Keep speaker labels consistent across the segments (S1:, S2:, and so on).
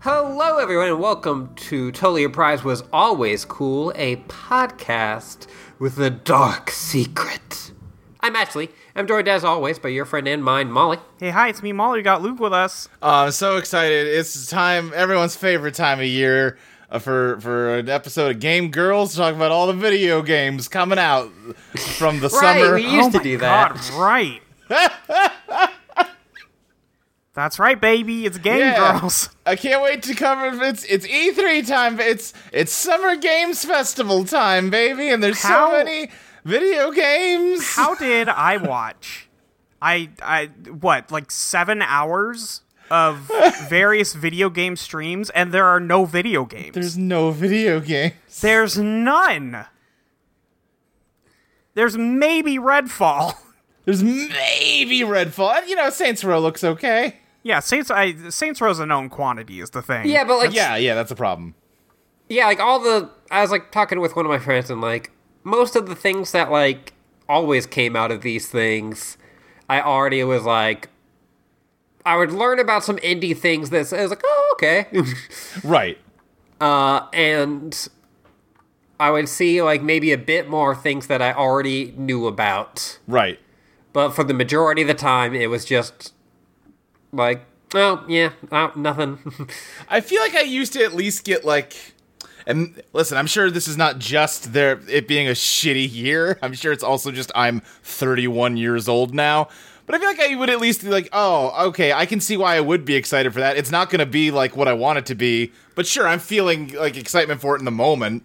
S1: Hello, everyone, and welcome to Totally Apprised Was Always Cool, a podcast with a dark secret. I'm Ashley. I'm joined as always by your friend and mine, Molly.
S2: Hey, hi, it's me, Molly. We got Luke with us.
S3: Oh, I'm so excited! It's time, everyone's favorite time of year uh, for for an episode of Game Girls to talk about all the video games coming out from the
S1: Right,
S3: summer. Oh
S1: we used to do that.
S2: Oh God, right. That's right, baby. It's Game
S3: Yeah.
S2: Girls.
S3: I can't wait to cover it's it's E3 time. It's it's Summer Games Festival time, baby, and there's
S2: How-
S3: so many video games.
S2: How did I watch? I I what like seven hours of various video game streams, and there are no video games.
S3: there's no video games.
S2: There's none. There's maybe Redfall.
S3: There's maybe Redfall. You know, Saints Row looks okay.
S2: Yeah, Saints I, Saints Row's a known quantity is the thing.
S1: Yeah, but like, yeah.
S3: Yeah, yeah, that's a problem.
S1: like all the. I was like talking with one of my friends, and like, most of the things that like always came out of these things, I already was like, I would learn about some indie things that I was like, oh, okay.
S3: Right.
S1: uh, and I would see like maybe a bit more things that I already knew about.
S3: Right.
S1: But for the majority of the time, it was just like, oh yeah, uh, nothing.
S3: I feel like I used to at least get like and listen, I'm sure this is not just their it being a shitty year. I'm sure it's also just I'm 31 years old now. But I feel like I would at least be like, "Oh, okay, I can see why I would be excited for that. It's not going to be like what I want it to be, but sure, I'm feeling like excitement for it in the moment."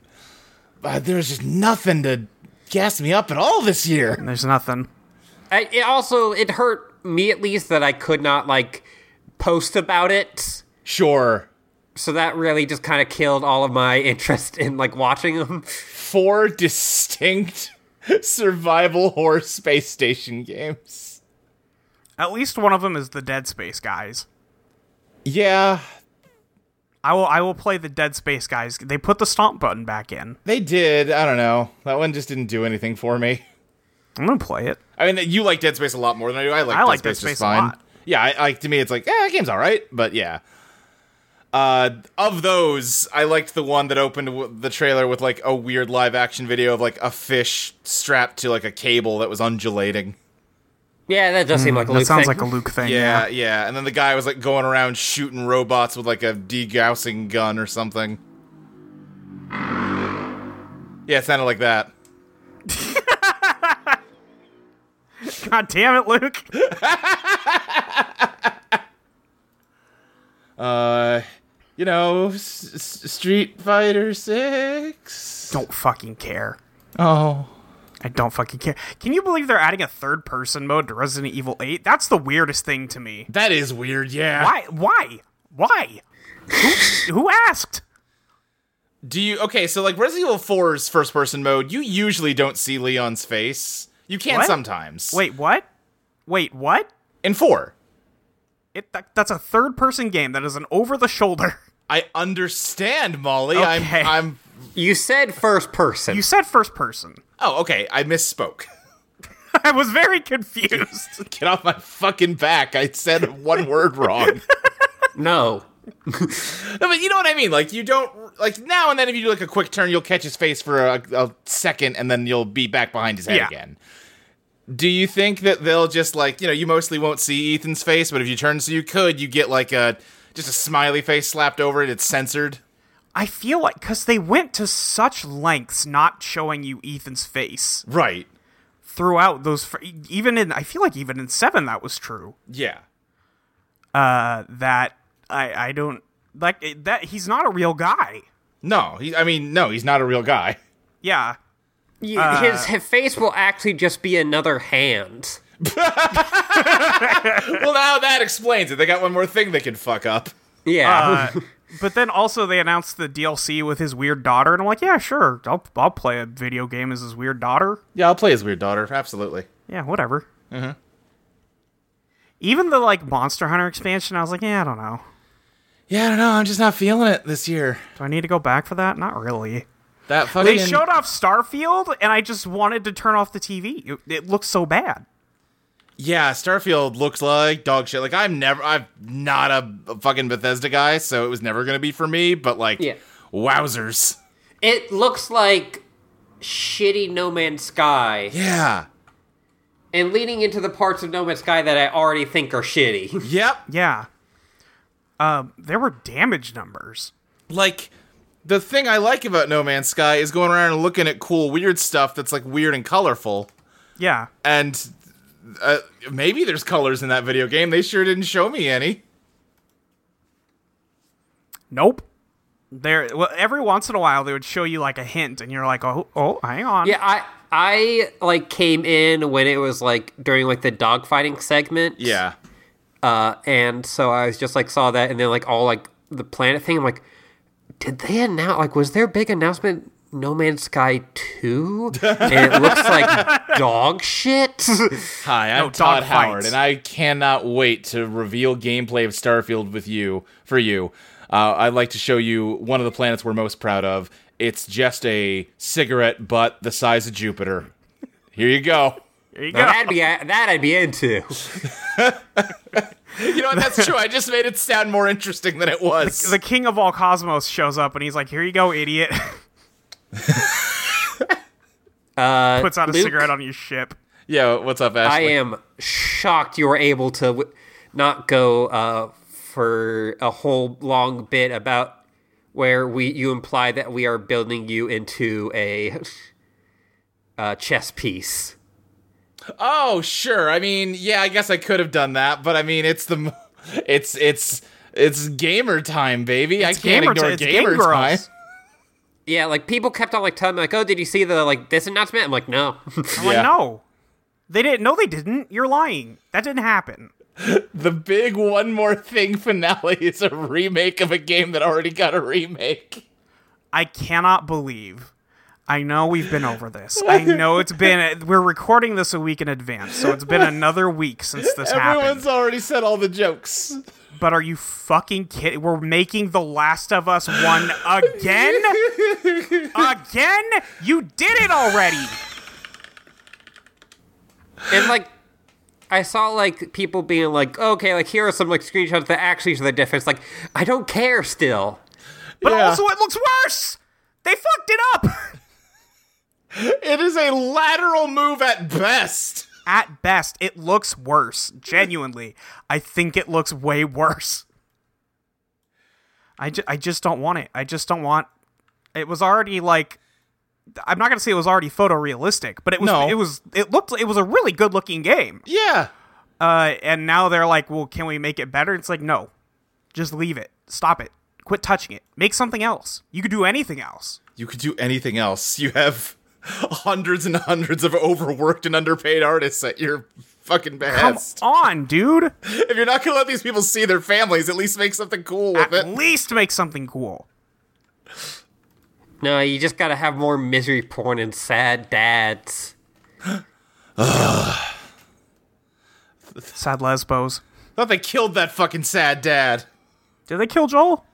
S3: But there's just nothing to gas me up at all this year.
S2: There's nothing.
S1: I, it also it hurt me at least that I could not like post about it.
S3: Sure.
S1: So that really just kind of killed all of my interest in like watching them.
S3: Four distinct survival horror space station games.
S2: At least one of them is the Dead Space guys.
S3: Yeah,
S2: I will I will play the Dead Space guys. They put the stomp button back in.
S3: they did. I don't know. That one just didn't do anything for me.
S2: I'm gonna play it.
S3: I mean, you like Dead Space a lot more than I do. I like
S2: I
S3: Dead
S2: like
S3: Space,
S2: Dead Space
S3: just
S2: a
S3: fine.
S2: lot.
S3: Yeah, I, like to me, it's like, yeah, game's all right, but yeah. Uh, of those, I liked the one that opened w- the trailer with like a weird live action video of like a fish strapped to like a cable that was undulating.
S1: Yeah, that does seem like a
S2: Hmm, That
S1: Luke
S2: sounds
S1: thing.
S2: like a Luke thing.
S3: Yeah, yeah, And then the guy was like going around shooting robots with like a degaussing gun or something. Yeah, it sounded like that.
S2: God damn it, Luke.
S3: uh, you know, S- S- Street Fighter Six.
S2: don't fucking care.
S3: Oh,
S2: I don't fucking care. Can you believe they're adding a third person mode to Resident Evil 8? That's the weirdest thing to me.
S3: that is weird. Yeah.
S2: Why? Why? Why? Who, who asked?
S3: Do you? Okay, so like Resident Evil 4's first person mode, you usually don't see Leon's face. You can
S2: What?
S3: sometimes.
S2: Wait, what? Wait, what?
S3: in four,
S2: It that, that's a third person game that is an over the shoulder.
S3: I understand, Molly.
S2: Okay.
S3: I'm. I'm.
S1: You said first person.
S2: You said first person.
S3: Oh, okay. I misspoke.
S2: I was very confused.
S3: Get off my fucking back. I said one word wrong.
S1: no.
S3: No, but you know what I mean. Like you don't like now and then if you do like a quick turn, you'll catch his face for a, a second, and then you'll be back behind his head
S2: Yeah.
S3: again. Do you think that they'll just like you know you mostly won't see Ethan's face, but if you turn so you could, you get like a just a smiley face slapped over it. It's censored.
S2: I feel like because they went to such lengths not showing you Ethan's face
S3: Right.
S2: throughout those, fr- even in I feel like even in seven that was true.
S3: Yeah.
S2: uh, that I I don't like it- that he's not a real guy.
S3: No, he, I mean, no, he's not a real guy.
S2: Yeah,
S1: You-
S2: Uh.
S1: his, his face will actually just be another hand.
S3: well, now that explains it. They got one more thing they can fuck up.
S2: Ah.
S1: Yeah.
S2: but then also they announced the DLC with his weird daughter, and I'm like, yeah, sure, I'll I'll play a video game as his weird daughter.
S3: Yeah, I'll play his weird daughter. Absolutely.
S2: Yeah, whatever. Even the like Monster Hunter expansion, I was like, yeah, I don't know.
S3: Yeah, I don't know. I'm just not feeling it this year.
S2: Do I need to go back for that? Not really.
S3: That fucking.
S2: They showed off Starfield, and I just wanted to turn off the TV. It, it looked so bad.
S3: yeah, Starfield looks like dog shit. Like I'm never. I'm not a, a fucking Bethesda guy, so it was never gonna be for me. But like,
S1: Yeah.
S3: wowzers.
S1: it looks like shitty No Man's Sky.
S3: Yeah.
S1: and leading into the parts of No Man's Sky that I already think are shitty.
S3: Yep.
S2: Yeah. Um, there were damage numbers.
S3: like the thing I like about No Man's Sky is going around and looking at cool, weird stuff that's like weird and colorful.
S2: Yeah.
S3: And uh, maybe there's colors in that video game. They sure didn't show me any.
S2: Nope. There. Well, every once in a while they would show you like a hint, and you're like, oh, oh, hang on.
S1: yeah, I I like came in when it was like during like the dogfighting segment.
S3: Yeah.
S1: Uh, and so I was just like saw that and then like all like the planet thing. I'm like, did they announce like was their big announcement No Man's Sky two? and it looks like dog shit.
S3: Hi, I'm
S2: No, dog
S3: Todd Howard,
S2: fights.
S3: and I cannot wait to reveal gameplay of Starfield with you for you. Uh, I'd like to show you one of the planets we're most proud of. It's just a cigarette butt the size of Jupiter. Here you go.
S2: There you go.
S1: Now that'd be that I'd be into.
S3: You know what? That's true. I just made it sound more interesting than it was.
S2: the king of all cosmos shows up, and he's like, here you go, idiot. uh, Puts out a
S1: Luke?
S2: cigarette on your ship.
S3: yeah, what's up,
S1: I
S3: Ashley?
S1: am shocked you were able to w- not go uh, for a whole long bit about where we you imply that we are building you into a uh, chess piece.
S3: Oh, sure. I mean, yeah, I guess I could have done that, but I mean, it's the, m- it's it's it's gamer time, baby. I can't
S2: Gamer-
S3: ignore
S2: it's game
S3: gamer time.
S2: girls.
S1: Yeah, like people kept on like telling me like, "Oh, did you see the like this announcement?" I'm like, "No."
S2: I'm like,
S3: Yeah.
S2: no. They didn't. No, they didn't. You're lying. That didn't happen.
S3: The big one more thing finale is a remake of a game that already got a remake.
S2: I cannot believe. I know we've been over this. I know it's been. We're recording this a week in advance, so it's been another week since this
S3: Everyone's
S2: happened.
S3: already said all the jokes.
S2: But are you fucking kidding? We're making The Last of Us one again, again. You did it already.
S1: and like I saw like people being like, "Okay, like here are some like screenshots that actually show the difference." Like, I don't care still.
S2: But
S3: Yeah.
S2: also, it looks worse. They fucked it up.
S3: It is a lateral move at best.
S2: At best, it looks worse. Genuinely, I think it looks way worse. I, ju- I just don't want it. I just don't want. It was already like, I'm not gonna say it was already photorealistic, but it was.
S3: No.
S2: It was. It looked. It was a really good looking game.
S3: Yeah.
S2: Uh, and now they're like, well, can we make it better? It's like, no, just leave it. Stop it. Quit touching it. Make something else. You could do anything else.
S3: You could do anything else. You have hundreds and hundreds of overworked and underpaid artists at your fucking
S2: Come
S3: behest.
S2: on, dude.
S3: If you're not gonna let these people see their families, at least make something cool with
S2: At
S3: it.
S2: least make something cool.
S1: No, you just gotta have more misery porn and sad dads.
S2: Sad lesbos.
S3: Thought they killed that fucking sad dad.
S2: Did they kill Joel?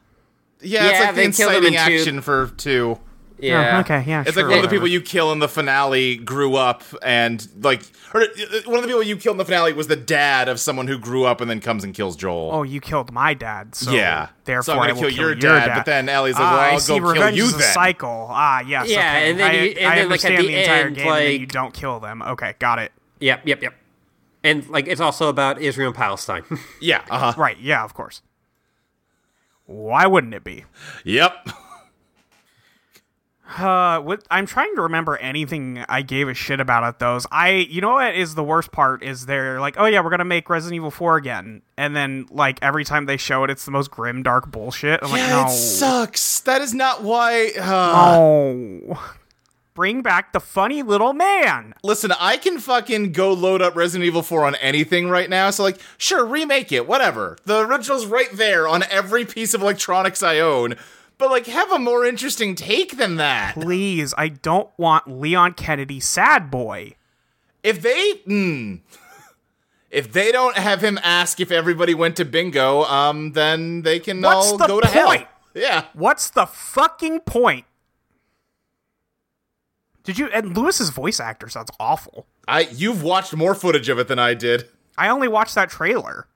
S3: Yeah, it's
S1: Yeah,
S3: like the
S1: they killed him in
S3: inciting
S1: two.
S3: action for two.
S1: Yeah.
S2: Oh, okay. Yeah.
S3: It's
S2: sure,
S3: like one of the
S2: whatever.
S3: people you kill in the finale grew up and like, or uh, one of the people you killed in the finale was the dad of someone who grew up and then comes and kills Joel.
S2: Oh, you killed my dad. So
S3: yeah,
S2: Therefore,
S3: so I'm gonna
S2: I will
S3: kill, your, dad, But then Ellie's like,
S2: Ah,
S3: "Well,
S2: I
S3: I'll
S2: see
S3: go kill
S2: revenge
S3: you
S2: is a
S3: then."
S2: cycle. Ah, yes.
S1: Yeah,
S2: okay.
S1: and then
S2: I,
S1: you- and
S2: I
S1: then, like, at
S2: understand
S1: the
S2: the entire
S1: end,
S2: game, and then you
S1: like-
S2: don't kill them. Okay, got it.
S1: Yep, yep, yep. And like it's also about Israel and Palestine.
S3: Yeah, uh huh.
S2: Right. Yeah. Of course. Oh, Why wouldn't it be?
S3: Yep.
S2: Uh, what, I'm trying to remember anything I gave a shit about at those. I, you know, what is the worst part is they're like, oh yeah, we're gonna make Resident Evil Four again, and then like every time they show it, it's the most grim, dark bullshit. I'm
S3: Yeah,
S2: like,
S3: it
S2: no,
S3: sucks. That is not why. Uh,
S2: no,
S1: Oh.
S2: bring back the funny little man.
S3: Listen, I can fucking go load up Resident Evil 4 on anything right now. So, like, sure, remake it, whatever. The original's right there on every piece of electronics I own. But, like, have a more interesting take than that.
S2: Please, I don't want Leon Kennedy, sad boy.
S3: If they. Mm, if they don't have him ask if everybody went to bingo, um, then they can
S2: What's
S3: all
S2: the
S3: go to hell.
S2: point?
S3: Yeah.
S2: What's the fucking point? Did you? And Lewis's voice actor sounds awful.
S3: I you've watched more footage of it than I did.
S2: I only watched that trailer.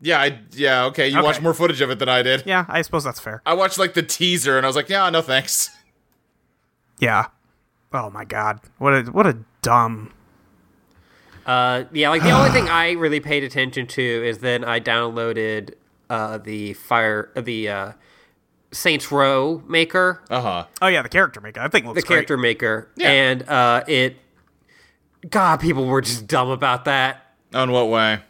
S3: Yeah, I yeah, okay. You
S2: Okay.
S3: watched more footage of it than I did.
S2: Yeah, I suppose that's fair.
S3: I watched like the teaser and I was like, yeah, no thanks.
S2: Yeah. Oh my god. What a what a dumb.
S1: Uh, yeah, like the only thing I really paid attention to is then I downloaded uh, the fire uh, the uh, Saints Row maker,
S3: Uh-huh.
S2: Oh yeah, the character maker. I think looks
S1: the
S2: great.
S1: character maker,
S3: Yeah.
S1: and uh, it. God, people were just dumb about that.
S3: On what way?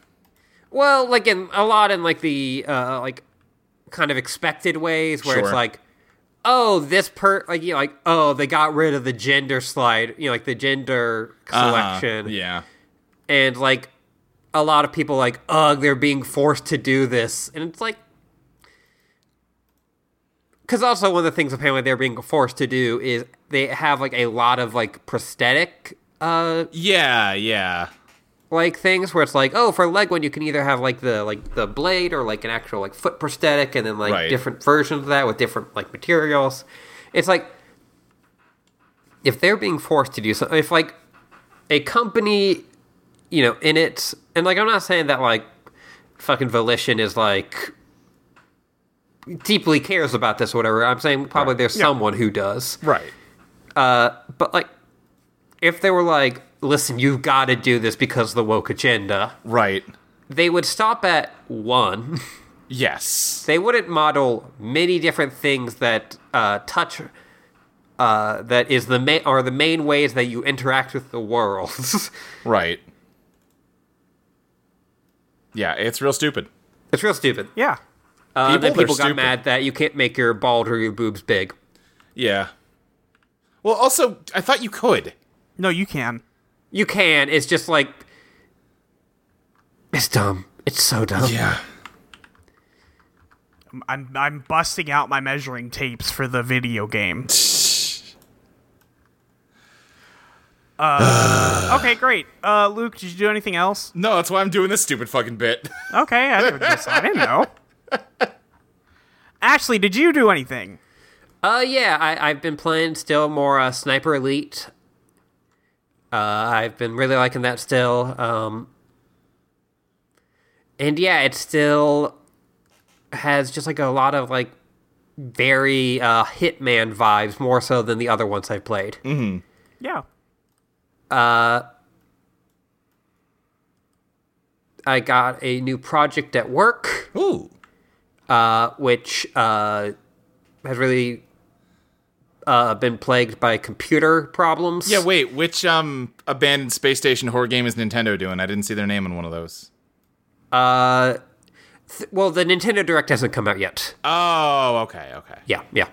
S1: Well, like in a lot in like the uh, like kind of expected ways where it's
S3: Sure.
S1: like, oh, this per like you know, like oh they got rid of the gender slide, you know, like the gender
S3: Uh-huh.
S1: selection,
S3: Yeah.
S1: and like a lot of people like ugh they're being forced to do this, and it's like. Because also one of the things apparently they're being forced to do is they have like a lot of like prosthetic uh
S3: Yeah, yeah.
S1: like things where it's like, oh, for leg one you can either have like the like the blade or like an actual like foot prosthetic and then like
S3: Right.
S1: different versions of that with different like materials. It's like if they're being forced to do something if like a company, you know, in it and like I'm not saying that like fucking volition is like deeply cares about this or whatever. I'm saying probably there's someone who does
S3: Right.
S1: but like if they were like listen you've got to do this because of the woke agenda
S3: Right.
S1: they would stop at one
S3: Yes.
S1: they wouldn't model many different things that uh, touch uh, that is the main are the main ways that you interact with the world
S3: Right. Yeah, it's real stupid.
S1: it's real stupid
S2: Yeah.
S1: uh,
S3: People,
S1: then
S3: they're
S1: people got
S3: stupid.
S1: mad that you can't make your bald or your boobs big
S3: Yeah. Well, also, I thought you could.
S2: No, you can.
S1: you can it's just like it's dumb it's so dumb
S3: Yeah.
S2: I'm I'm busting out my measuring tapes for the video game. Uh, okay, great. Uh, Luke, did you do anything else?
S3: No, that's why I'm doing this stupid fucking bit.
S2: Okay, I didn't, I didn't know. Ashley, did you do anything?
S1: Uh, yeah, I, I've been playing still more uh, Sniper Elite. Uh, I've been really liking that still. Um, and yeah, it still has just like a lot of like very uh, Hitman vibes more so than the other ones I've played.
S2: Yeah.
S1: I got a new project at work.
S3: Ooh.
S1: uh, which uh, has really uh, been plagued by computer problems.
S3: Yeah, wait, which um abandoned space station horror game is Nintendo doing? I didn't see their name in one of those.
S1: Uh, th- well, the Nintendo Direct hasn't come out yet.
S3: Oh, okay, okay.
S1: Yeah, yeah.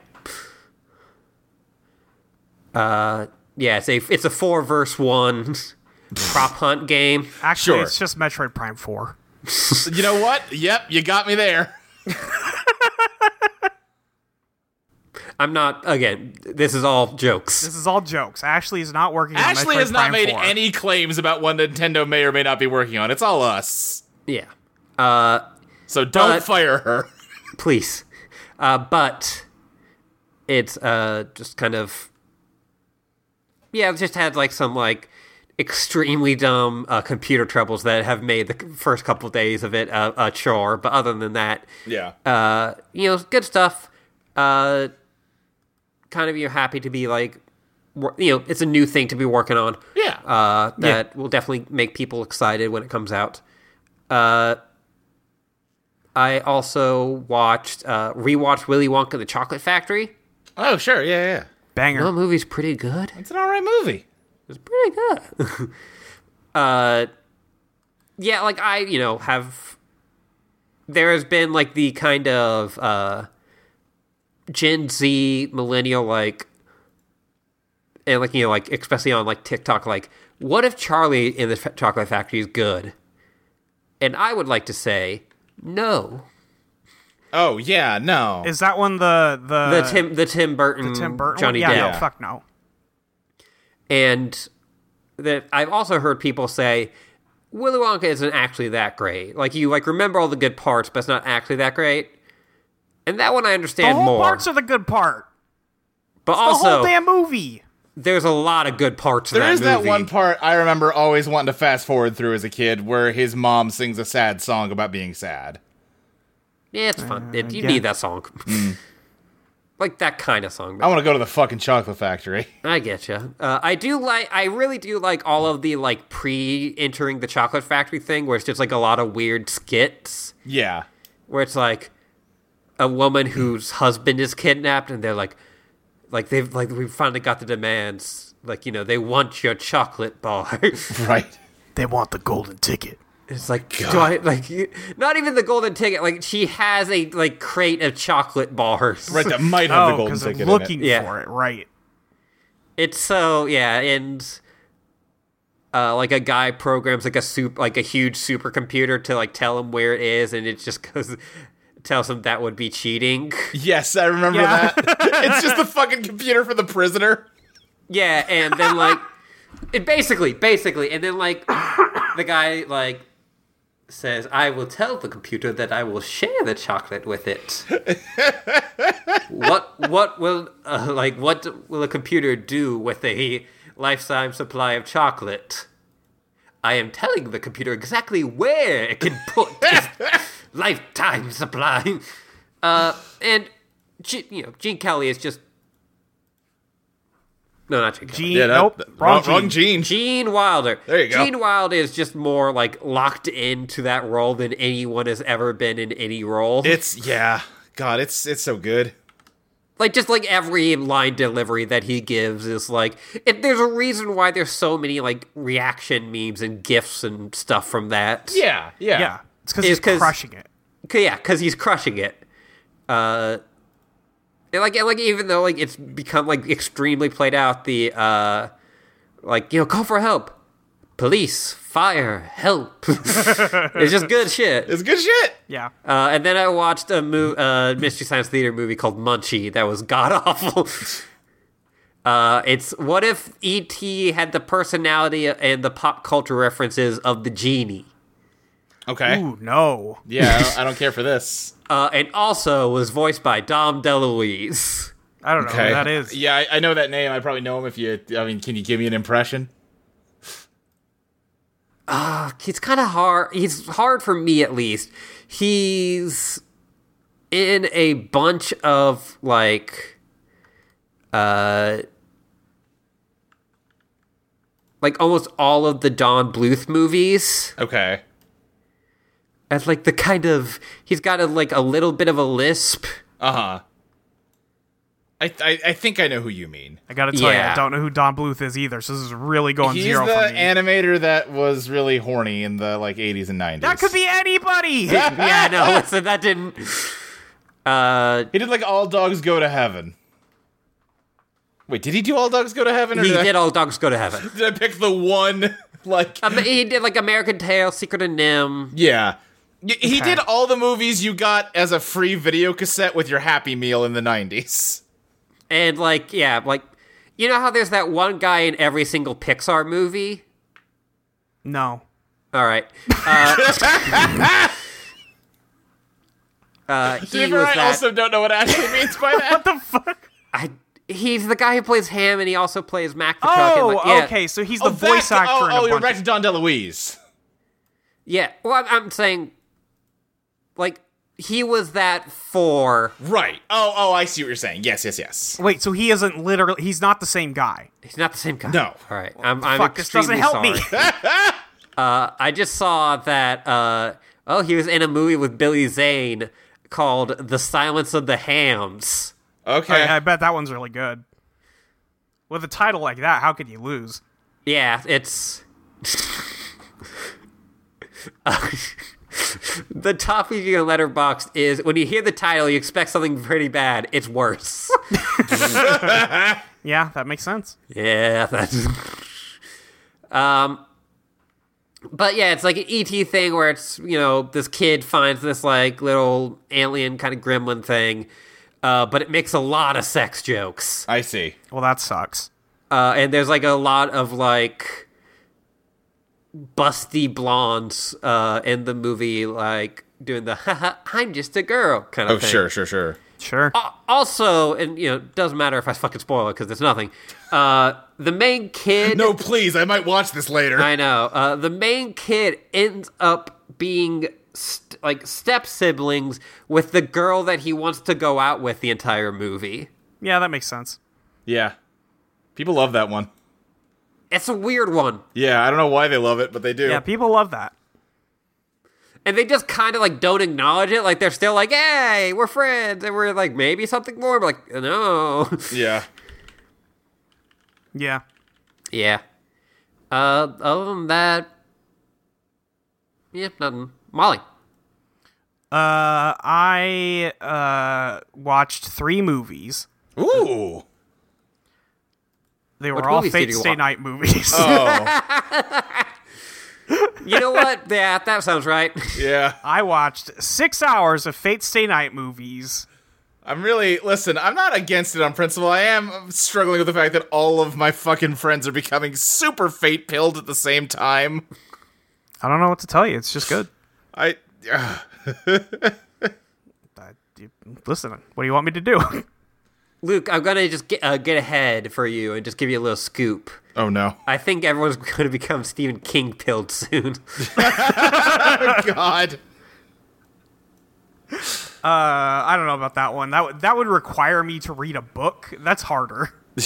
S1: Uh, yeah. It's a it's a four verse one prop hunt game.
S2: Actually,
S3: Sure.
S2: it's just Metroid Prime 4.
S3: You know what? Yep, you got me there.
S1: I'm not again. This is all jokes.
S2: This is all jokes. Ashley is not working on
S3: Ashley
S2: Metroid
S3: has not
S2: Prime
S3: made
S2: 4.
S3: any claims about what Nintendo may or may not be working on. It's all us.
S1: Yeah. Uh,
S3: So don't
S1: But-
S3: fire her.
S1: please. Uh, but it's uh, just kind of yeah, it just had like some like extremely dumb uh, computer troubles that have made the first couple days of it a, a chore. But other than that,
S3: Yeah.
S1: uh, you know, it's good stuff. Uh, kind of you're happy to be like, wor- you know, it's a new thing to be working on.
S3: Yeah.
S1: Uh, that will definitely make people excited when it comes out. Uh, I also watched uh, rewatched Willy Wonka and the Chocolate Factory.
S3: oh, sure. Yeah, yeah.
S2: Banger.
S1: That movie's pretty good.
S3: It's an alright movie.
S1: It's pretty good. uh, yeah, like I, you know, have there has been like the kind of uh Gen Z millennial like and like you know like especially on like TikTok like what if Charlie in the F- Chocolate Factory is good? And I would like to say no.
S3: Oh yeah, no.
S2: Is that one the the
S1: The Tim the Tim Burton,
S2: Uh, Tim Burton? one?
S1: Johnny
S2: yeah,
S1: Depp.
S2: no, fuck no.
S1: and that I've also heard people say Willy Wonka isn't actually that great. Like you like remember all the good parts, but it's not actually that great. And that one I
S2: The
S1: understand
S2: whole
S1: more.
S2: parts are the good part.
S1: but
S2: The
S1: also,
S2: whole damn movie.
S1: there's a lot of good parts. in
S3: There
S1: that
S3: is that
S1: movie.
S3: one part I remember always wanting to fast forward through as a kid where his mom sings a sad song about being sad.
S1: Yeah,
S2: Uh,
S1: it's fun. It- you
S2: yeah.
S1: need that song.
S2: Hmm.
S1: like that kind of song.
S3: I want to go to the fucking chocolate factory.
S1: I get you. Uh, I do like. I really do like all of the like pre-entering the chocolate factory thing, where it's just like a lot of weird skits.
S3: Yeah.
S1: where it's like a woman whose husband is kidnapped and they're like like they've like we finally got the demands like you know they want your chocolate bar
S3: Right.
S2: They want the golden ticket.
S1: it's like do I, like you- not even the golden ticket like she has a like crate of chocolate bars
S3: Right. That might have the
S2: Oh,
S3: golden
S2: because
S3: ticket.
S2: they're
S3: in it.
S2: looking
S1: Yeah.
S2: for it, right?
S1: it's so yeah and uh, like a guy programs like a soup like a huge supercomputer to like tell him where it is and it just goes tells him that would be cheating
S3: Yes, I remember
S2: Yeah.
S3: that. it's just the fucking computer for the prisoner.
S1: Yeah, and then like it basically, basically, and then like the guy like says, I will tell the computer that I will share the chocolate with it. what what will uh, like what will a computer do with a lifetime supply of chocolate? I am telling the computer exactly where it can put this lifetime supply. Uh, and G- you know, Gene Kelly is just no, not Gene. Kelly.
S2: Gene,
S3: Yeah, that-
S2: nope,
S3: that-
S2: wrong,
S3: wrong
S2: Gene.
S3: Gene.
S1: Gene Wilder.
S3: There you go.
S1: Gene Wilder is just more like locked into that role than anyone has ever been in any role.
S3: It's yeah. God, it's it's so good.
S1: like just like every line delivery that he gives is like it, there's a reason why there's so many like reaction memes and gifs and stuff from that.
S3: Yeah, yeah.
S2: Yeah, it's because
S1: It's
S2: he's
S1: 'cause-
S2: crushing it.
S1: C- yeah, because he's crushing it. Uh, and like, and like even though like it's become like extremely played out, the uh, like you know, call for help, police, fire, help. it's just good shit.
S3: It's good shit.
S2: Yeah,
S1: Uh, and then I watched a mo- uh, Mystery Science Theater movie called Munchie that was god awful. Uh, it's what if E.T. had the personality and the pop culture references of the genie?
S3: Okay.
S2: ooh no,
S3: Yeah, I don't, I don't care for this.
S1: uh, and also was voiced by Dom DeLuise.
S2: I don't know
S3: Okay.
S2: who Oh, that is.
S3: Yeah, I, I know that name. I probably know him if you I mean, can you give me an impression?
S1: He's kind of hard. He's hard for me, at least. He's in a bunch of like, uh, like almost all of the Don Bluth movies.
S3: Okay.
S1: As like the kind of he's got a like a little bit of a lisp.
S3: Uh-huh. I, I I think I know who you mean.
S2: I gotta tell you,
S1: Yeah.
S2: I don't know who Don Bluth is either. So this is really going
S3: He's
S2: zero
S3: the
S2: for me.
S3: animator that was really horny in the like 80s and 90s.
S2: that could be anybody.
S1: yeah, no, listen, that didn't. Uh,
S3: He did like All Dogs Go to Heaven. Wait, did he do All Dogs Go to Heaven? Or
S1: he
S3: did, I-
S1: did all dogs go to heaven.
S3: did I, pick the one? Like,
S1: Um, he did like American Tail, Secret of Nim.
S3: yeah. Y- He
S2: Okay.
S3: did all the movies you got as a free video cassette with your Happy Meal in the 90s.
S1: And like, yeah, like, you know how there's that one guy in every single Pixar movie?
S2: no,
S1: All right. Uh, uh, he
S3: Did
S1: was
S3: I
S1: that.
S3: also don't know what Ashley means by that.
S2: what the fuck?
S1: I, he's the guy who plays Ham and he also plays Mac the Truck. and,
S2: Oh,
S1: like, yeah,
S2: okay, so he's the
S3: Oh, that-
S2: voice actor
S3: Oh,
S2: in a
S3: oh you're
S2: bunch.
S3: back to Don DeLuise.
S1: Yeah. Well, I'm, I'm saying, like, he was that for.
S3: Right. Oh, oh, I see what you're saying. Yes, yes, yes.
S2: Wait, so he isn't literally? He's not the same guy.
S1: He's not the same guy.
S3: No.
S1: All right. I'm, I'm
S2: fuck, this doesn't
S1: extremely
S2: help
S1: sorry. Uh,
S2: me.
S1: I just saw that. Uh, oh, he was in a movie with Billy Zane called "The Silence of the Hams."
S3: Okay.
S2: I, I bet that one's really good. With a title like that, how could you lose?
S1: Yeah, it's the top review on Letterboxd is when you hear the title, you expect something pretty bad. It's worse.
S2: Yeah, that makes sense.
S1: yeah, that's. um, but yeah, it's like an ET thing where it's you know this kid finds this like little alien kind of gremlin thing, uh, but it makes a lot of sex jokes.
S3: I see.
S2: Well, that sucks.
S1: uh, and there's like a lot of like busty blondes uh, in the movie, like doing the "Haha, "I'm just a girl" kind of
S3: Oh,
S1: thing.
S3: sure, sure, sure.
S2: Sure.
S1: Uh, Also, and you know, doesn't matter if I fucking spoil it because it's nothing. Uh, the main kid.
S3: No, please. I might watch this later.
S1: I know. Uh, the main kid ends up being st- like step siblings with the girl that he wants to go out with the entire movie.
S2: Yeah, that makes sense.
S3: yeah. People love that one.
S1: It's a weird one.
S3: Yeah, I don't know why they love it, but they do.
S2: Yeah, people love that.
S1: and they just kind of like don't acknowledge it. Like they're still like, "Hey, we're friends," and we're like, "Maybe something more." But like, no,
S3: yeah.
S2: Yeah.
S1: yeah. Uh, other than that, yeah, nothing. Molly,
S2: Uh, I uh watched three movies.
S3: Ooh.
S2: They
S1: What
S2: were all
S1: movies did
S2: Fate
S1: you
S2: Stay
S1: watch?
S2: Night movies.
S3: Oh,
S1: you know what? yeah, that sounds right.
S3: yeah.
S2: I watched six hours of Fate Stay Night movies.
S3: I'm really listen. I'm not against it on principle. I am struggling with the fact that all of my fucking friends are becoming super fate pilled at the same time.
S2: I don't know what to tell you. It's just good.
S3: I ugh.
S2: I, you- listen, what do you want me to do?
S1: Luke, I'm gonna just get uh, get ahead for you and just give you a little scoop.
S3: oh no,
S1: I think everyone's gonna become Stephen King pilled soon.
S3: God.
S2: Uh, I don't know about that one. That would that would require me to read a book. That's harder.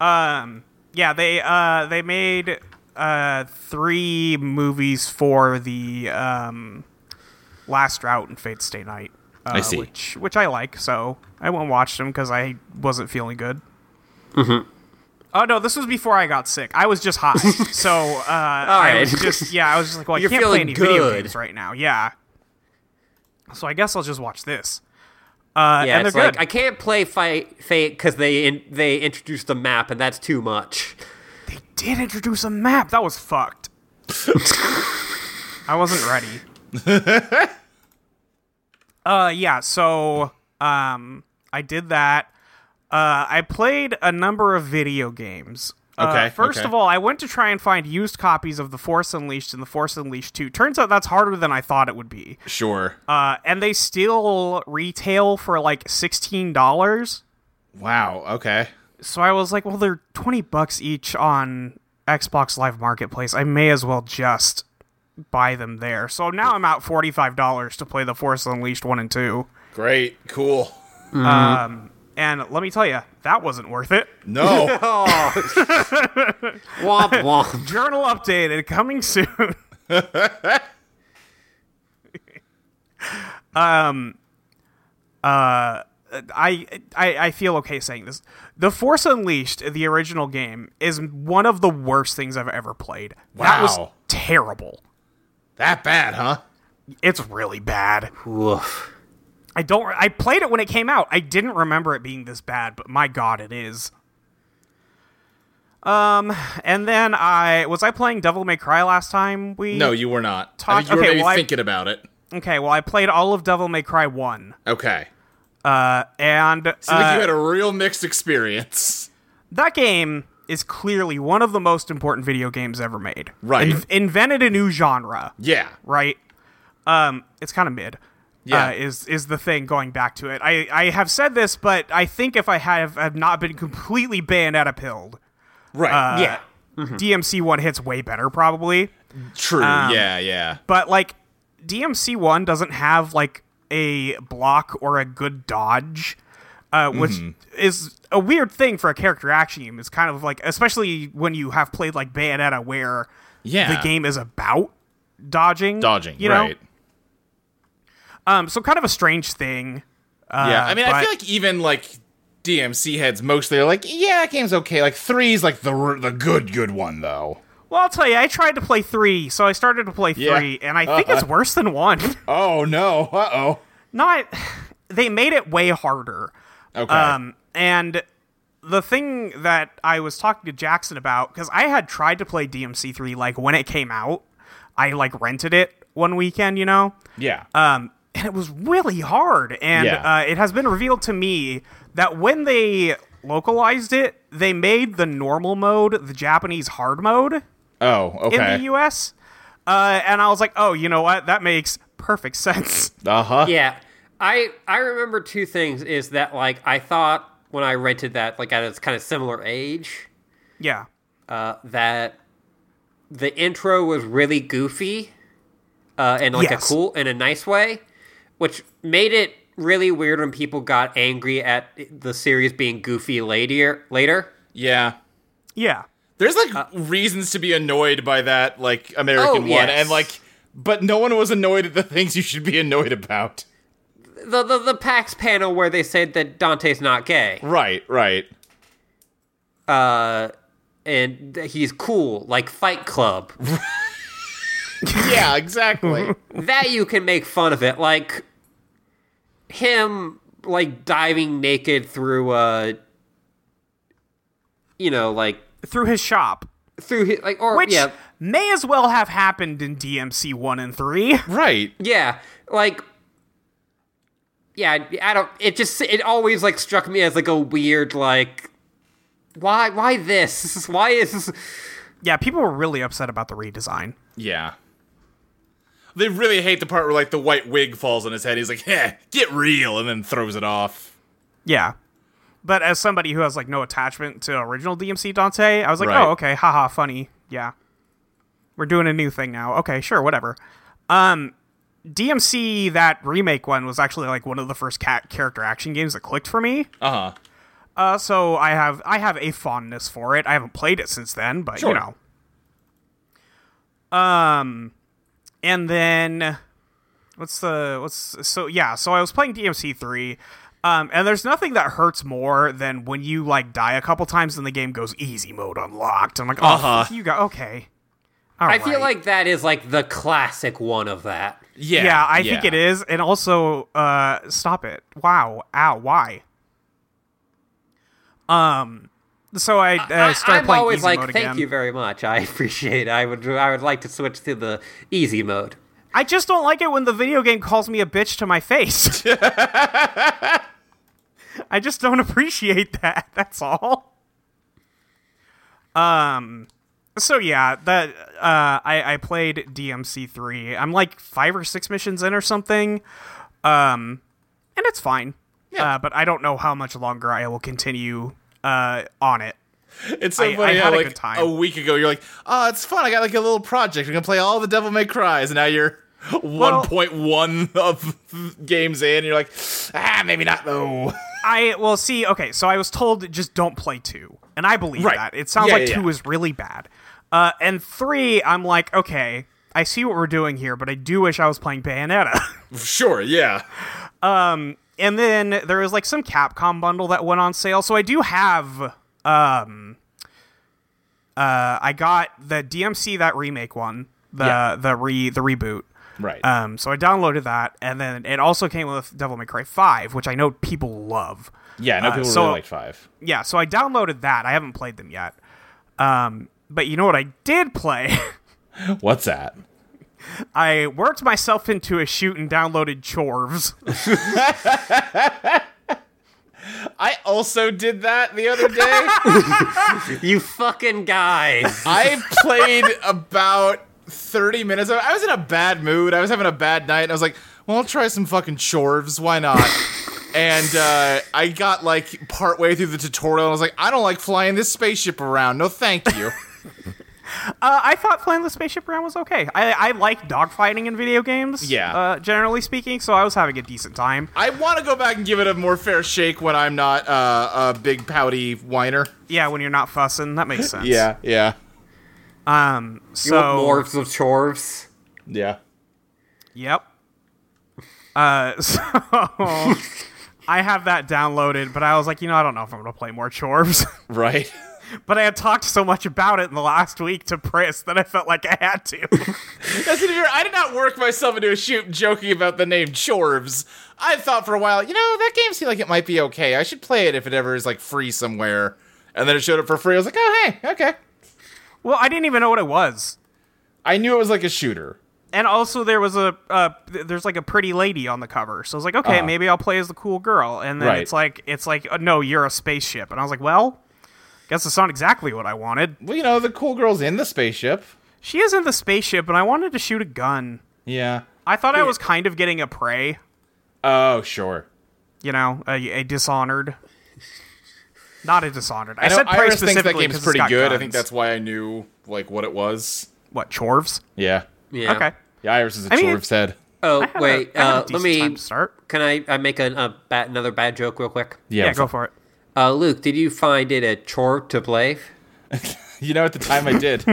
S2: um, Um, yeah, they uh they made uh three movies for the um last route and Fate Stay Night. Uh,
S3: I see.
S2: Which which I like, so I went and watched them because I wasn't feeling good. Mm-hmm. Oh no, this was before I got sick. I was just high, so uh, I
S1: right.
S2: was just yeah, I was just like, well, I
S1: You're
S2: can't play
S1: feeling
S2: any video
S1: good.
S2: games right now. Yeah. So I guess I'll just watch this. Uh,
S1: yeah,
S2: and they're
S1: it's
S2: good.
S1: like I can't play fight fate because they in- they introduced a map and that's too much.
S2: Did introduce a map. That was fucked. I wasn't ready. uh, yeah. So, um, I did that. Uh, I played a number of video games. Uh,
S3: Okay,
S2: first
S3: okay.
S2: of all, I went to try and find used copies of The Force Unleashed and The Force Unleashed 2. Turns out that's harder than I thought it would be.
S3: Sure.
S2: Uh, and they still retail for like sixteen dollars.
S3: wow. Okay.
S2: So I was like, well, they're twenty bucks each on Xbox Live Marketplace. I may as well just buy them there. So now I'm out forty five dollars to play The Force Unleashed one and two.
S3: Great. Cool.
S2: And let me tell you, that wasn't worth it.
S3: No.
S1: Womp womp.
S2: Journal updated coming soon. um, Um, uh, I, I I feel okay saying this. The Force Unleashed, the original game, is one of the worst things I've ever played. That was
S3: Wow.
S2: terrible.
S3: that bad, huh?
S2: It's really bad.
S1: Woof.
S2: I don't. I played it when it came out. I didn't remember it being this bad, but my god, it is. Um, and then I was I playing Devil May Cry last time we
S3: No, you were not. I
S2: Talk-
S3: think you were
S2: okay,
S3: maybe
S2: well, I-
S3: thinking about it.
S2: Okay, well I played all of Devil May Cry one,
S3: Okay.
S2: and
S3: Seems like
S2: uh,
S3: you had a real mixed experience.
S2: that game is clearly one of the most important video games ever made.
S3: Right.
S2: In- invented a new genre.
S3: Yeah.
S2: right? Um, it's kind of mid.
S3: Yeah.
S2: uh, is is the thing going back to it? I I have said this, but I think if I have have not been completely Bayonetta pilled,
S3: Right.
S2: Uh,
S1: Yeah.
S3: Mm-hmm.
S2: DMC one hits way better probably.
S3: True. yeah. Yeah.
S2: But like DMC one doesn't have like a block or a good dodge, uh, which
S3: Mm-hmm.
S2: is a weird thing for a character action game. It's kind of like especially when you have played like Bayonetta, where
S3: Yeah.
S2: the game is about dodging,
S3: Dodging.
S2: you know?
S3: right.
S2: Um, so kind of a strange thing.
S3: yeah. I mean, I
S2: uh, but-
S3: feel like even like DMC heads mostly are like, yeah, game's okay. Like three's like the r- the good good one though.
S2: Well, I'll tell you, I tried to play three, so I started to play
S3: Yeah.
S2: three, and I think it's worse than one.
S3: Oh no, uh oh.
S2: Not, they made it way harder.
S3: Okay.
S2: Um, and the thing that I was talking to Jackson about, because I had tried to play DMC3 like when it came out, I like rented it one weekend, you know?
S3: yeah.
S2: Um, and it was really hard. And
S3: Yeah.
S2: uh, it has been revealed to me that when they localized it, they made the normal mode the Japanese hard mode
S3: oh,
S2: in
S3: okay.
S2: the US. Uh, and I was like, oh, you know what? That makes perfect sense.
S3: uh huh.
S1: Yeah. I I remember two things is that like I thought when I rented that like at a kind of similar age
S2: yeah.
S1: uh, that the intro was really goofy uh, in like
S2: Yes.
S1: a cool in a nice way, which made it really weird when people got angry at the series being goofy later. Later,
S3: Yeah.
S2: Yeah.
S3: There's like
S2: Uh,
S3: reasons to be annoyed by that like American
S1: Oh,
S3: one,
S1: yes.
S3: and like, but no one was annoyed at the things you should be annoyed about.
S1: the the, the PAX panel where they said that Dante's not gay
S3: Right. Right.
S1: uh, and th- he's cool like Fight Club.
S3: Yeah. Exactly.
S1: that you can make fun of it like him like diving naked through uh you know like
S2: Through his shop.
S1: through his, like or
S2: Which
S1: yeah
S2: may as well have happened in DMC 1 and 3.
S3: right.
S1: yeah like yeah i don't it just it always like struck me as like a weird like why why this why is this
S2: Yeah, people were really upset about the redesign.
S3: Yeah. They really hate the part where like the white wig falls on his head. He's like, "Yeah, get real," and then throws it off.
S2: Yeah. But as somebody who has like no attachment to original DMC Dante, I was like,
S3: Right.
S2: oh, okay, haha, funny. Yeah. We're doing a new thing now. Okay, sure, whatever. Um DMC that remake one was actually like one of the first cat character action games that clicked for me.
S3: Uh huh.
S2: Uh so I have I have a fondness for it. I haven't played it since then, but
S3: Sure.
S2: you know. Um and then what's the what's so yeah, so I was playing DMC 3 um and there's nothing that hurts more than when you like die a couple times and the game goes easy mode unlocked. I'm like, "Oh,
S3: Uh-huh.
S2: fuck you got okay." All
S1: i feel
S2: right.
S1: like that is like the classic one of that
S3: Yeah.
S2: yeah, I think it is. And also, uh, stop it. Wow. Ow. Why? Um. So I uh,
S1: I,
S2: started
S1: am
S2: playing
S1: always
S2: easy
S1: like
S2: mode
S1: thank
S2: again.
S1: you very much i appreciate it. i would i would like to switch to the easy mode
S2: I just don't like it when the video game calls me a bitch to my face. I just don't appreciate that. That's all. Um. So yeah, that uh, I I played DMC three. I'm like five or six missions in or something. Um, and it's fine.
S3: Yeah.
S2: Uh, but I don't know how much longer I will continue uh on it.
S3: It's so
S2: I-
S3: funny.
S2: I
S3: how,
S2: had a
S3: like,
S2: good time.
S3: A week ago, you're like, "Oh, it's fun. I got like a little project. I'm gonna play all the Devil May Cry's." And now you're 1.1 of games in. And you're like, "Ah, maybe not though."
S2: I well see. Okay, so I was told just don't play two, and I believe
S3: Right.
S2: that. It sounds
S3: Yeah,
S2: like
S3: yeah,
S2: two
S3: yeah.
S2: is really bad, uh, and three, I'm like, okay, I see what we're doing here, but I do wish I was playing Bayonetta.
S3: sure. Yeah.
S2: and then there was like some Capcom bundle that went on sale, so I do have. Um, uh, I got the DMC that remake one, the
S3: Yeah.
S2: the re the reboot.
S3: Right.
S2: Um, so I downloaded that, and then it also came with Devil May Cry Five, which I know people love.
S3: yeah. No
S2: uh,
S3: people
S2: so-
S3: really liked five.
S2: yeah, so I downloaded that. I haven't played them yet. Um, but you know what I did play?
S3: What's that?
S2: I worked myself into a shoot and downloaded Chorves.
S3: I also did that the other day.
S1: you fucking guys
S3: I played about 30 minutes of it. I was in a bad mood. I was having a bad night. And I was like, well, I'll try some fucking chorves. Why not? and uh, I got like partway through the tutorial. And I was like, I don't like flying this spaceship around. No, thank you.
S2: Uh, I thought flying the spaceship around was okay. I, I like dogfighting in video games,
S3: Yeah.
S2: uh, generally speaking, so I was having a decent time.
S3: I want to go back and give it a more fair shake when I'm not uh, a big pouty whiner.
S2: Yeah, when you're not fussing, that makes sense.
S3: yeah,
S2: Um,
S1: you want
S2: so,
S1: morphs of chorves
S3: yeah.
S2: yep. Uh, so, I have that downloaded, but I was like, you know, I don't know if I'm going to play more Chorves.
S3: Right.
S2: but I had talked so much about it in the last week to Pris that I felt like I had to.
S3: That's an error. I did not work myself into a shoot joking about the name Chorves. I thought for a while, you know, that game seemed like it might be okay. I should play it if it ever is like free somewhere. And then it showed up for free. I was like, oh hey, okay.
S2: well, I didn't even know what it was.
S3: I knew it was like a shooter.
S2: And also, there was a uh, th- there's like a pretty lady on the cover, so I was like, okay, maybe I'll play as the cool girl. And then
S3: Right.
S2: it's like it's like, uh, no, you're a spaceship, and I was like, well, guess that's not exactly what I wanted.
S3: Well, you know, the cool girl's in the spaceship.
S2: She is in the spaceship, and I wanted to shoot a gun.
S3: Yeah.
S2: I thought I was kind of getting a prey,
S3: Oh, sure.
S2: you know, a, a dishonored. Not a dishonored. I,
S3: I know
S2: said prey
S3: Iris thinks that
S2: specifically
S3: game's
S2: 'cause it's
S3: pretty
S2: got
S3: good. I
S2: guns.
S3: think that's why I knew like what it was.
S2: what chorves.
S3: Yeah.
S1: Yeah.
S2: Okay.
S3: Yeah, Iris is a
S2: I mean,
S3: Chorves head.
S1: Oh
S2: I had
S1: wait,
S2: a- I had
S1: uh,
S2: a
S1: let
S2: decent time
S1: me.
S2: to start.
S1: Can I, I make an, a bat, another bad joke real quick?
S2: Yeah,
S3: Yeah.
S2: go for it.
S1: Uh, Luke, did you find it a chore to play?
S3: You know, at the time I did.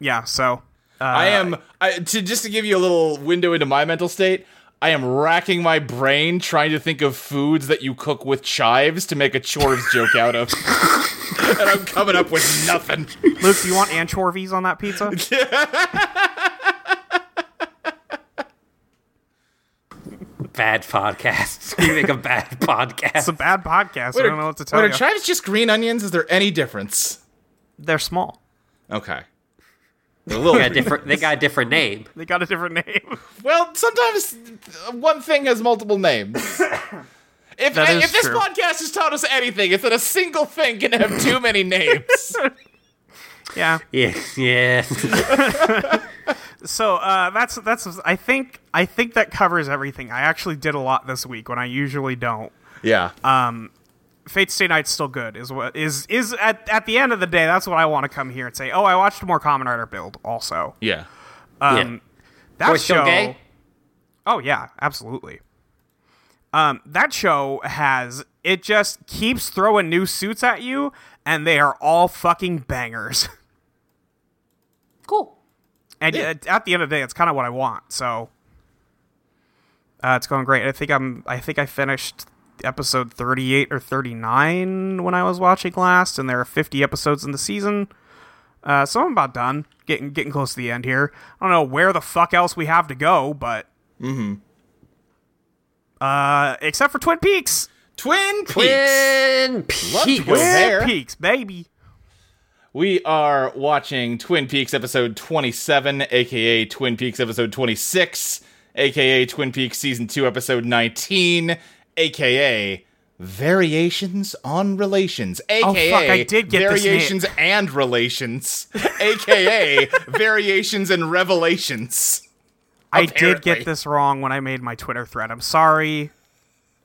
S2: Yeah. So
S3: I
S2: Uh,
S3: am I, to just to give you a little window into my mental state. I am racking my brain trying to think of foods that you cook with chives to make a chorves joke out of, and I'm coming up with nothing.
S2: Luke, do you want anchovies on that pizza?
S1: Bad podcast. you make a bad podcast.
S2: It's a bad podcast. I don't know what to tell
S3: wait,
S2: you.
S3: are chives just green onions? Is there any difference?
S2: They're small.
S3: Okay, They're a little.
S1: They got a different. They got a different name.
S2: They got a different name.
S3: Well, sometimes uh, one thing has multiple names. If,
S2: That is
S3: if this
S2: true.
S3: podcast has taught us anything, it's that a single thing can have too many names.
S2: Yeah.
S1: Yeah, yeah.
S2: So uh, that's that's. I think I think that covers everything. I actually did a lot this week when I usually don't.
S3: yeah.
S2: Uh, Fate Stay Night's still good. Is what is is at at the end of the day. That's what I want to come here and say. Oh, I watched more Common Rider Build. Also,
S3: yeah.
S1: um,
S2: that
S1: We're still
S2: show.
S1: gay.
S2: Oh yeah, absolutely. Um, that show has it just keeps throwing new suits at you, and they are all fucking bangers.
S1: Cool.
S2: And uh,
S3: Yeah.
S2: at- at the end of the day, it's kind of what I want. So uh, it's going great. I think I'm. I think I finished episode 38 or 39 when I was watching last, and there are 50 episodes in the season. Uh, so I'm about done. Getting getting close to the end here. I don't know where the fuck else we have to go, but.
S3: Mm-hmm.
S2: Uh, except for Twin Peaks.
S3: Twin Peaks.
S1: Twin
S3: Love to
S1: Peaks.
S3: go there.
S2: Peaks, baby.
S3: We are watching Twin Peaks episode 27, aka Twin Peaks episode 26, aka Twin Peaks season 2 episode 19, aka Variations on Relations, aka
S2: Oh, fuck, I did get this
S3: Variations and Relations, aka Variations and Revelations.
S2: I did
S3: Apparently.
S2: get this wrong when I made my Twitter thread. I'm sorry.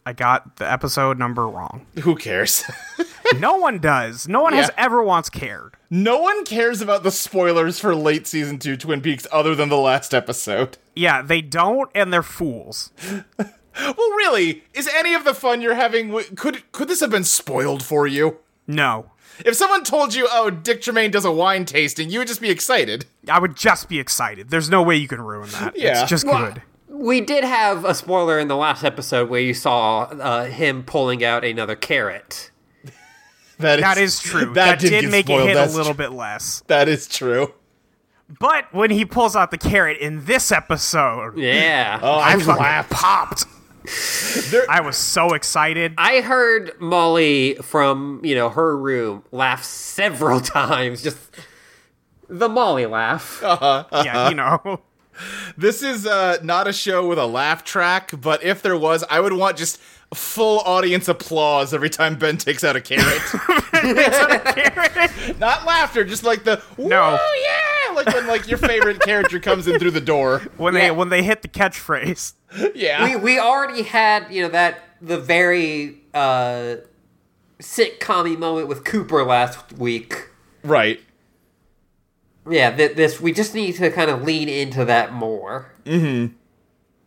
S2: I got the episode number wrong.
S3: Who cares?
S2: No one does. No one has
S3: Yeah.
S2: ever once cared.
S3: no one cares about the spoilers for late season 2 Twin Peaks other than the last episode.
S2: Yeah, they don't, and they're fools.
S3: Well, really, is any of the fun you're having w- could could this have been spoiled for you?
S2: No,
S3: If someone told you, "Oh, Dick Tremaine does a wine tasting," you would just be excited.
S2: I would just be excited. There's no way you can ruin that.
S3: Yeah.
S2: It's just
S1: Well,
S2: good.
S1: We did have a spoiler in the last episode where you saw uh, him pulling out another carrot.
S2: That is true. That,
S3: did
S2: did,
S3: get
S2: make
S3: spoiled.
S2: it hit
S3: That's
S2: a little
S3: tr-
S2: bit less.
S3: That is true.
S2: But when he pulls out the carrot in this episode,
S1: Yeah.
S3: Oh, I
S2: I fucking
S3: clapped.
S2: popped.
S3: There-
S2: I was so excited.
S1: I heard Molly from, you know, her room laugh several times. Just the Molly laugh.
S3: Uh-huh.
S2: yeah, you know.
S3: This is uh, not a show with a laugh track, but if there was, I would want just full audience applause every time Ben takes out a carrot. not laughter, just like the "Whoa,
S2: No.
S3: yeah!" Like when like your favorite character comes in through the door.
S2: When
S1: Yeah.
S2: they when they hit the catchphrase.
S3: Yeah.
S1: we, we already had you know that the very uh sitcom moment with cooper last week
S3: right.
S1: yeah th- this we just need to kind of lean into that more mm-hmm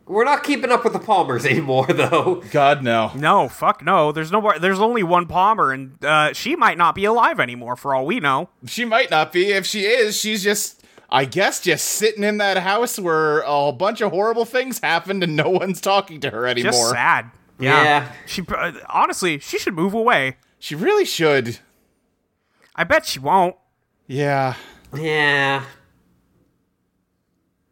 S1: we're not keeping up with the palmers anymore though
S3: God no.
S2: No, fuck no. There's no more. There's only one Palmer, and uh, she might not be alive anymore for all we know.
S3: She might not be. If she is, she's just I guess just sitting in that house where a whole bunch of horrible things happened and no one's talking to her anymore.
S2: Just sad.
S1: Yeah.
S2: She uh, honestly, she should move away.
S3: She really should.
S2: I bet she won't.
S3: Yeah.
S1: Yeah.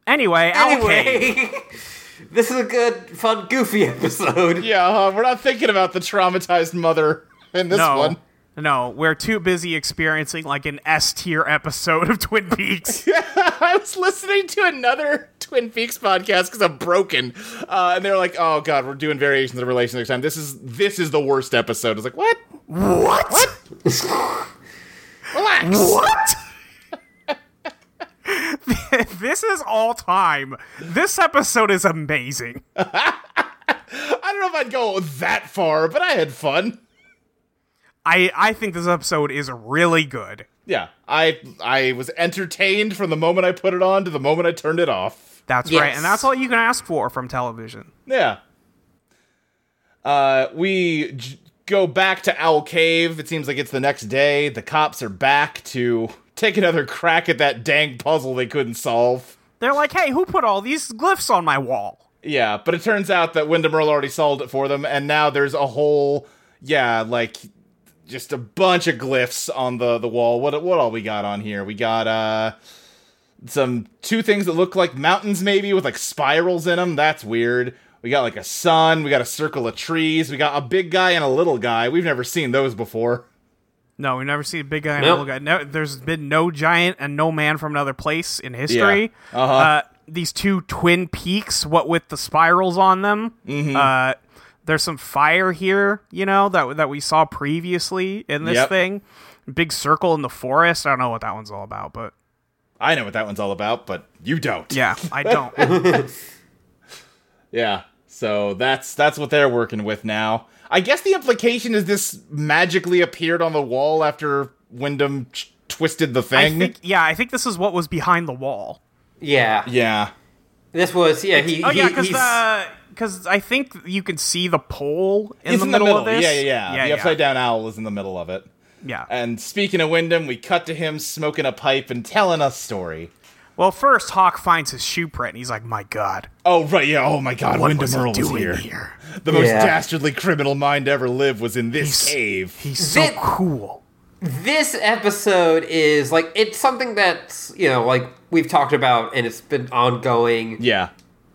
S2: Anyway, okay.
S1: Anyway, this is a good, fun, goofy episode.
S3: Yeah, uh, we're not thinking about the traumatized mother in this
S2: no,
S3: one.
S2: no, we're too busy experiencing like an S tier episode of Twin Peaks.
S3: I was listening to another Twin Peaks podcast because I'm broken, uh, and they're like, "Oh God, we're doing variations of relations next time. This is this is the worst episode." I was like, "What?
S2: what? What?
S3: Relax."
S2: What? this is all time. This episode is amazing.
S3: I don't know if I'd go that far, but I had fun.
S2: I I think this episode is really good.
S3: Yeah, I I was entertained from the moment I put it on to the moment I turned it off.
S2: That's right,
S1: Yes.
S2: and that's all you can ask for from television.
S3: Yeah. Uh, we j- go back to Owl Cave. It seems like it's the next day. The cops are back to take another crack at that dang puzzle they couldn't solve.
S2: They're like, "Hey, who put all these glyphs on my wall?"
S3: Yeah, but it turns out that Wyndham Earl already solved it for them, and now there's a whole, yeah, like just a bunch of glyphs on the the wall. What what all we got on here? We got uh some two things that look like mountains, maybe with like spirals in them. That's weird. We got like a sun. We got a circle of trees. We got a big guy and a little guy. We've never seen those before.
S2: No, we've never seen a big guy and a
S1: Nope.
S2: little guy. No, there's been no giant and no man from another place in history.
S3: Yeah. Uh-huh.
S2: Uh, these two twin peaks, what with the spirals on them.
S3: Mm-hmm.
S2: Uh, there's some fire here, you know, that that we saw previously in this
S3: Yep.
S2: thing. Big circle in the forest. I don't know what that one's all about, but
S3: I know what that one's all about, but you don't.
S2: yeah, I don't.
S3: Yeah. So that's that's what they're working with now. I guess the implication is this magically appeared on the wall after Wyndham ch- twisted the
S2: I
S3: thing.
S2: think yeah, I think this is what was behind the wall.
S1: Yeah.
S3: yeah.
S1: This was, yeah, he,
S2: Oh
S1: he-
S2: yeah, because
S1: he's,
S2: because I think you can see the pole in,
S3: It's
S2: the, middle of this.
S3: Yeah, yeah, yeah. the upside Uh, down owl is in the middle of it.
S2: Yeah.
S3: And speaking of Wyndham, we cut to him smoking a pipe and telling a story.
S2: Well, first Hawk finds his shoe print, and he's like, "My God,
S3: Oh right, yeah. Oh my God,
S2: what
S3: Wyndham
S2: was
S3: Earl
S2: he
S3: was
S2: doing
S3: here.
S2: here?
S3: The most
S1: Yeah.
S3: dastardly criminal mind to ever live was in this
S2: He's-
S3: cave.
S2: He's so
S1: That-
S2: cool."
S1: this episode is like, it's something that's, you know, like we've talked about and it's been ongoing.
S3: yeah.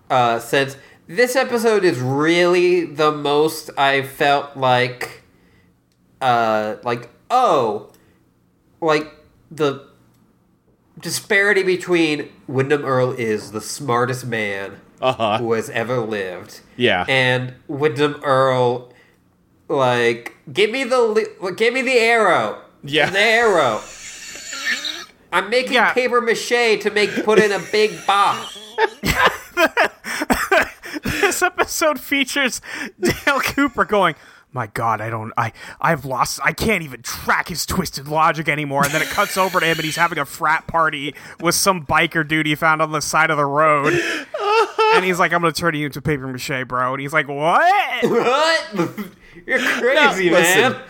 S1: uh, since this episode is really the most I felt like, uh, like oh, like the disparity between Wyndham Earl is the smartest man
S3: Uh-huh.
S1: who has ever lived,
S3: Yeah.
S1: and Wyndham Earl, like give me the li- give me the arrow,
S3: Yeah.
S1: the arrow. I'm making
S2: Yeah.
S1: paper mache to make put in a big box.
S2: This episode features Dale Cooper going, "My God, I don't, I, I've lost, I can't even track his twisted logic anymore." And then it cuts over to him, and he's having a frat party with some biker dude he found on the side of the road. And he's like, "I'm gonna turn you into paper mache, bro." And he's like, "What?"
S1: What? You're crazy,
S3: No, listen.
S1: man.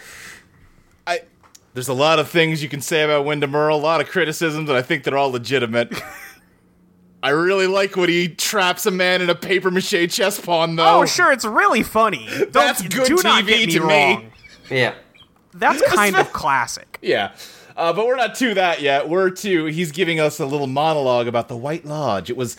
S3: I there's a lot of things you can say about Wyndham Earl, a lot of criticisms, and I think they're all legitimate. I really like when he traps a man in a paper mache chess pawn, though.
S2: Oh, sure, it's really funny. Don't,
S3: That's good
S2: do not
S3: TV
S2: get me
S3: to me.
S2: wrong.
S1: Yeah.
S2: That's kind of classic.
S3: Yeah. Uh, but we're not to that yet. We're to he's giving us a little monologue about the White Lodge. It was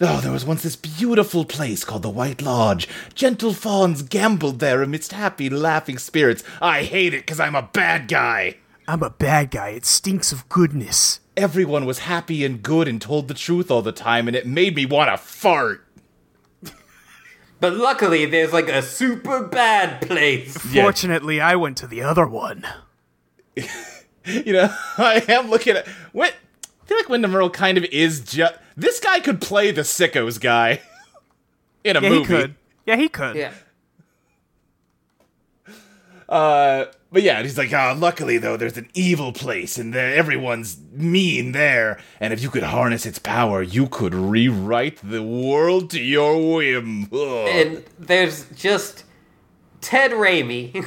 S3: oh, there was once this beautiful place called the White Lodge. Gentle fauns gambled there amidst happy, laughing spirits. I hate it because I'm a bad guy.
S2: I'm a bad guy. It stinks of goodness.
S3: Everyone was happy and good and told the truth all the time, and it made me want to fart.
S1: But luckily, there's like a super bad place.
S3: Yeah.
S2: Fortunately, I went to the other one.
S3: you know, I am looking at what I feel like Wyndham Earl kind of is just this guy could play the sickos guy in a
S2: Yeah,
S3: movie.
S2: he could. Yeah, he could.
S1: Yeah.
S3: Uh, but yeah, he's like, ah, luckily though, there's an evil place and there- everyone's mean there. And if you could harness its power, you could rewrite the world to your whim. Ugh.
S1: And there's just Ted Raimi,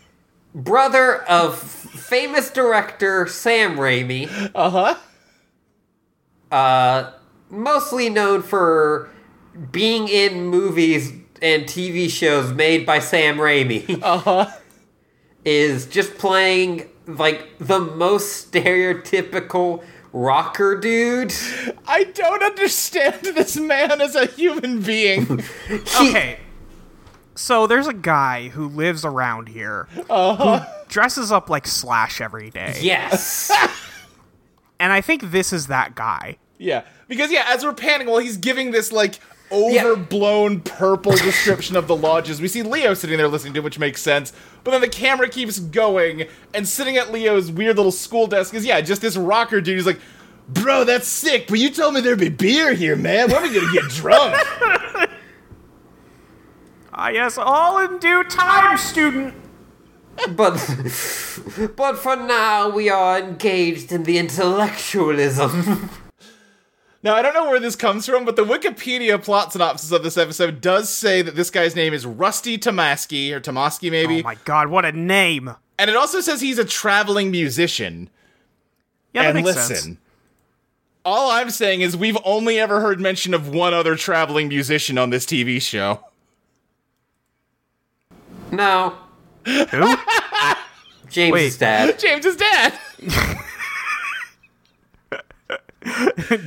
S1: brother of famous director Sam Raimi. Uh huh. uh, mostly known for being in movies and TV shows made by Sam Raimi, is just playing like the most stereotypical rocker dude.
S3: I don't understand this man as a human being.
S1: He-
S2: Okay. So there's a guy who lives around here
S3: Uh-huh.
S2: who dresses up like Slash every day.
S1: Yes.
S2: And I think this is that guy.
S3: yeah, because yeah, as we're panning, while he's giving this like overblown purple description of the lodges, we see Leo sitting there listening to, it, which makes sense. But then the camera keeps going, and sitting at Leo's weird little school desk is yeah, just this rocker dude who's like. Bro, that's sick, but you told me there'd be beer here, man. When are we gonna get drunk?
S2: Ah, yes, all in due time, student.
S1: but but for now we are engaged in the intellectualism.
S3: Now, I don't know where this comes from, but the Wikipedia plot synopsis of this episode does say that this guy's name is Rusty Tomasky, or Tomasky maybe.
S2: Oh my god, what a name.
S3: and it also says he's a traveling musician.
S2: Yeah, that
S3: and
S2: makes
S3: listen.
S2: sense.
S3: All I'm saying is we've only ever heard mention of one other traveling musician on this TV show.
S1: no,
S2: Who?
S1: James'
S2: Wait.
S1: dad.
S3: James's dad.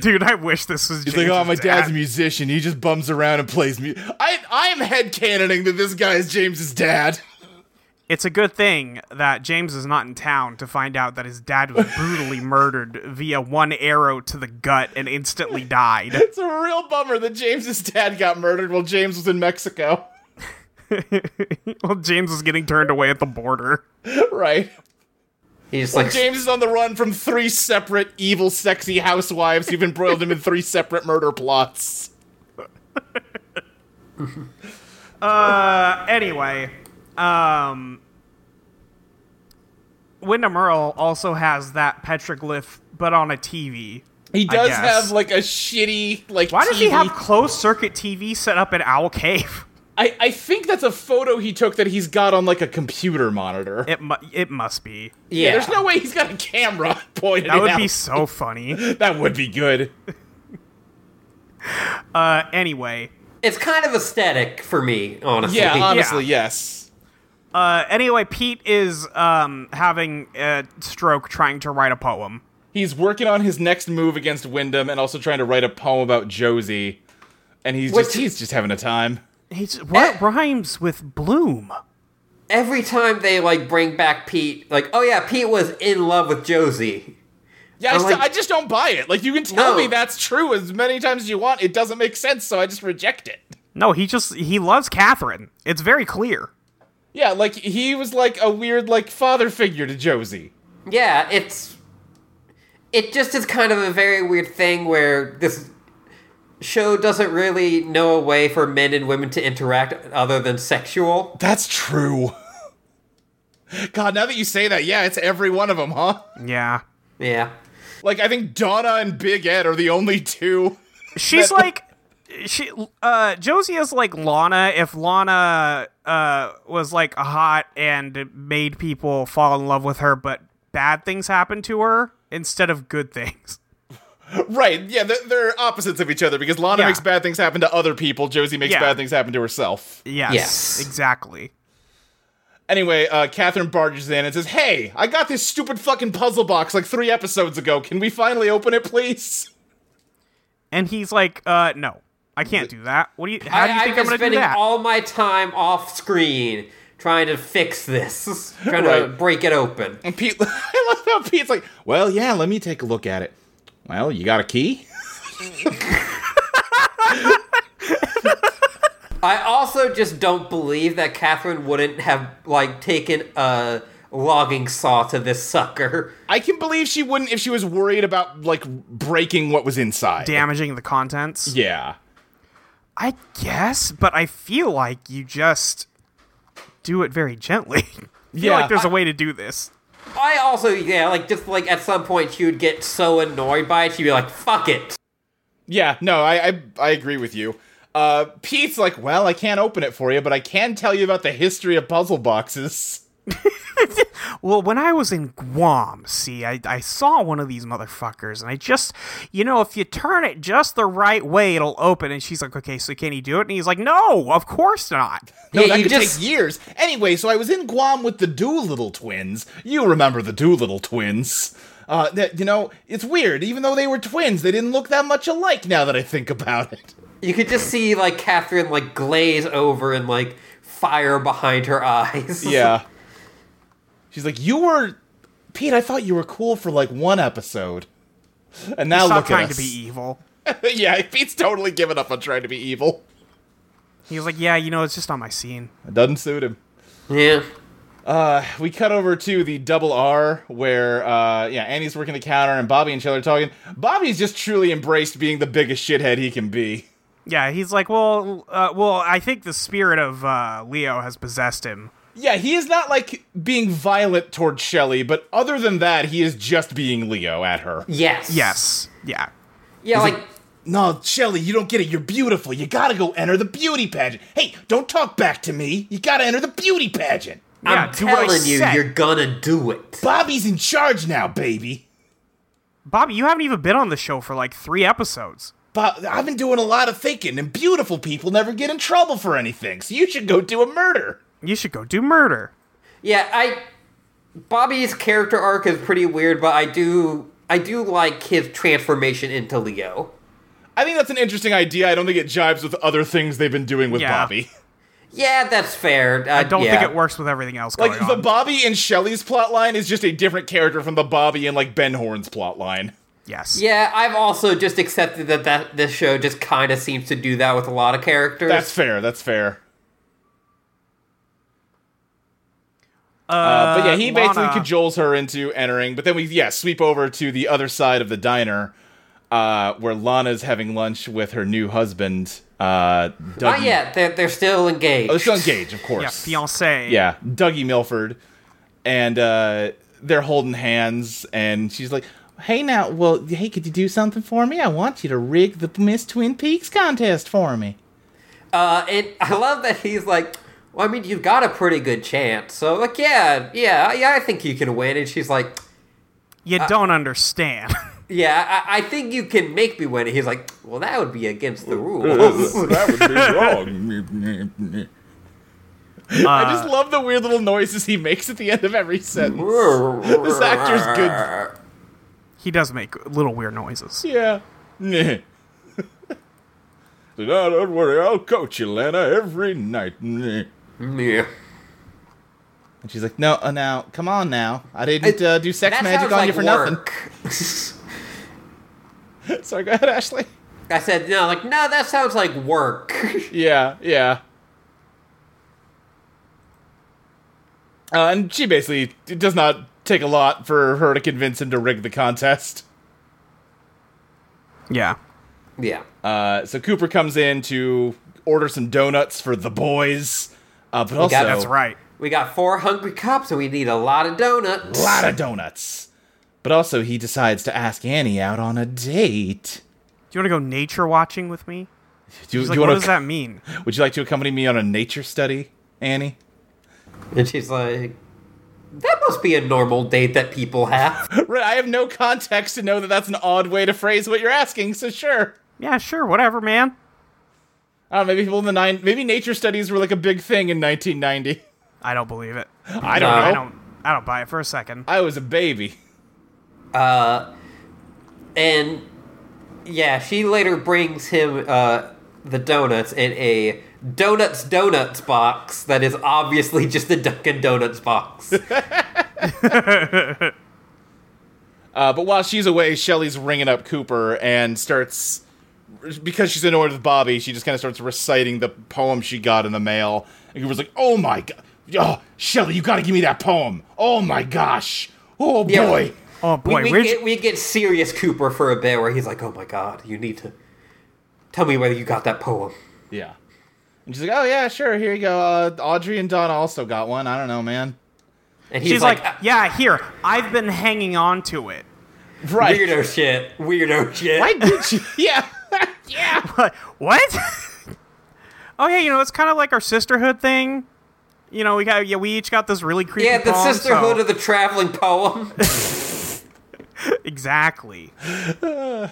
S2: Dude, I wish this was
S3: He's like, oh, my dad's a
S2: dad.
S3: musician. He just bums around and plays music. I I am headcanoning that this guy is James's dad.
S2: It's a good thing that James is not in town to find out that his dad was brutally murdered via one arrow to the gut and instantly died.
S3: It's a real bummer that James's dad got murdered while James was in Mexico.
S2: well, James is getting turned away at the border.
S3: right.
S1: He's just like
S3: James is on the run from three separate evil, sexy housewives who've embroiled him in three separate murder plots.
S2: Uh, anyway, um, Wyndham Earl also has that petroglyph, but on a TV.
S3: He
S2: I
S3: does
S2: guess.
S3: have like a shitty like.
S2: Why does he
S3: TV
S2: have closed circuit TV set up in Owl Cave?
S3: I I think that's a photo he took that he's got on like a computer monitor.
S2: It mu- it must be.
S1: yeah.
S3: There's no way he's got a camera pointed.
S2: That would
S3: out.
S2: be so funny.
S3: That would be good.
S2: Uh, anyway,
S1: It's kind of aesthetic for me, honestly.
S3: Yeah, honestly, yes.
S2: uh, anyway, Pete is um having a stroke trying to write a poem.
S3: He's working on his next move against Wyndham and also trying to write a poem about Josie. And he's
S1: Which-
S3: just he's just having a time.
S2: He's
S1: Eh.
S2: what rhymes with bloom?
S1: Every time they like bring back Pete, like, oh yeah, Pete was in love with Josie.
S3: Yeah, I,
S1: I'm
S3: still-
S1: like-
S3: I just don't buy it. Like you can tell
S1: No.
S3: me that's true as many times as you want. It doesn't make sense, so I just reject it.
S2: No, he just he loves Catherine. It's very clear.
S3: Yeah, like he was like a weird like father figure to Josie.
S1: Yeah, it's it just is kind of a very weird thing where this show doesn't really know a way for men and women to interact other than sexual.
S3: That's true. God, now that you say that, yeah, it's every one of them, huh?
S2: Yeah.
S1: Yeah.
S3: Like I think Donna and Big Ed are the only two.
S2: She's like she uh Josie is like Lana if Lana uh was like hot and made people fall in love with her but bad things happened to her instead of good things.
S3: Right? Yeah, they're, they're opposites of each other because Lana
S2: Yeah.
S3: makes bad things happen to other people. Josie makes
S2: Yeah.
S3: bad things happen to herself.
S2: Yes.
S1: Yes.
S2: Exactly.
S3: Anyway, uh, Catherine barges in and says, "Hey, I got this stupid fucking puzzle box like three episodes ago. Can we finally open it, please?"
S2: And he's like uh no. I can't do that. What do you how do you
S1: I,
S2: think
S1: have been
S2: I'm going to do
S1: spending
S2: that?
S1: all my time off screen trying to fix this, trying to
S3: Right.
S1: break it open.
S3: And Pete, I love how Pete's like, "Well, yeah, let me take a look at it. Well, you got a key."
S1: I also just don't believe that Catherine wouldn't have like taken a logging saw to this sucker.
S3: I can believe she wouldn't if she was worried about like breaking what was inside.
S2: Damaging the contents.
S3: Yeah.
S2: I guess, but I feel like you just do it very gently. I feel
S3: Yeah.
S2: like there's a way to do this.
S1: I also yeah, like just like at some point she would get so annoyed by it, she'd be like, "Fuck it."
S3: Yeah, no, I I, I agree with you. Uh, Pete's like, well, I can't open it for you, but I can tell you about the history of puzzle boxes.
S2: Well, when I was in Guam, see, I, I saw one of these motherfuckers, and I just, you know, if you turn it just the right way, it'll open. And she's like, okay, so can you do it? And he's like, no, of course not.
S3: No,
S1: Yeah,
S3: that
S1: you
S3: could
S1: just-
S3: take years. Anyway, so I was in Guam with the Doolittle twins. You remember the Doolittle twins. Uh, that, you know, it's weird. Even though they were twins, they didn't look that much alike now that I think about it.
S1: You could just see like Catherine like glaze over and like fire behind her eyes.
S3: Yeah. She's like, You were. Pete, I thought you were cool for like one episode. And now
S2: Stop
S3: look
S2: trying
S3: at us.
S2: to be e- evil.
S3: yeah, Pete's totally given up on trying to be evil.
S2: He was like, yeah, you know, it's just not my scene.
S3: It doesn't suit him.
S1: yeah.
S3: we cut over to the double R where uh yeah, Annie's working the counter and Bobby and Chandler are talking. Bobby's just truly embraced being the biggest shithead he can be.
S2: Yeah, he's like, well, uh, well, I think the spirit of uh, Leo has possessed him.
S3: Yeah, he is not like being violent toward Shelly, but other than that, he is just being Leo at her.
S1: Yes.
S2: Yes. Yeah.
S1: Yeah, like
S3: No, Shelly, you don't get it. You're beautiful. You gotta go enter the beauty pageant. Hey, don't talk back to me. You gotta enter the beauty pageant.
S2: Yeah,
S1: I'm
S2: do what I
S1: telling you,
S2: said.
S1: you're gonna do it.
S3: Bobby's in charge now, baby.
S2: Bobby, you haven't even been on the show for like three episodes.
S3: Bob, I've been doing a lot of thinking, and beautiful people never get in trouble for anything, so you should go do a murder.
S2: You should go do murder.
S1: Yeah, I Bobby's character arc is pretty weird, but I do I do like his transformation into Leo.
S3: I think that's an interesting idea. I don't think it jives with other things they've been doing with
S2: Yeah.
S3: Bobby.
S1: Yeah, that's fair. Uh,
S2: I don't
S1: yeah.
S2: think it works with everything else going
S3: Like
S2: on.
S3: the Bobby and Shelley's plotline is just a different character from the Bobby and like Ben Horn's plotline.
S2: yes.
S1: Yeah, I've also just accepted that, that this show just kind of seems to do that with a lot of characters.
S3: That's fair. That's fair. Uh, but yeah, he basically
S2: Lana-
S3: cajoles her into entering. But then we yeah sweep over to the other side of the diner, uh, where Lana's having lunch with her new husband. Uh, Dougie.
S1: Not yet. They're, they're still engaged.
S3: Oh, still engaged, of course.
S2: Yeah, fiance.
S3: Yeah, Dougie Milford, and uh, they're holding hands, and she's like, "Hey now, well, hey, could you do something for me? I want you to rig the Miss Twin Peaks contest for me."
S1: Uh, and I love that he's like, well, I mean, you've got a pretty good chance. So, like, yeah, yeah, yeah, I think you can win. And she's like,
S2: You don't understand.
S1: yeah, I, I think you can make me win. And he's like, well, that would be against the rules.
S3: that would be wrong. I
S2: Uh,
S3: just love the weird little noises he makes at the end of every sentence.
S1: this
S3: actor's good.
S2: he does make little weird noises.
S3: yeah. no, don't worry, I'll coach you, Lana, every night.
S1: Yeah.
S3: And she's like, "No, uh, now, come on, now. I didn't
S1: It-
S3: uh, do sex
S1: That
S3: magic on
S1: sounds like
S3: you for
S1: work.
S3: nothing." Sorry, go ahead, Ashley.
S1: I said, no, like, no, that sounds like work.
S3: Yeah, yeah. Uh, and she basically it does not take a lot for her to convince him to rig the contest.
S2: Yeah.
S1: yeah.
S3: Uh, so Cooper comes in to order some donuts for the boys, uh, but also
S1: got-
S2: That's right.
S1: We got four hungry cops and we need a lot of donuts.
S3: a lot of donuts. But also, he decides to ask Annie out on a date.
S2: Do you want to go nature watching with me?
S3: Do,
S2: He's
S3: do
S2: like,
S3: you
S2: what
S3: wanna-
S2: does that mean?
S3: Would you like to accompany me on a nature study, Annie?
S1: And she's like, that must be a normal date that people have.
S3: Right, I have no context to know that that's an odd way to phrase what you're asking, so sure.
S2: Yeah, sure, whatever, man.
S3: I don't know, maybe people in the nine, maybe nature studies were like a big thing in 1990.
S2: I don't believe it. Uh,
S3: I don't
S1: No.
S3: know. I,
S2: I don't. I don't buy it for a second.
S3: was a baby.
S1: And yeah, she later brings him uh, the donuts in a donuts donuts box that is obviously just a Dunkin' Donuts box.
S3: Uh, but while she's away, Shelly's ringing up Cooper and starts because she's annoyed with Bobby. She just kind of starts reciting the poem she got in the mail. And Cooper's like, "Oh my god, oh, Shelly, you got to give me that poem. Oh my gosh, oh
S1: Yeah.
S3: boy."
S2: Oh boy,
S1: we, we,
S2: where'd
S1: get,
S2: you-
S1: we get serious Cooper for a bit where he's like, oh my god, you need to tell me whether you got that poem.
S3: Yeah. And she's like, oh, yeah, sure, here you go. Uh, Audrey and Don also got one. I don't know, man.
S1: And he's "Uh,
S2: she's like, yeah, here. I've been hanging on to it.
S3: Right.
S1: weirdo shit, weirdo shit.
S3: Why did she? Yeah. yeah.
S2: What? what? oh yeah, you know it's kind of like our sisterhood thing. you know, we got yeah, we each got this really creepy.
S1: Yeah, the
S2: poem,
S1: Sisterhood
S2: so-
S1: of the Traveling Poem.
S2: exactly.
S3: God,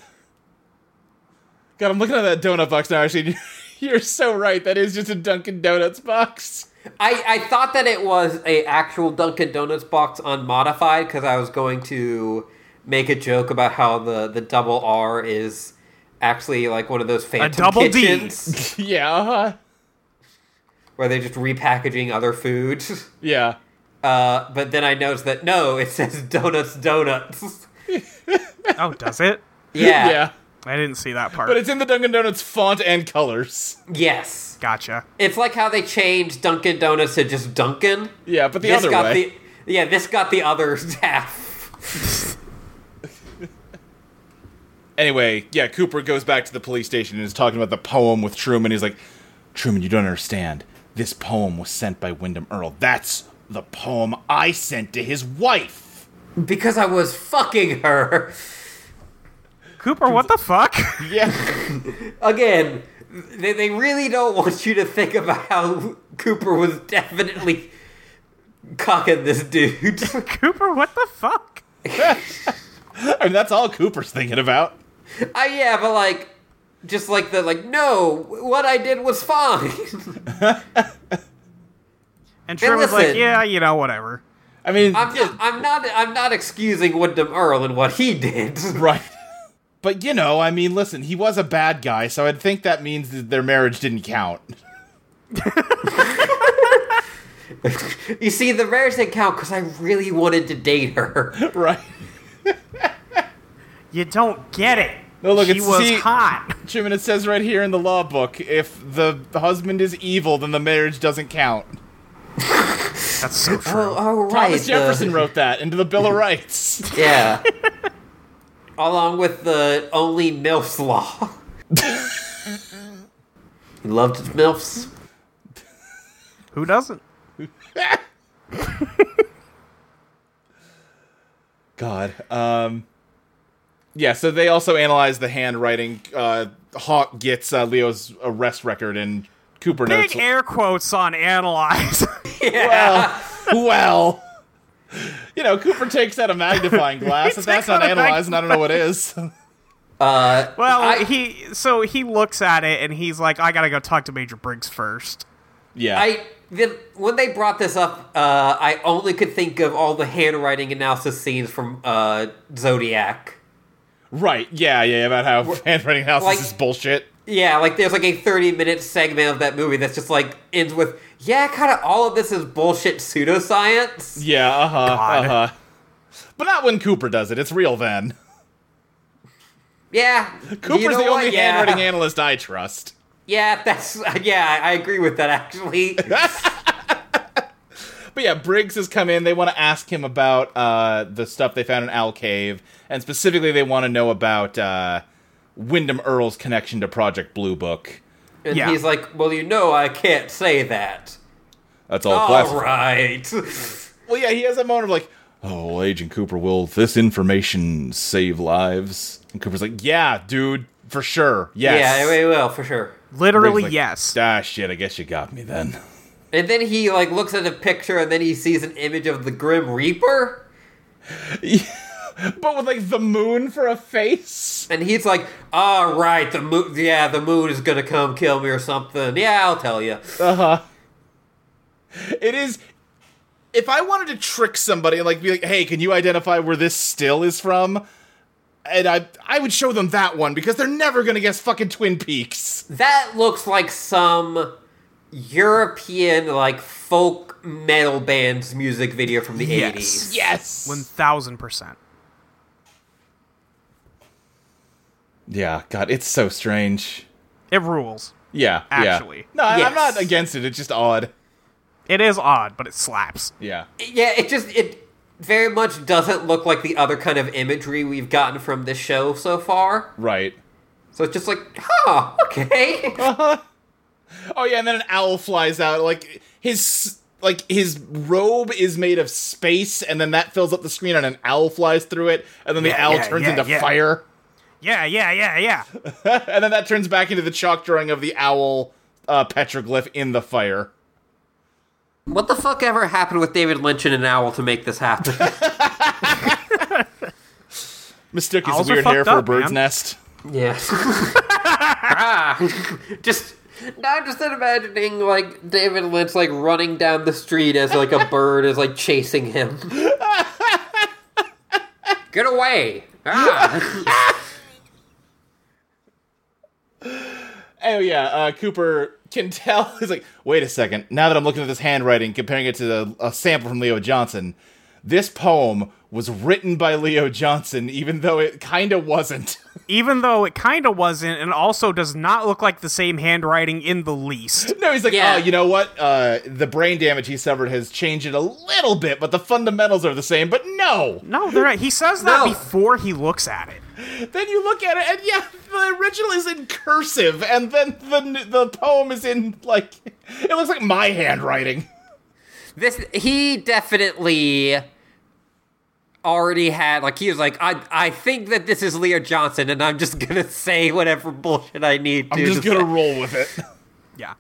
S3: I'm looking at that donut box now. Actually, you're so right. That is just a Dunkin' Donuts box.
S1: I, I thought that it was a actual Dunkin' Donuts box unmodified because I was going to make a joke about how the, the double R is actually like one of those phantom
S2: double D.
S1: kitchens
S3: yeah. Uh-huh.
S1: where they're just repackaging other food.
S3: Yeah.
S1: Uh, but then I noticed that no, it says donuts, donuts.
S2: Oh, does it?
S1: Yeah.
S3: Yeah.
S2: I didn't see that part.
S3: But it's in the Dunkin' Donuts font and colors.
S1: Yes.
S2: gotcha.
S1: It's like how they changed Dunkin' Donuts to just Dunkin'.
S3: Yeah, but the
S1: this
S3: other
S1: got
S3: way.
S1: the yeah, this got the other half.
S3: Anyway, yeah, Cooper goes back to the police station and is talking about the poem with Truman. He's like, Truman, you don't understand. This poem was sent by Wyndham Earl. That's the poem I sent to his wife.
S1: Because I was fucking her.
S2: Cooper, what the fuck?
S3: Yeah.
S1: Again, they, they really don't want you to think about how Cooper was definitely cocking this dude.
S2: Cooper, what the fuck?
S3: I mean, that's all Cooper's thinking about.
S1: I yeah, but like just like the like no, what I did was fine.
S2: And Truman's like,
S1: listen.
S2: yeah, you know, whatever.
S3: I mean,
S1: I'm not, I'm not I'm not excusing Wyndham Earl and what he did.
S3: right. But, you know, I mean, listen, he was a bad guy, so I'd think that means that their marriage didn't count.
S1: You see, the marriage didn't count because I really wanted to date her.
S3: right.
S2: You don't get it.
S3: No, look,
S2: she
S3: it's-
S2: was
S3: see-
S2: hot.
S3: Truman, it says right here in the law book if the husband is evil, then the marriage doesn't count.
S2: That's so true.
S1: Oh, oh right.
S3: Thomas
S1: the-
S3: Jefferson wrote that into the Bill of Rights.
S1: Yeah. Along with the only MILFs law. you loved MILFs?
S2: Who doesn't?
S3: God. Um, yeah, so they also analyze the handwriting. Uh, Hawk gets uh, Leo's arrest record, and Cooper notes.
S2: Big air quotes on analyze.
S3: well, well. You know, Cooper takes out a magnifying glass. If that's
S2: takes out
S3: not
S2: a
S3: analyzed, and I don't know what is.
S2: well,
S1: I-
S2: he so he looks at it and he's like, I gotta go talk to Major Briggs first.
S3: yeah.
S1: I. The, when they brought this up, uh, I only could think of all the handwriting analysis scenes from uh, Zodiac.
S3: right. Yeah, yeah, about how handwriting analysis
S1: like-
S3: is bullshit.
S1: Yeah, like there's like a 30 minute segment of that movie that's just like ends with, yeah, kind of all of this is bullshit pseudoscience.
S3: Yeah, uh huh.
S2: God.
S3: Uh huh. But not when Cooper does it. It's real then.
S1: Yeah.
S3: Cooper's
S1: you know
S3: the
S1: what?
S3: only
S1: yeah.
S3: handwriting analyst I trust.
S1: Yeah, that's yeah. I agree with that actually.
S3: But yeah, Briggs has come in. They want to ask him about uh, the stuff they found in Owl Cave, and specifically, they want to know about uh, Wyndham Earl's connection to Project Blue Book.
S1: And
S2: Yeah.
S1: he's like, "Well, you know, I can't say that."
S3: That's all.
S1: All
S3: classified.
S1: right.
S3: Well, yeah, he has that moment of like, "Oh, well, Agent Cooper, will this information save lives?" And Cooper's like, "Yeah, dude, for sure. Yes.
S1: Yeah, we will for sure.
S3: Briggs
S2: Literally,
S3: like,
S2: yes.
S3: Ah, shit. I guess you got me then.
S1: And then he like looks at a picture, and then he sees an image of the Grim Reaper,
S3: But with like the moon for a face.
S1: and he's like, "All right, the moon. Yeah, the moon is gonna come kill me or something. Yeah, I'll tell you."
S3: It is. If I wanted to trick somebody and like be like, "Hey, can you identify where this still is from?" and I I would show them that one because they're never gonna guess fucking Twin Peaks.
S1: That looks like some European like folk metal band's music video from the
S2: Yes.
S1: eighties.
S3: Yes.
S2: One thousand percent.
S3: yeah. God, it's so strange.
S2: It rules.
S3: Yeah. Yeah.
S2: Actually.
S3: No, I- I'm
S1: Yes.
S3: not against it. It's just odd.
S2: It is odd, but it slaps.
S3: Yeah.
S1: Yeah, it just it very much doesn't look like the other kind of imagery we've gotten from this show so far.
S3: Right.
S1: So it's just like, huh, okay.
S3: Oh yeah, and then an owl flies out. Like his like his robe is made of space, and then that fills up the screen, and an owl flies through it, and then the
S2: Yeah,
S3: owl
S2: yeah,
S3: turns
S2: yeah,
S3: into
S2: yeah.
S3: fire.
S2: Yeah, yeah, yeah, yeah.
S3: And then that turns back into the chalk drawing of the owl uh, petroglyph in the fire.
S1: What the fuck ever happened with David Lynch and an owl to make this happen?
S3: Mistook
S2: Owls
S3: his
S2: are
S3: weird hair
S2: fucked
S3: for a
S2: up,
S3: bird's
S2: man.
S3: nest.
S1: yeah. Ah, just now, I'm just imagining like David Lynch like running down the street as like a bird is like chasing him. Get away! Ah.
S3: Oh yeah, uh, Cooper can tell. He's like, wait a second. Now that I'm looking at this handwriting, comparing it to the, a sample from Leo Johnson, this poem was written by Leo Johnson, even though it kind of wasn't.
S2: Even though it kind of wasn't, and also does not look like the same handwriting in the least.
S3: no, he's like,
S1: Yeah.
S3: oh, you know what? Uh, the brain damage he suffered has changed it a little bit, but the fundamentals are the same. But no,
S2: No, they're not. He says that
S1: No.
S2: before he looks at it.
S3: then you look at it, and yeah, the original is in cursive, and then the the poem is in like it looks like my handwriting.
S1: this he definitely already had like he was like I I think that this is Leo Johnson and I'm just gonna say whatever bullshit I need to.
S3: I'm just gonna roll with it.
S2: Yeah.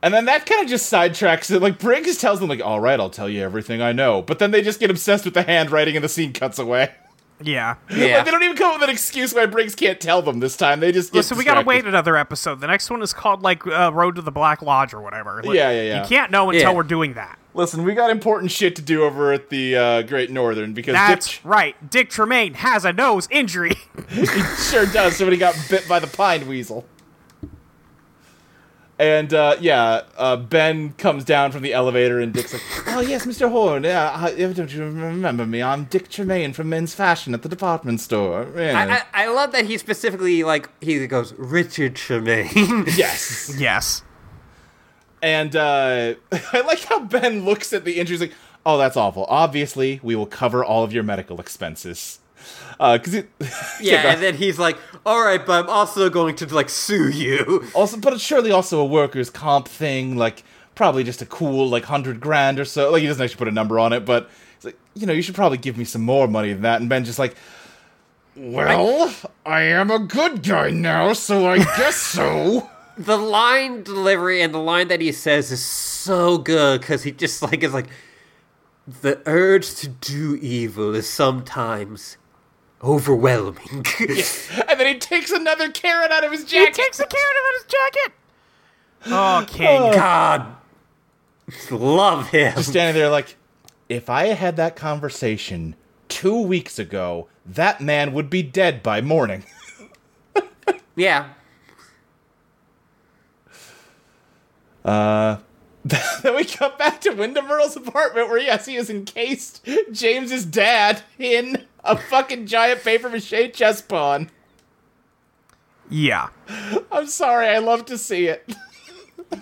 S3: And then that kind of just sidetracks it. Like Briggs tells them, like, "All right, I'll tell you everything I know," but then they just get obsessed with the handwriting, and the scene cuts away.
S2: Yeah.
S1: Yeah.
S3: Like, they don't even come up with an excuse why Briggs can't tell them this time. They just get
S2: so we gotta
S3: distracted.
S2: wait another episode. The next one is called like uh, Road to the Black Lodge or whatever. Like,
S3: Yeah, yeah, yeah.
S2: You can't know until
S1: Yeah.
S2: we're doing that.
S3: Listen, we got important shit to do over at the uh, Great Northern because
S2: That's
S3: Dick
S2: right. Dick Tremaine has a nose injury.
S3: sure does. Somebody got bit by the pine weasel. And uh, yeah, uh, Ben comes down from the elevator, and Dick's like, "Oh yes, Mr. Horn. Yeah, I, don't you remember me? I'm Dick Tremaine from Men's Fashion at the department store." Yeah.
S1: I, I, I love that he specifically like he goes Richard Tremaine.
S3: yes.
S2: yes.
S3: And uh, I like how Ben looks at the injuries like, oh, that's awful. Obviously, we will cover all of your medical expenses. Because it.
S1: yeah, and then he's like, "All right, but I'm also going to like sue you."
S3: also, but it's surely also a workers' comp thing, like probably just a cool like hundred grand or so. Like he doesn't actually put a number on it, but it's like you know you should probably give me some more money than that. And Ben just like, well, I am a good guy now, so I guess so.
S1: The line delivery and the line that he says is so good because he just like is like, "The urge to do evil is sometimes overwhelming."
S3: And then he takes another carrot out of his
S2: He
S3: jacket.
S2: takes the carrot out of his jacket. Oh, King.
S1: God, love him.
S3: just standing there like if i had had that conversation two weeks ago that man would be dead by morning
S1: yeah,
S3: then we come back to windermere's apartment where yes he is encased james's dad in a fucking giant paper mache chess pawn
S2: Yeah.
S3: i'm sorry i love to see it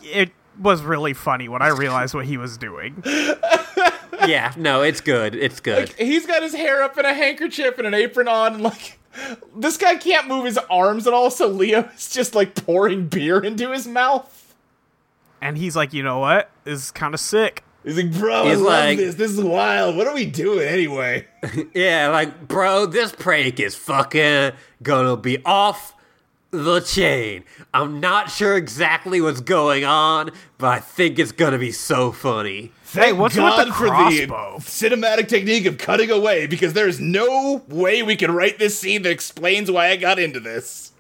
S2: It was really funny when I realized what he was doing.
S1: yeah. No, it's good. It's good.
S3: he's got his hair up in a handkerchief and an apron on and like this guy can't move his arms at all so leo is just like pouring beer into his mouth
S2: And he's like, you know what? This is kind of sick.
S3: He's like, bro,
S1: He's
S3: I love
S1: like-
S3: this. This is wild. What are we doing anyway?
S1: Yeah, like, bro, this prank is fucking gonna be off the chain. I'm not sure exactly what's going on, but I think it's gonna be so funny.
S3: Thank
S2: what's with the crossbow?
S3: cinematic technique of cutting away because there's no way we can write this scene that explains why I got into this.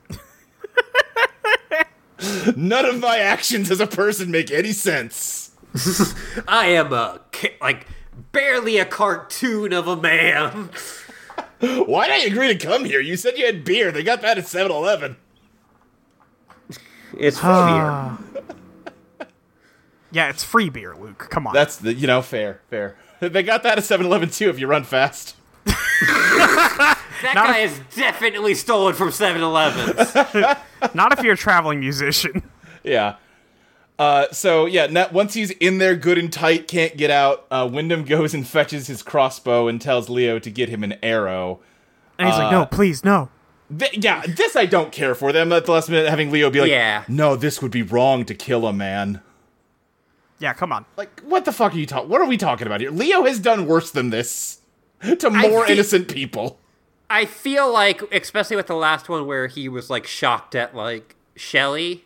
S3: None of my actions as a person make any sense.
S1: I am a, ca- like, barely a cartoon of a man.
S3: Why did I agree to come here? You said you had beer. They got that at 7 Eleven.
S1: It's funnier.
S2: Ah. Yeah, it's free beer, Luke. Come on.
S3: That's the, you know, fair, fair. They got that at 7 Eleven too if you run fast.
S1: that
S2: not
S1: guy is definitely stolen from 7 Elevens.
S2: Not if you're a traveling musician.
S3: Yeah. Uh, so yeah, now, once he's in there, good and tight, can't get out. Uh, Wyndham goes and fetches his crossbow and tells Leo to get him an arrow.
S2: And he's like,
S3: Uh,
S2: no, please, no.
S3: Th- yeah, this I don't care for. Them at the last minute having Leo be like,
S1: Yeah.
S3: no, this would be wrong to kill a man."
S2: Yeah, come on.
S3: Like, what the fuck are you talking? What are we talking about here? Leo has done worse than this to more
S1: think-
S3: innocent people.
S1: I feel like, especially with the last one where he was, like, shocked at, like, Shelly.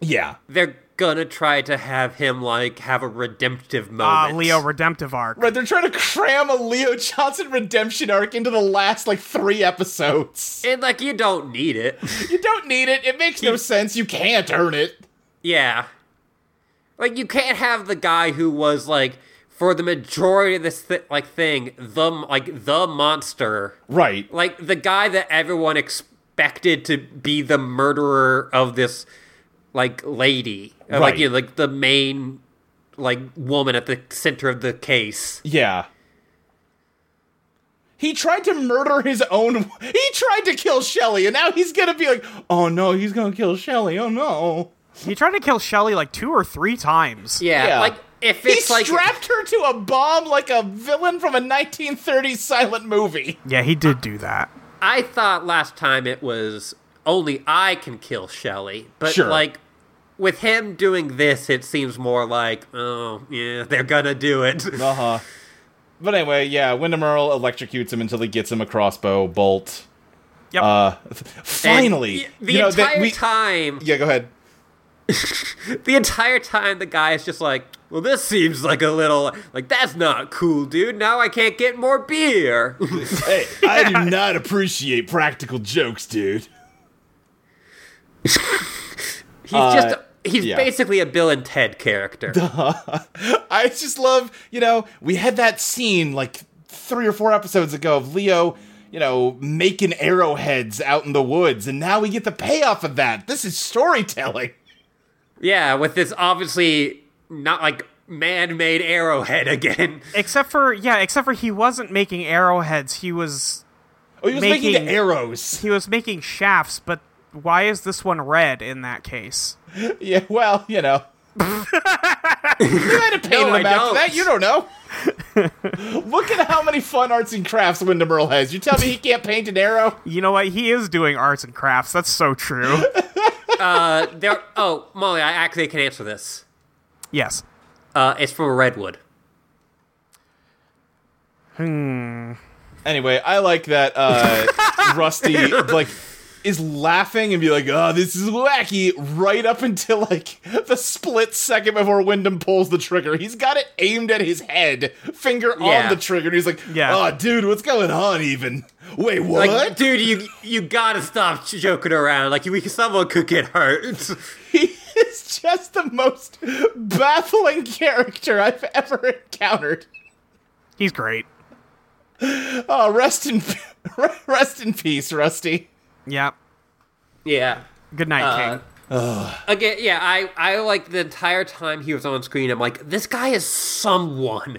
S3: Yeah,
S1: they're gonna try to have him like have a redemptive
S3: Oh,
S2: Ah,
S1: moment.
S2: Leo redemptive arc.
S3: Right, they're trying to cram a Leo Johnson redemption arc into the last like three episodes.
S1: and like you don't need it.
S3: You don't need it. It makes no sense. You can't earn it.
S1: yeah, like you can't have the guy who was like for the majority of this thi- like thing the like the monster,
S3: Right.
S1: like the guy that everyone expected to be the murderer of this like lady, Uh, like
S3: Right.
S1: you know, like the main like woman at the center of the case.
S3: Yeah. He tried to murder his own. He tried to kill Shelly, and now he's gonna be like, oh no, he's gonna kill Shelly. Oh no.
S2: He tried to kill Shelly like two or three times.
S1: Yeah,
S3: Yeah.
S1: like if
S3: He
S1: it's like
S3: strapped her to a bomb like a villain from a 1930s silent movie.
S2: Yeah, he did do that.
S1: I thought last time it was only I can kill Shelly, but
S3: Sure.
S1: like with him doing this, it seems more like oh yeah, they're gonna do it.
S3: Uh huh. But anyway, yeah, Wyndham Earl electrocutes him until he gets him a crossbow bolt.
S2: Yep.
S3: Uh, finally,
S1: And the
S3: you know, that
S1: entire
S3: we-
S1: time,
S3: Yeah, go ahead.
S1: the entire time, the guy is just like, well, this seems like a little like that's not cool, dude. Now I can't get more beer.
S3: Hey, I do not appreciate practical jokes, dude.
S1: he's just. He's
S3: Uh, yeah.
S1: basically a Bill and Ted character.
S3: I just love, you know, we had that scene like three or four episodes ago of Leo, you know, making arrowheads out in the woods, and now we get the payoff of that. This is storytelling.
S1: Yeah, with this obviously not like man-made arrowhead again.
S2: Except for yeah, except for he wasn't making arrowheads. He was
S3: Oh, he was making,
S2: Making-
S3: the arrows.
S2: he was making shafts, but why is this one red in that case?
S3: Yeah, well, you know. you had to paint
S1: No,
S3: him
S1: I
S3: after
S1: don't.
S3: that. You don't know. Look at how many fun arts and crafts Wyndham Earl has. You tell me he can't paint an arrow?
S2: You know what? He is doing arts and crafts. That's so true.
S1: There. Oh, Molly, I actually can answer this.
S2: yes.
S1: Uh, it's from a redwood.
S3: Anyway, I like that uh, Rusty like is laughing and be like, "Oh, this is wacky!" Right up until like the split second before Wyndham pulls the trigger, he's got it aimed at his head, finger
S1: Yeah.
S3: on the trigger, and he's like,
S2: Yeah.
S3: "Oh, dude, what's going on? Even wait, what?"
S1: Like, dude, you you gotta stop j- joking around. Like, we someone could get hurt.
S3: he is just the most baffling character I've ever encountered.
S2: He's great.
S3: Oh, rest in rest in peace, Rusty.
S2: Yeah.
S1: Yeah.
S2: Good night,
S1: Uh,
S2: King.
S1: Again, yeah. I I like the entire time he was on screen. I'm like, this guy is someone.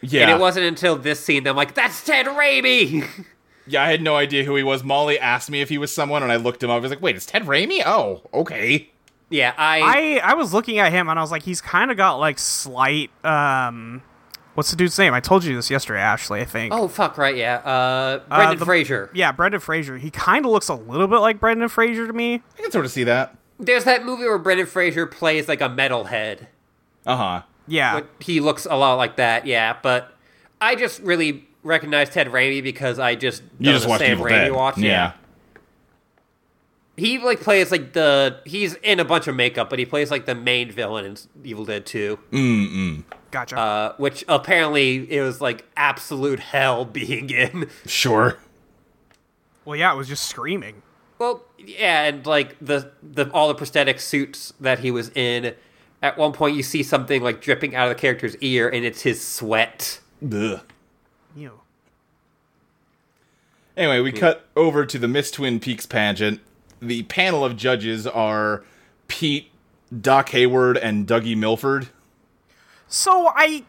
S3: Yeah,
S1: And it wasn't until this scene that I'm like, that's Ted Raimi.
S3: Yeah, I had no idea who he was. Molly asked me if he was someone, and I looked him up. I was like, wait, it's Ted Raimi? Oh, okay.
S1: yeah. I,
S2: I I was looking at him and I was like, he's kind of got like slight um, what's the dude's name? I told you this yesterday, Ashley. I think.
S1: Oh fuck! Right. Yeah. Uh, Brendan
S2: the-
S1: Fraser.
S2: Yeah, Brendan Fraser. He kind of looks a little bit like Brendan Fraser to me.
S3: I can sort of see that.
S1: There's that movie where Brendan Fraser plays like a metalhead.
S3: Uh
S1: Uh-huh.
S3: huh.
S2: Yeah.
S1: But he looks a lot like that, yeah. But I just really recognize Ted Raimi because I just done the Sam Raimi watch. he like plays like the he's in a bunch of makeup, but he plays like the main villain in Evil Dead Two,
S2: Gotcha.
S1: uh, which apparently it was like absolute hell being in.
S3: Sure.
S2: well, yeah, it was just screaming.
S1: Well, yeah, and like the the all the prosthetic suits that he was in. At one point, you see something like dripping out of the character's ear, and it's his sweat.
S3: Ugh.
S2: You.
S3: Anyway,
S2: Hmm.
S3: we cut over to the Miss Twin Peaks pageant. The panel of judges are Pete, Doc Hayward, and Dougie Milford.
S2: So I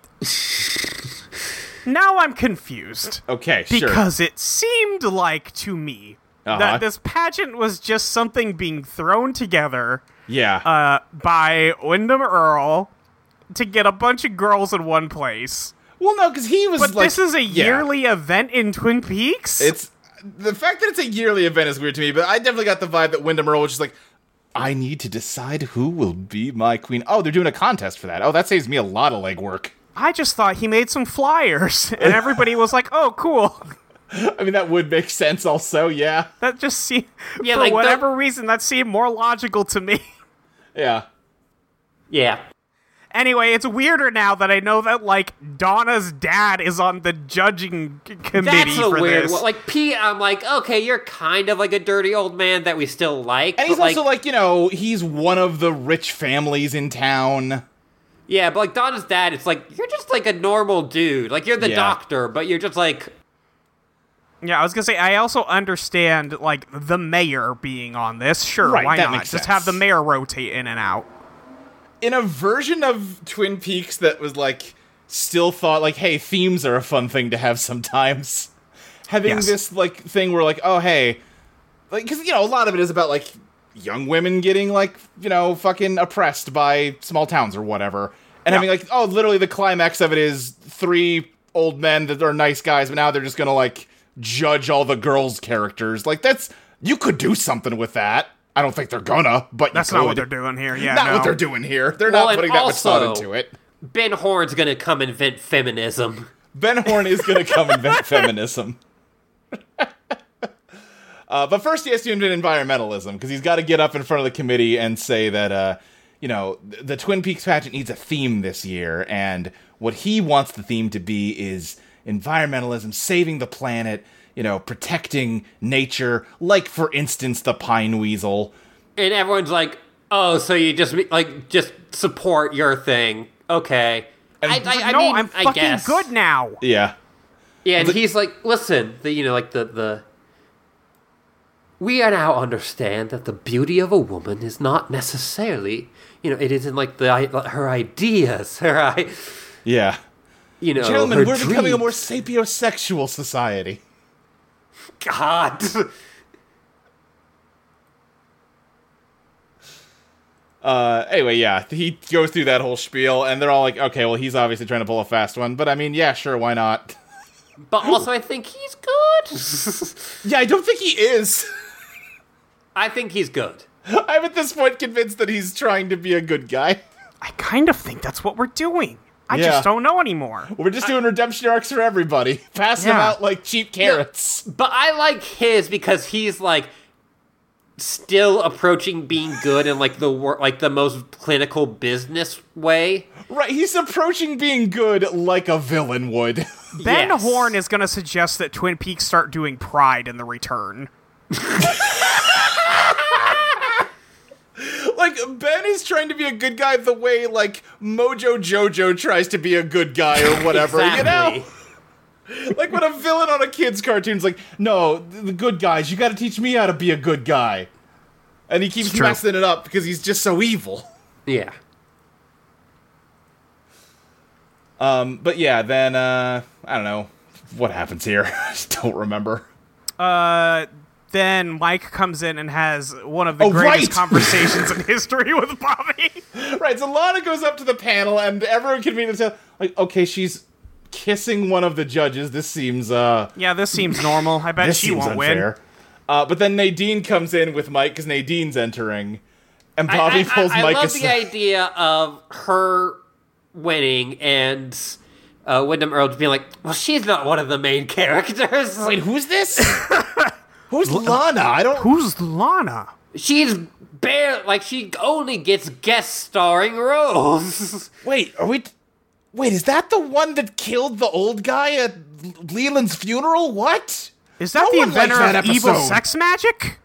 S2: now I'm confused
S3: Okay, sure.
S2: because it seemed like to me
S3: Uh-huh.
S2: that this pageant was just something being thrown together
S3: Yeah.
S2: uh, by Wyndham Earl to get a bunch of girls in one place.
S3: well, no, because he was
S2: But
S3: like-
S2: this is a
S3: Yeah.
S2: yearly event in Twin Peaks.
S3: It's the fact that it's a yearly event is weird to me, but I definitely got the vibe that Wyndham Earl was just like, I need to decide who will be my queen. Oh, they're doing a contest for that. Oh, that saves me a lot of legwork.
S2: I just thought he made some flyers, and everybody was like, "Oh, cool."
S3: I mean, that would make sense also, yeah.
S2: That just seemed,
S1: Yeah,
S2: for
S1: like, the-
S2: whatever reason, that seemed more logical to me.
S3: Yeah.
S1: Yeah.
S2: Anyway, it's weirder now that I know that like Donna's dad is on the judging c- committee
S1: That's a
S2: for
S1: weird
S2: this.
S1: one. Like Pete, I'm like, okay, you're kind of like a dirty old man that we still like.
S3: And he's
S1: but, like,
S3: also like, you know, he's one of the rich families in town.
S1: yeah, but like Donna's dad, it's like you're just like a normal dude. Like you're the
S3: Yeah.
S1: doctor, but you're just like
S2: yeah, I was gonna say I also understand like the mayor being on this. Sure,
S3: Right,
S2: why
S3: that
S2: not?
S3: makes
S2: Just
S3: sense.
S2: have the mayor rotate in and out.
S3: In a version of Twin Peaks that was like still thought like, hey, themes are a fun thing to have sometimes. Having
S2: Yes.
S3: this like thing where like, oh hey, like cuz you know, a lot of it is about like young women getting like, you know, fucking oppressed by small towns or whatever. And having like, oh, literally the climax of it is three old men that are nice guys, but now they're just going to like judge all the girls characters. Like that's you could do something with that. I don't think they're gonna, but you
S2: That's not what
S3: could
S2: they're doing here. Yeah,
S3: not
S2: no.
S3: what they're doing here. They're
S1: Well,
S3: not
S1: and
S3: putting that much thought
S1: also-
S3: into it.
S1: Ben Horn's gonna come invent feminism.
S3: Ben Horn is going to come invent feminism. uh, but first, he has to invent environmentalism because he's got to get up in front of the committee and say that, uh, you know, th- the Twin Peaks pageant needs a theme this year. And what he wants the theme to be is environmentalism, saving the planet, you know, protecting nature, like, for instance, the pine weasel.
S1: And everyone's like, "Oh, so you just me- like just support your thing, okay?" I, I, I
S2: no,
S1: mean,
S2: I'm
S1: I
S2: fucking
S1: guess.
S2: good now.
S3: Yeah.
S1: Yeah, and he's like, "Listen, the you know, like the the." We are now understand that the beauty of a woman is not necessarily, you know, it isn't like the i- her ideas, her, i-
S3: Yeah.
S1: you know,
S3: Gentlemen,
S1: Oh, her
S3: we're becoming a
S1: dreams.
S3: more sapiosexual society.
S1: God.
S3: Uh, anyway, yeah, he goes through that whole spiel, and they're all like, "Okay, well, he's obviously trying to pull a fast one, but I mean, yeah, sure, why not?"
S1: But also, I think he's good.
S3: yeah, I don't think he is.
S1: I think he's good.
S3: I'm at this point convinced that he's trying to be a good guy.
S2: I kind of think that's what we're doing. I
S3: Yeah.
S2: just don't know anymore.
S3: We're just doing redemption arcs for everybody, passing them
S2: Yeah.
S3: out like cheap carrots.
S1: But I like his because he's like still approaching being good in like the wor- like the most clinical business way.
S3: Right, he's approaching being good like a villain would.
S2: Ben
S1: Yes.
S2: Horn is going to suggest that Twin Peaks start doing Pride in the Return.
S3: like Ben is trying to be a good guy the way like Mojo Jojo tries to be a good guy or whatever, you know. like when a villain on a kid's cartoon's like, no, th- the good guys, you got to teach me how to be a good guy, and he keeps
S2: It's true.
S3: messing it up because he's just so evil.
S1: Yeah.
S3: Um, but yeah, then uh, I don't know what happens here. I just don't remember.
S2: Uh, Then Mike comes in and has one of the
S3: Oh,
S2: greatest
S3: right!
S2: conversations in history with Bobby.
S3: Right, so Lana goes up to the panel, and everyone convenes. to- Like, okay, she's kissing one of the judges. This seems uh,
S2: Yeah, this seems normal. I bet
S3: this
S2: she
S3: seems
S2: won't
S3: unfair.
S2: win.
S3: Uh, but then Nadine comes in with Mike because Nadine's entering, and
S1: I-
S3: Bobby
S1: I,
S3: pulls
S1: I, I
S3: Mike
S1: love
S3: aside.
S1: the idea of her winning and uh, Wyndham Earl being like, "Well, she's not one of the main characters. Like,
S3: Who's this? Who's Lana? I don't
S2: Who's Lana?
S1: she's bare. Like, she only gets guest starring roles."
S3: Wait, are we? Wait, is that the one that killed the old guy at Leland's funeral? What?
S2: Is that
S3: No
S2: the
S3: one likes
S2: inventor
S3: that
S2: of evil
S3: episode.
S2: sex magic?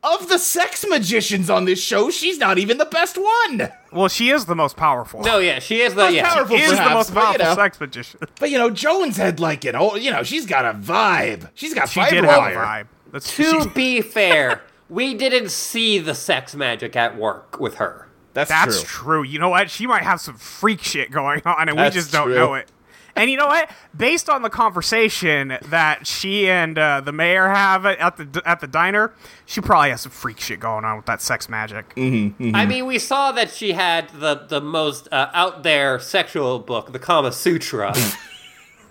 S3: Of the sex magicians on this show, she's not even the best one.
S2: Well, she is the most powerful.
S1: No, yeah, she is the
S3: Most
S1: yeah.
S3: powerful,
S2: She is the
S3: perhaps,
S2: most
S3: but, you
S2: powerful
S3: know.
S2: sex magician.
S3: But you know, Jones had like an old. You know, she's got a vibe. She's got
S2: She
S3: fiber
S2: did have a
S3: wire.
S2: vibe. That's
S1: To
S2: she-
S1: be fair, we didn't see the sex magic at work with her.
S3: That's,
S2: That's true. You know what? She might have some freak shit going on, and
S3: That's
S2: we just don't
S3: true.
S2: know it. And you know what? Based on the conversation that she and uh, the mayor have at the at the diner, she probably has some freak shit going on with that sex magic.
S3: Mm,
S1: I
S2: Mm-hmm.
S1: mean, we saw that she had the the most uh, out there sexual book, the Kama Sutra.
S2: Oh,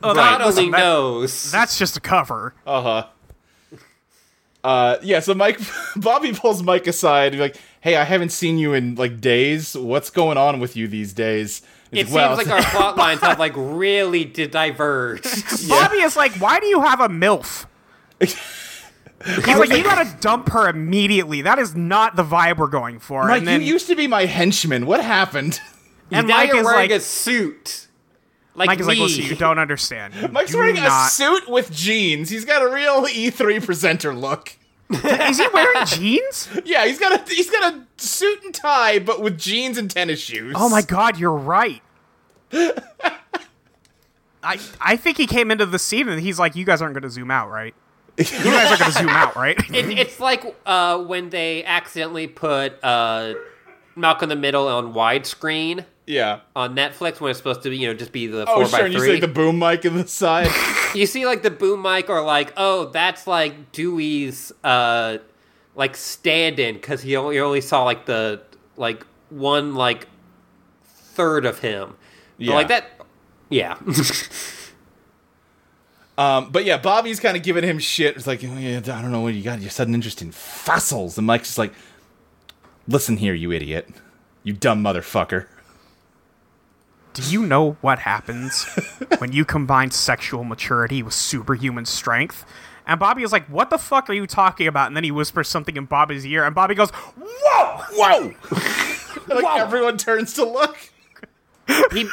S1: God
S2: that- listen,
S1: only
S2: that-
S1: knows.
S2: That's just a cover.
S3: Uh, yeah. So Mike, Bobby pulls Mike aside. And be like, hey, I haven't seen you in like days. What's going on with you these days? He's
S1: it seems
S3: "Well,
S1: like our plot lines have like really di- diverged.
S2: Bobby is like, why do you have a milf? He's like, you gotta dump her immediately. That is not the vibe we're going for.
S3: Mike,
S2: and then,
S3: you used to be my henchman. What happened?
S2: and
S1: now
S2: Mike
S1: you're
S2: is
S1: wearing a
S2: like,
S1: suit. Like
S2: Mike is like,
S1: me.
S2: listen, you don't understand. You
S3: Mike's
S2: do
S3: wearing a
S2: not-
S3: suit with jeans. He's got a real E3 presenter look.
S2: Is he wearing jeans?
S3: Yeah, he's got a he's got a suit and tie, but with jeans and tennis shoes.
S2: Oh my god, you're right. I I think he came into the scene and he's like, you guys aren't gonna zoom out, right? You guys are gonna zoom out, right?
S1: It- it's like uh, when they accidentally put uh, Malcolm in the Middle on widescreen
S3: Yeah.
S1: on Netflix when it's supposed to be, you know, just be the
S3: Oh,
S1: four by
S3: sure. And you
S1: three.
S3: see like, the boom mic in the side.
S1: you see like the boom mic or like oh that's like dewey's uh like stand-in because he only, he only saw like the like one like third of him yeah.
S3: Yeah.
S1: like that yeah
S3: um, but yeah, Bobby's kind of giving him shit. It's like, "Oh, yeah, I don't know what you got. Your sudden interest in fossils. And Mike's just like, listen here, you idiot. You dumb motherfucker.
S2: Do you know what happens when you combine sexual maturity with superhuman strength? And Bobby is like, "What the fuck are you talking about?" And then he whispers something in Bobby's ear, and Bobby goes, "Whoa!"
S3: Whoa! like everyone turns to look.
S1: he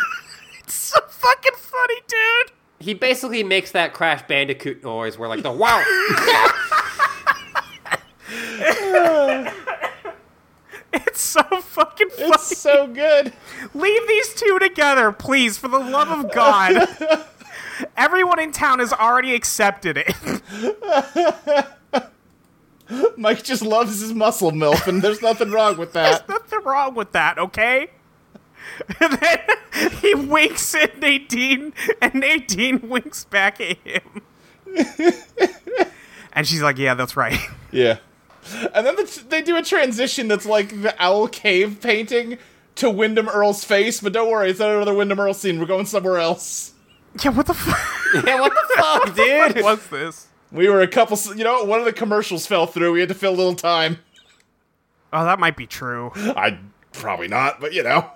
S2: It's so fucking funny, dude.
S1: he basically makes that crash bandicoot noise where like the wow
S2: It's so fucking funny.
S3: It's so good.
S2: Leave these two together, please, for the love of God. Everyone in town has already accepted it.
S3: Mike just loves his muscle milk, and there's nothing wrong with that.
S2: Nothing wrong with that, okay? And then he winks at Nadine, and Nadine winks back at him. and she's like, Yeah, that's right.
S3: Yeah. And then the, they do a transition that's like the owl cave painting to Wyndham Earl's face, but don't worry, it's not another Wyndham Earl scene. We're going somewhere else.
S2: Yeah, what the fuck
S1: yeah what the fuck dude
S2: was this?
S3: We were a couple. s- You know, one of the commercials fell through. We had to fill a little time.
S2: Oh, that might be true.
S3: I probably not, but you know.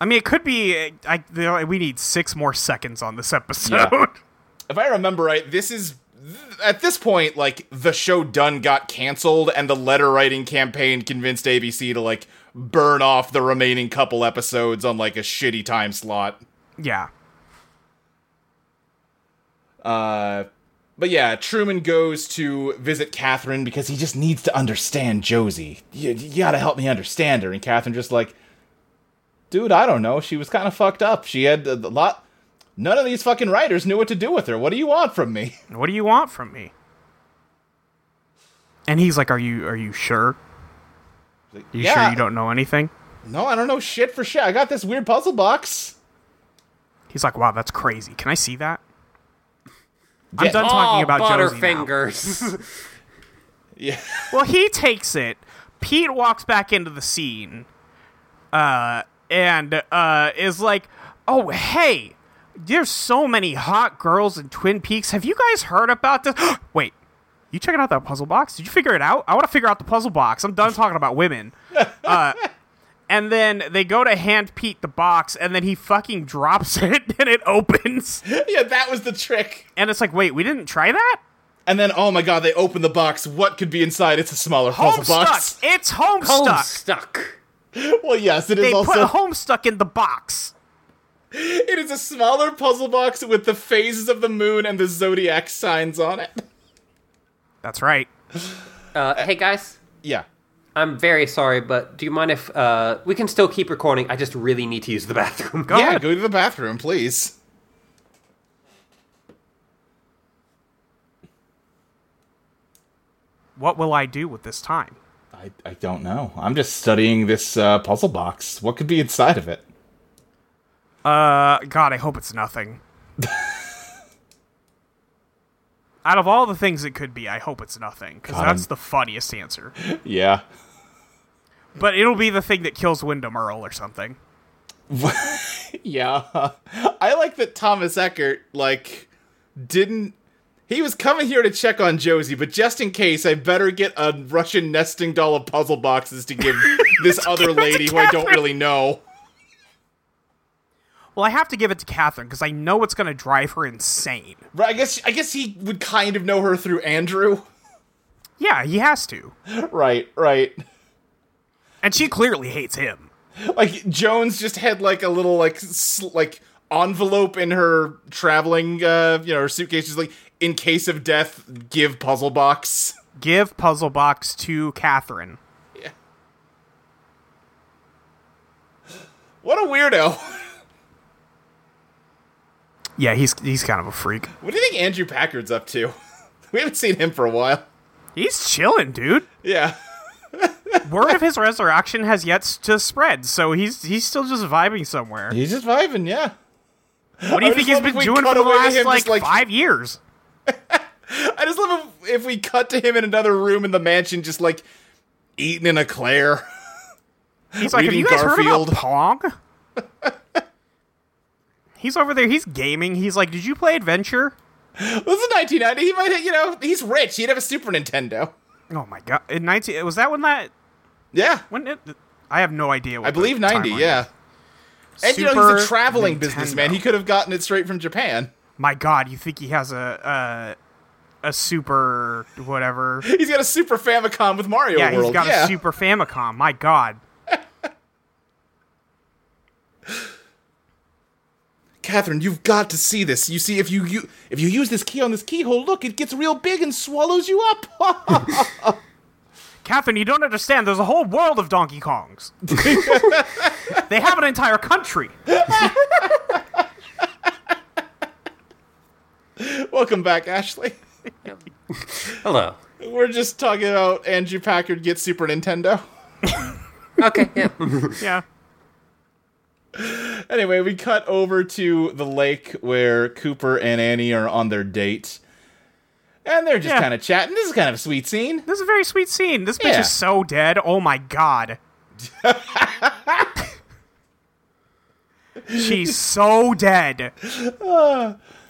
S2: I mean, it could be. I, I, we need six more seconds on this episode.
S3: If I remember right, this is th- at this point like the show done got canceled, and the letter writing campaign convinced ABC to like burn off the remaining couple episodes on like a shitty time slot.
S2: yeah.
S3: Uh, but yeah, Truman goes to visit Catherine because he just needs to understand Josie. You, you gotta help me understand her. And Catherine just like, dude, I don't know. She was kind of fucked up. She had a, a lot. None of these fucking writers knew what to do with her. What do you want from me?
S2: What do you want from me? And he's like, "Are you are you sure? You sure you don't know anything?"
S3: No, I don't know shit for shit. I got this weird puzzle box.
S2: He's like, "Wow, that's crazy. Can I see that?"
S3: Yeah.
S2: I'm done talking
S1: Oh,
S2: about Josie now.
S1: butterfingers
S3: Yeah.
S2: Well, he takes it. Pete walks back into the scene, uh, and uh, is like, "Oh, hey, there's so many hot girls in Twin Peaks. Have you guys heard about this? Wait, you checking out that puzzle box? Did you figure it out? I want to figure out the puzzle box. I'm done talking about women." Uh, and then they go to hand Pete the box, and then he fucking drops it, and it opens.
S3: yeah, that was the trick.
S2: And it's like, wait, we didn't try that.
S3: And then, oh my god, they open the box. What could be inside? It's a smaller puzzle
S2: Homestuck.
S3: box.
S2: It's Homestuck.
S1: home stuck
S3: Well, yes, it is
S2: They
S3: also.
S2: put Homestuck in the box.
S3: It is a smaller puzzle box with the phases of the moon and the zodiac signs on it.
S2: That's right.
S1: uh, hey guys
S3: Yeah.
S1: I'm very sorry, but do you mind if uh, we can still keep recording? I just really need to use the bathroom.
S2: Go
S3: yeah,
S2: ahead.
S3: go to the bathroom, please.
S2: What will I do with this time?
S3: I, I don't know. I'm just studying this uh, puzzle box. What could be inside of it?
S2: Uh, God, I hope it's nothing. Out of all the things it could be, I hope it's nothing because
S3: God,
S2: that's
S3: I'm-
S2: the funniest answer.
S3: Yeah.
S2: But it'll be the thing that kills Wyndham Earl or something.
S3: Yeah. I like that Thomas Eckert, like, didn't. He was coming here to check on Josie, but just in case, I better get a Russian nesting doll of puzzle boxes to give this other
S2: to
S3: lady who I don't
S2: Catherine.
S3: really know.
S2: Well, I have to give it to Catherine because I know it's going to drive her insane.
S3: Right, I guess I guess he would kind of know her through Andrew.
S2: Yeah, he has to.
S3: Right, right.
S2: And she clearly hates him.
S3: Like Jones just had like a little like sl- like envelope in her traveling uh you know her suitcase just like in case of death give puzzle box.
S2: Give puzzle box to Catherine.
S3: What a weirdo.
S2: Yeah, he's he's kind of a freak.
S3: What do you think Andrew Packard's up to? We haven't seen him for a while.
S2: He's chilling, dude.
S3: Yeah.
S2: Word of his resurrection has yet s- to spread, so he's he's still just vibing somewhere.
S3: He's just vibing, yeah.
S2: What do you
S3: I
S2: think
S3: just
S2: he's
S3: love
S2: been
S3: if we
S2: doing
S3: cut
S2: for the
S3: away to
S2: last
S3: him
S2: like,
S3: just, like-
S2: five years?
S3: I just love if, if we cut to him in another room in the mansion, just like eating an eclair.
S2: He's like, have
S3: reading
S2: you guys
S3: Garfield."
S2: heard about Pong? he's over there. He's gaming. He's like, did you play Adventure?
S3: this is 1990. He might, you know, he's rich. He'd have a Super Nintendo.
S2: Oh my god! In nineteen was that when that
S3: Yeah,
S2: when it? I have no idea. What
S3: I believe 90. Yeah, and you know he's a traveling businessman. He could have gotten it straight from Japan.
S2: my god, you think he has a a, a super whatever?
S3: He's got a Super Famicom with Mario
S2: yeah,
S3: World.
S2: he's got
S3: yeah,
S2: a Super Famicom. My god.
S3: Catherine, you've got to see this. You see, if you, you if you use this key on this keyhole, look, it gets real big and swallows you up.
S2: Catherine, you don't understand. There's a whole world of Donkey Kongs. they have an entire country.
S3: Welcome back, Ashley.
S1: Hello.
S3: We're just talking about Andrew Packard gets Super Nintendo.
S1: Okay, yeah.
S2: Yeah.
S3: Anyway, we cut over to the lake where Cooper and Annie are on their date. And they're just
S2: Yeah.
S3: kind of chatting. This is kind of a sweet scene.
S2: This is a very sweet scene. This bitch
S3: Yeah.
S2: is so dead. Oh my god. She's so dead.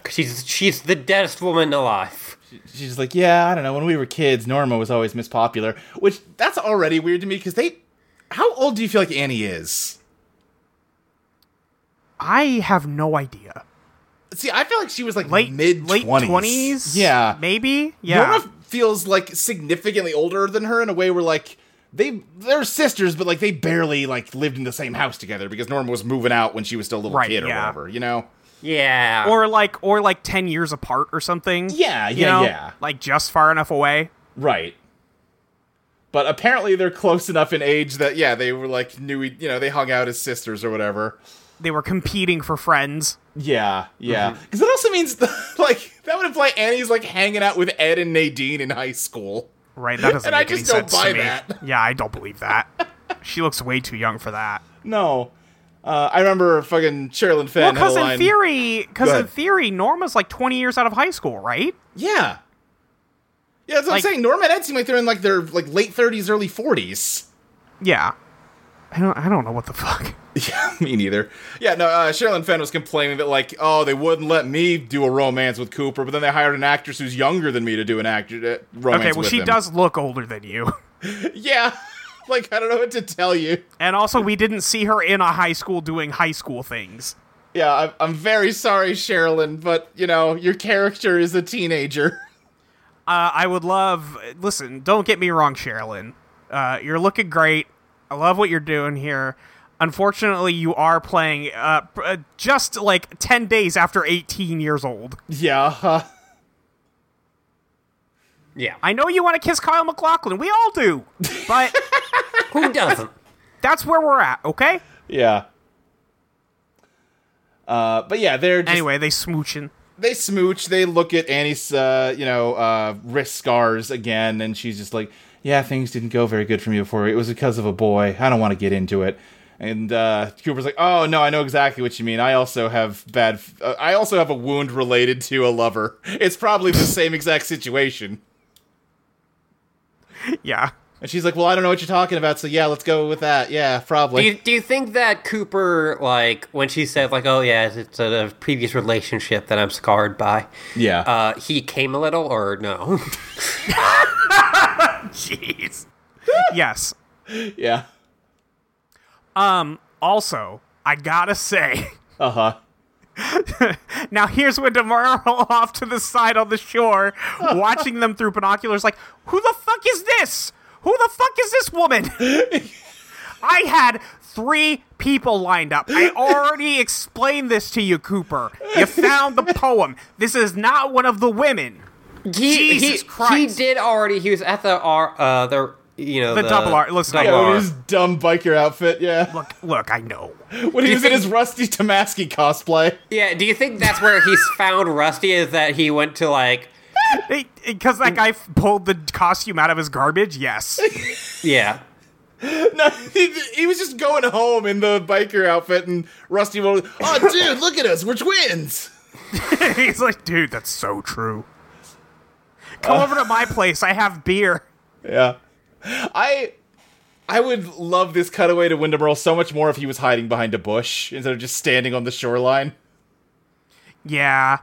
S1: she's she's the deadest woman alive.
S3: She's like, "Yeah, I don't know. When we were kids, Norma was always Miss Popular," which that's already weird to me because they. How old do you feel like Annie is?
S2: I have no idea.
S3: See, I feel like she was like
S2: Late
S3: mid
S2: late twenties.
S3: Yeah,
S2: Maybe. Yeah.
S3: Norma feels like significantly older than her in a way where like they they're sisters, but like they barely like lived in the same house together because Norma was moving out when she was still a little
S2: Right,
S3: kid or
S2: yeah.
S3: whatever, you know.
S1: Yeah.
S2: or like or like 10 years apart or something
S3: Yeah,
S2: you
S3: yeah,
S2: know?
S3: yeah.
S2: like just far enough away
S3: Right. But apparently they're close enough in age that yeah, they were like knew e- you know they hung out as sisters or whatever.
S2: they were competing for friends
S3: Yeah, yeah. Because it also means like that would imply Annie's like hanging out with Ed and Nadine in high school.
S2: right that doesn't
S3: And I
S2: make any
S3: just don't
S2: sense to
S3: buy
S2: me.
S3: that.
S2: yeah i don't believe that she looks way too young for that
S3: No, uh, I remember fucking Sherilyn
S2: well
S3: Fenn had
S2: because
S3: a
S2: in
S3: line.
S2: theory because in
S3: ahead.
S2: theory norma's like 20 years out of high school right
S3: Yeah. Yeah, that's what
S2: Like-
S3: I'm saying. Norm and Ed seem like they're in like their like late thirties, early forties.
S2: yeah i don't i don't know what the fuck
S3: Yeah, me neither. Yeah, no, uh Sherilyn Fenn was complaining that like, oh, they wouldn't let me do a romance with Cooper, but then they hired an actress who's younger than me to do an actor uh, romance.
S2: okay well
S3: with
S2: she
S3: him.
S2: does look older than you
S3: Yeah. like, I don't know what to tell you.
S2: and also we didn't see her in a high school doing high school things
S3: Yeah, I'm, I'm very sorry, Sherilyn, but you know, your character is a teenager.
S2: Uh, I would love. Listen, don't get me wrong, Sherilyn. Uh, you're looking great. I love what you're doing here. Unfortunately, you are playing uh, pr- uh, just like 10 days after 18 years old.
S3: yeah. huh.
S1: yeah.
S2: I know you want to kiss Kyle McLaughlin. We all do. But
S1: Who doesn't?
S2: that's where we're at, okay?
S3: yeah. Uh, but yeah, they're just
S2: Anyway, they smooching.
S3: they smooch. They look at Annie's, uh, you know, uh, wrist scars again, and she's just like, "Yeah, things didn't go very good for me before. It was because of a boy. I don't want to get into it." And uh, Cooper's like, "Oh no, I know exactly what you mean. I also have bad. F- uh, I also have a wound related to a lover. It's probably the same exact situation."
S2: Yeah.
S3: And she's like, "Well, I don't know what you're talking about. So yeah, let's go with that. Yeah, probably."
S1: Do you, do you think that Cooper, like, when she said, like, oh, yeah, it's a, a previous relationship that I'm scarred by,
S3: yeah.
S1: uh, he came a little or no?
S2: Jeez. yes.
S3: yeah.
S2: Um. Also, I gotta say,
S3: Uh huh.
S2: now here's when Demuro off to the side on the shore, watching them through binoculars, like, who the fuck is this? Who the fuck is this woman? I had three people lined up. I already explained this to you, Cooper. You found the poem. This is not one of the women.
S1: He,
S2: Jesus
S1: he,
S2: Christ.
S1: he did already. He was at the R, uh, the you know
S2: The double R, listen, I
S1: double
S2: know
S3: Yeah,
S1: R.
S3: with his dumb biker outfit, yeah.
S2: Look, look, I know.
S3: When he
S1: you
S3: was in
S1: think-
S3: his rusty Tomaski cosplay.
S1: Yeah, do you think that's where he's found Rusty? Is that he went to like
S2: Because that guy f- pulled the costume out of his garbage? Yes.
S1: yeah.
S3: No, he, he was just going home in the biker outfit, and Rusty was, oh, dude, look at us, we're twins.
S2: He's like, dude, that's so true. Come over to my place. I have beer.
S3: Yeah. I I would love this cutaway to Wyndham Earl so much more if he was hiding behind a bush instead of just standing on the shoreline.
S2: Yeah.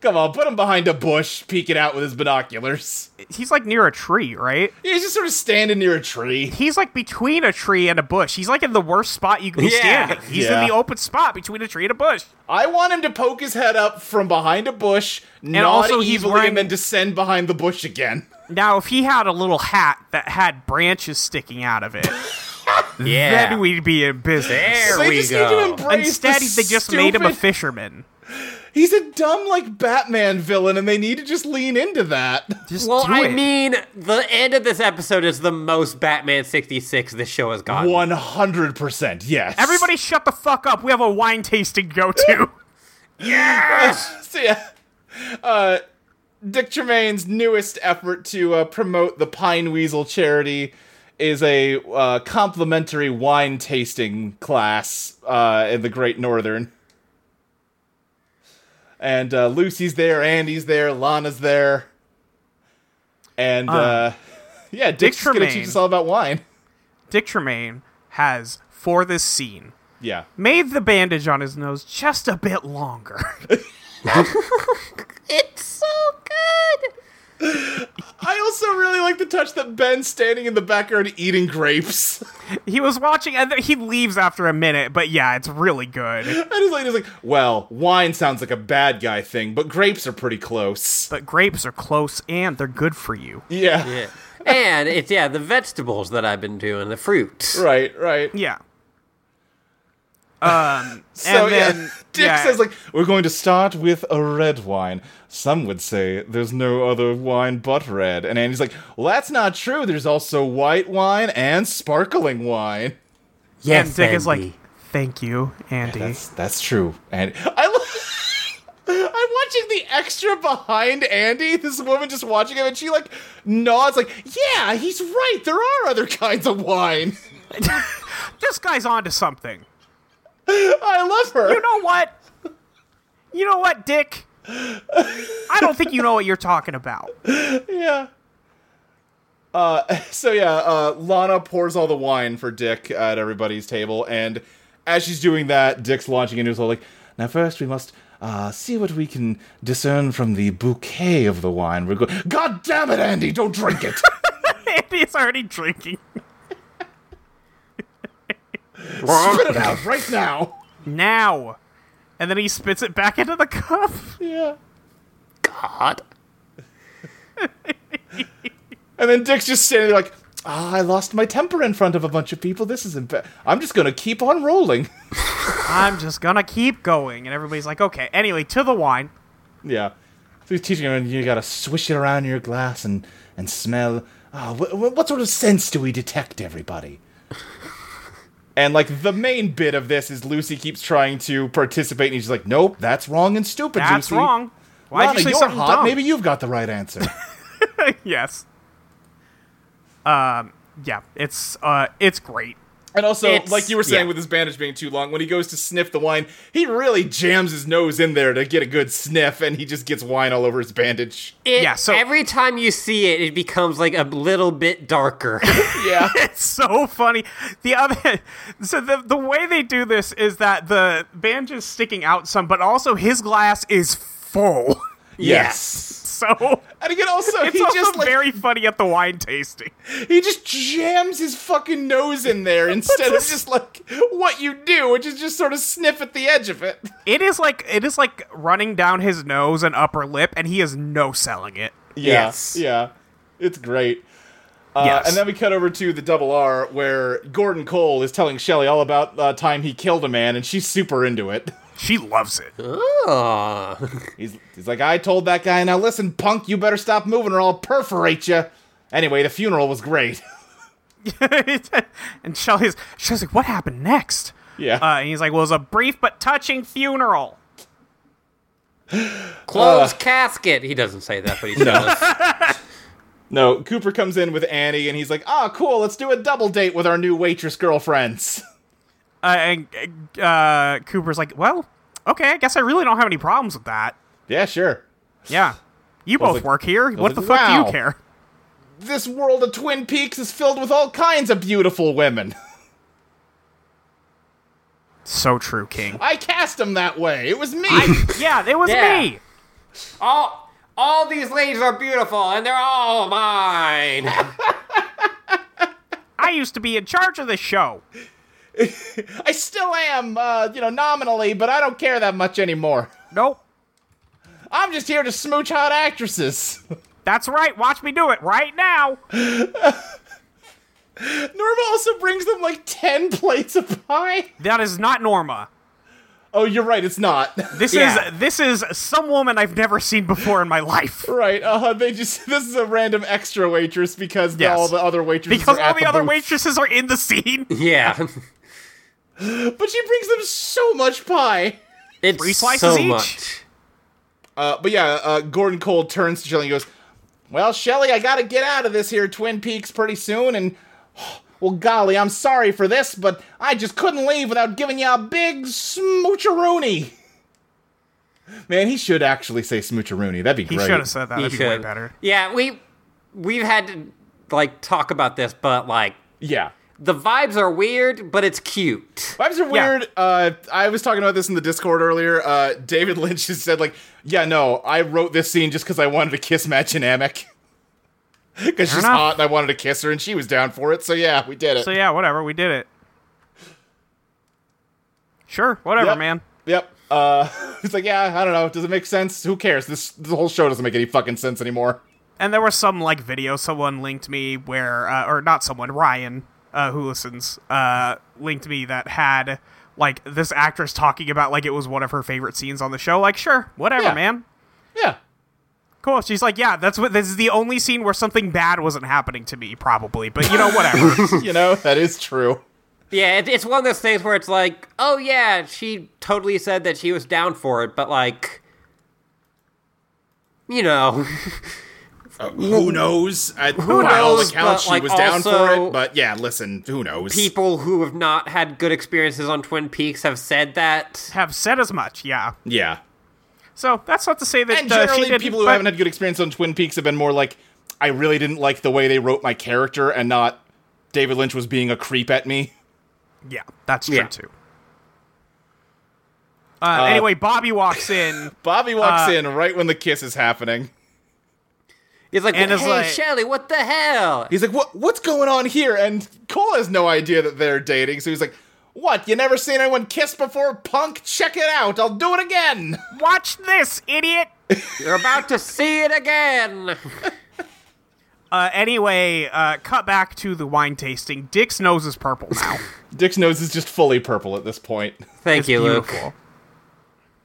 S3: Come on, put him behind a bush, peeking out with his binoculars.
S2: He's like near a tree, right?
S3: He's just sort of standing near a tree.
S2: He's like between a tree and a bush. He's like in the worst spot you can be
S1: Yeah.
S2: standing. He's
S3: Yeah.
S2: in the open spot between a tree and a bush.
S3: I want him to poke his head up from behind a bush, and nod
S2: also he's
S3: evilly,
S2: wearing-
S3: and then descend behind the bush again.
S2: Now, if he had a little hat that had branches sticking out of it,
S1: Yeah.
S2: then we'd be in business.
S1: There
S3: they
S1: we
S3: just
S1: go.
S3: need to embrace
S2: Instead,
S3: this
S2: they just made him a
S3: stupid-
S2: fisherman.
S3: He's a dumb, like, Batman villain, and they need to just lean into that.
S2: Just
S1: well,
S2: do
S1: I
S2: it.
S1: mean, the end of this episode is the most Batman 66 this show has gotten.
S3: 100%, yes.
S2: everybody shut the fuck up. We have a wine tasting go to.
S3: So yeah, uh, Dick Tremaine's newest effort to uh, promote the Pine Weasel charity is a uh, complimentary wine tasting class uh, in the Great Northern. And uh, Lucy's there, Andy's there, Lana's there, and uh, yeah, Dick's just gonna teach
S2: Tremaine.
S3: us all about wine.
S2: Dick Tremaine has, for this scene,
S3: Yeah,
S2: made the bandage on his nose just a bit longer.
S1: It's so good.
S3: I also really like the touch that Ben's standing in the background eating grapes.
S2: he was watching, and then he leaves after a minute, but yeah, it's really good.
S3: And his lady's like, well, wine sounds like a bad guy thing, but grapes are pretty close.
S2: But grapes are close and they're good for you.
S3: yeah.
S1: Yeah. And it's yeah, the vegetables that I've been doing, the fruit.
S3: Right, right.
S2: Yeah. Um,
S3: So
S2: and
S3: yeah,
S2: then
S3: Dick
S2: yeah,
S3: says like, we're going to start with a red wine. Some would say there's no other wine but red. And Andy's like, well, that's not true. There's also white wine and sparkling wine.
S2: and Dick is like, "Thank you, Andy."
S3: That's that's true. And I lo- I'm watching the extra behind Andy. This woman just watching him, and she like nods, like, "Yeah, he's right. There are other kinds of wine."
S2: this guy's onto something.
S3: I love her.
S2: You know what? You know what, Dick? I don't think you know what you're talking about.
S3: yeah. Uh, so yeah, uh, Lana pours all the wine for Dick at everybody's table, and as she's doing that, Dick's launching into his whole like, now first we must uh, see what we can discern from the bouquet of the wine. We're going, God damn it, Andy, don't drink it.
S2: Andy's already drinking.
S3: Spit it out right now.
S2: now. And then he spits it back into the cup.
S3: Yeah.
S1: God.
S3: And then Dick's just standing there like, ah, I lost my temper in front of a bunch of people. This is imba- I'm just gonna keep on rolling.
S2: I'm just gonna keep going. And everybody's like, okay. Anyway, to the wine.
S3: Yeah. So he's teaching him, you gotta swish it around your glass and, and smell. Ah, wh- wh- what sort of sense do we detect, everybody? and, like, the main bit of this is Lucy keeps trying to participate, and he's just like, nope, that's wrong and stupid,
S2: That's
S3: Lucy.
S2: wrong. Why'd
S3: Lana,
S2: you say
S3: you're
S2: something
S3: hot.
S2: dumb?
S3: Maybe you've got the right answer.
S2: yes. Um, yeah, it's uh it's great.
S3: and also,
S1: It's-
S3: like you were saying
S1: yeah.
S3: with his bandage being too long, when he goes to sniff the wine, he really jams his nose in there to get a good sniff, and he just gets wine all over his bandage.
S1: It,
S2: Yeah, so-
S1: every time you see it, it becomes like a little bit darker.
S3: Yeah.
S2: It's so funny. The other so the the way they do this is that the band is sticking out some, but also his glass is full.
S3: yes.
S2: so
S3: And again, also
S2: it's
S3: he
S2: also
S3: just like,
S2: very funny at the wine tasting.
S3: he just jams his fucking nose in there instead of just like what you do, which is just sort of sniff at the edge of it.
S2: It is like it is like running down his nose and upper lip, and he is no selling it.
S1: Yes.
S3: Yeah. It's great. Uh,
S2: Yes.
S3: And then we cut over to the double R, where Gordon Cole is telling Shelley all about the time he killed a man, and she's super into it.
S2: She loves it.
S1: Oh.
S3: He's, he's like, I told that guy, now listen, punk, you better stop moving or I'll perforate you. Anyway, the funeral was great.
S2: and Shelly's she's like, "What happened next?"
S3: Yeah.
S2: Uh, and he's like, "Well, it was a brief but touching funeral."
S1: Closed casket. He doesn't say that, but he does.
S3: no, Cooper comes in with Annie, and he's like, ah, cool, let's do a double date with our new waitress girlfriends.
S2: Uh, and uh, Cooper's like, "Well, okay, I guess I really don't have any problems with that."
S3: yeah, sure.
S2: Yeah, you
S3: was
S2: both
S3: like-
S2: work here. What
S3: like,
S2: the fuck do
S3: wow.
S2: you care?
S3: This world of Twin Peaks is filled with all kinds of beautiful women.
S2: So true, King.
S3: I cast him that way. It was me.
S2: yeah, it was
S1: Yeah.
S2: me.
S1: all, all these ladies are beautiful, and they're all mine.
S2: I used to be in charge of the show.
S3: I still am, uh, you know, nominally, but I don't care that much anymore.
S2: Nope.
S3: I'm just here to smooch hot actresses.
S2: That's right. Watch me do it right now.
S3: Norma also brings them like 10 plates of pie.
S2: That is not Norma.
S3: Oh, you're right, it's not.
S2: This
S1: Yeah.
S2: is this is some woman I've never seen before in my life.
S3: right, uh huh. They just, this is a random extra waitress because
S2: Yes.
S3: all the other waitresses
S2: Because
S3: are
S2: all
S3: at
S2: the, other
S3: booth.
S2: waitresses are in the scene.
S1: Yeah.
S3: But she brings them so much pie.
S1: It's
S2: Three slices
S1: so
S2: each.
S1: much.
S3: Uh, but yeah, uh, Gordon Cole turns to Shelly and goes, Well, Shelly, I gotta get out of this here Twin Peaks pretty soon, and well, golly, I'm sorry for this, but I just couldn't leave without giving you a big smoocheroonie. Man, he should actually say smoocheroonie. That'd be
S2: He
S3: great.
S2: should have said that.
S1: You
S2: That'd be way
S1: should.
S2: better.
S1: Yeah, we we've had to like talk about this, but like
S3: Yeah.
S1: the vibes are weird, but it's cute.
S3: Vibes are
S2: Yeah.
S3: weird. Uh, I was talking about this in the Discord earlier. Uh, David Lynch just said, like, yeah, no, I wrote this scene just because I wanted a kiss match in Namek. Because she's
S2: enough.
S3: hot and I wanted to kiss her and she was down for it. So yeah, we did it.
S2: So yeah, whatever. We did it. Sure, whatever,
S3: Yep.
S2: man.
S3: Yep. Uh, it's like, yeah, I don't know. Does it make sense? Who cares? This the whole show doesn't make any fucking sense anymore.
S2: And there was some like video someone linked me where, uh, or not someone, Ryan, uh, who listens, uh, linked me that had like this actress talking about like it was one of her favorite scenes on the show. Like, sure, whatever,
S3: Yeah.
S2: man.
S3: Yeah.
S2: Cool. She's like, yeah, that's what. This is the only scene where something bad wasn't happening to me, probably. But you know, whatever.
S3: You know that is true.
S1: Yeah, it, it's one of those things where it's like, oh yeah, she totally said that she was down for it, but like, you know,
S3: who knows? I, who
S1: knows, but, like, also-
S3: but yeah, listen, who knows?
S1: people who have not had good experiences on Twin Peaks have said that.
S2: Have said as much. Yeah.
S3: yeah.
S2: So that's not to say that
S3: And
S2: uh,
S3: generally,
S2: she didn't.
S3: people who
S2: but-
S3: haven't had good experience on Twin Peaks have been more like, I really didn't like the way they wrote my character, and not David Lynch was being a creep at me.
S2: Yeah, that's true
S1: Yeah.
S2: too. Uh, anyway, Bobby walks in.
S3: Bobby walks in right when the kiss is happening.
S1: It's like,
S2: And it's
S1: hey,
S2: like-
S1: Shelly, what the hell?
S3: He's like, "What? What's going on here?" And Cole has no idea that they're dating, so he's like, "What? You never seen anyone kiss before, punk? Check it out. I'll do it again."
S2: Watch this, idiot.
S1: You're about to see it again.
S2: Uh, anyway, uh, cut back to the wine tasting. Dick's nose is purple now.
S3: Dick's nose is just fully purple at this point.
S1: Thank
S2: It's
S1: you,
S2: beautiful.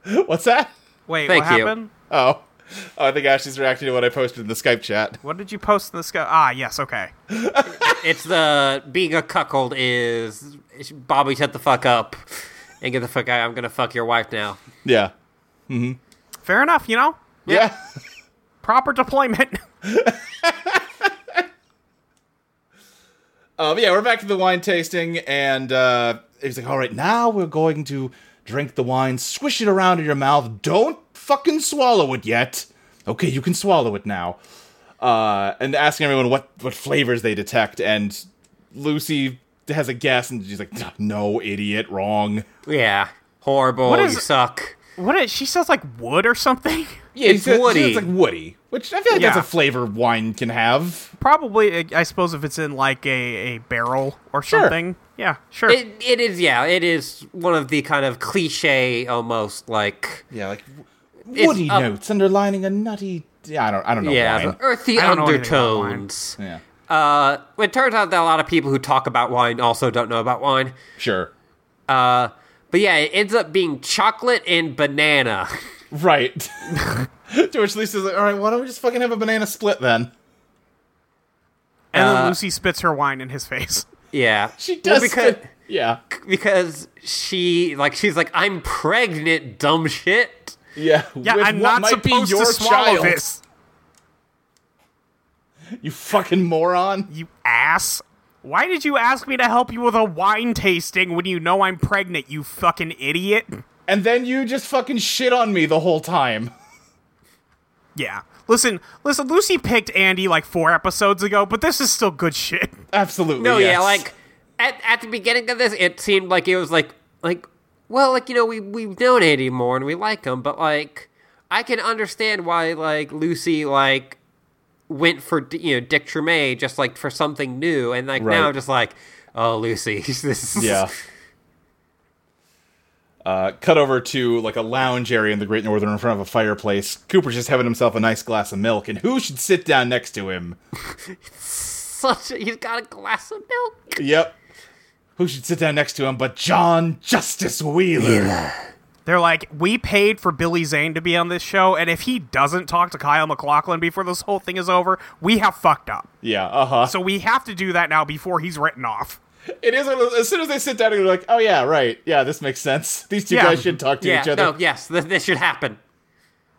S1: Luke.
S3: What's that?
S2: Wait, what
S1: Thank you.
S2: happened?
S3: Oh, oh I think Ashley's reacting to what I posted in the Skype chat.
S2: What did you post in the sky? Ah, yes, okay.
S1: It's the being a cuckold is Bobby shut the fuck up and get the fuck out. I'm gonna fuck your wife now.
S3: Yeah,
S2: Fair enough. You know,
S3: yeah.
S2: proper deployment.
S3: Uh, but yeah, we're back to the wine tasting, and uh, he's like, "All right, now we're going to drink the wine, swish it around in your mouth. Don't fucking swallow it yet. Okay, you can swallow it now." Uh, and asking everyone what what flavors they detect, and Lucy has a guess, and she's like, "No, idiot, wrong."
S1: Yeah, horrible.
S2: What
S1: you
S2: is-
S1: suck.
S2: What is she sounds like wood or something?
S3: Yeah,
S1: It's
S3: it's, it's,
S1: woody.
S3: it's like woody, which I feel like
S2: Yeah.
S3: that's a flavor wine can have.
S2: Probably, I I suppose, if it's in like a, a barrel or
S3: Sure.
S2: something. Yeah, sure.
S1: It, it is, yeah, it is one of the kind of cliche almost like,
S3: Yeah, like w- woody
S1: up-
S3: notes underlining a nutty. Yeah, I don't. I don't know.
S1: yeah,
S3: wine.
S1: the earthy
S2: I don't know anything about wine.
S1: undertones.
S3: yeah.
S1: Uh, it turns out that a lot of people who talk about wine also don't know about wine.
S3: Sure.
S1: Uh, but yeah, it ends up being chocolate and banana.
S3: Right. to which Lisa's like, "All right, why don't we just fucking have a banana split then?"
S2: and then
S1: uh,
S2: Lucy spits her wine in his face.
S1: Yeah,
S3: She
S1: Well,
S3: does.
S1: because
S3: spit- yeah.
S1: because she like she's like I'm pregnant, dumb shit.
S3: Yeah.
S2: Yeah,
S3: with
S2: I'm not
S3: what might be
S2: supposed
S3: your
S2: to swallow
S3: child.
S2: this.
S3: You fucking moron.
S2: You ass. Why did you ask me to help you with a wine tasting when you know I'm pregnant? You fucking idiot.
S3: And then you just fucking shit on me the whole time.
S2: Yeah. Listen, listen. Lucy picked Andy like four episodes ago, but this is still good shit.
S3: Absolutely.
S1: No, yeah,
S3: yes.
S1: like at at the beginning of this, it seemed like it was like like well, like you know, we we've known Andy more and we like him, but like I can understand why like Lucy like went for you know Dick Tremaine just like for something new, and like now
S3: Right.
S1: just like oh Lucy, this is
S3: Yeah. Uh, cut over to like a lounge area in the Great Northern in front of a fireplace. Cooper's just having himself a nice glass of milk, and who should sit down next to him?
S1: such a, he's got a glass of milk.
S3: Yep. Who should sit down next to him but John Justice Wheeler?
S2: They're like, we paid for Billy Zane to be on this show, and if he doesn't talk to Kyle McLaughlin before this whole thing is over, we have fucked up.
S3: Yeah, uh huh.
S2: So we have to do that now before he's written off.
S3: It is one of those- as soon as they sit down, they're like, "Oh yeah, right. Yeah, this makes sense. These two
S2: Yeah.
S3: guys should talk to
S1: Yeah,
S3: each other."
S1: no, yes, th- this should happen.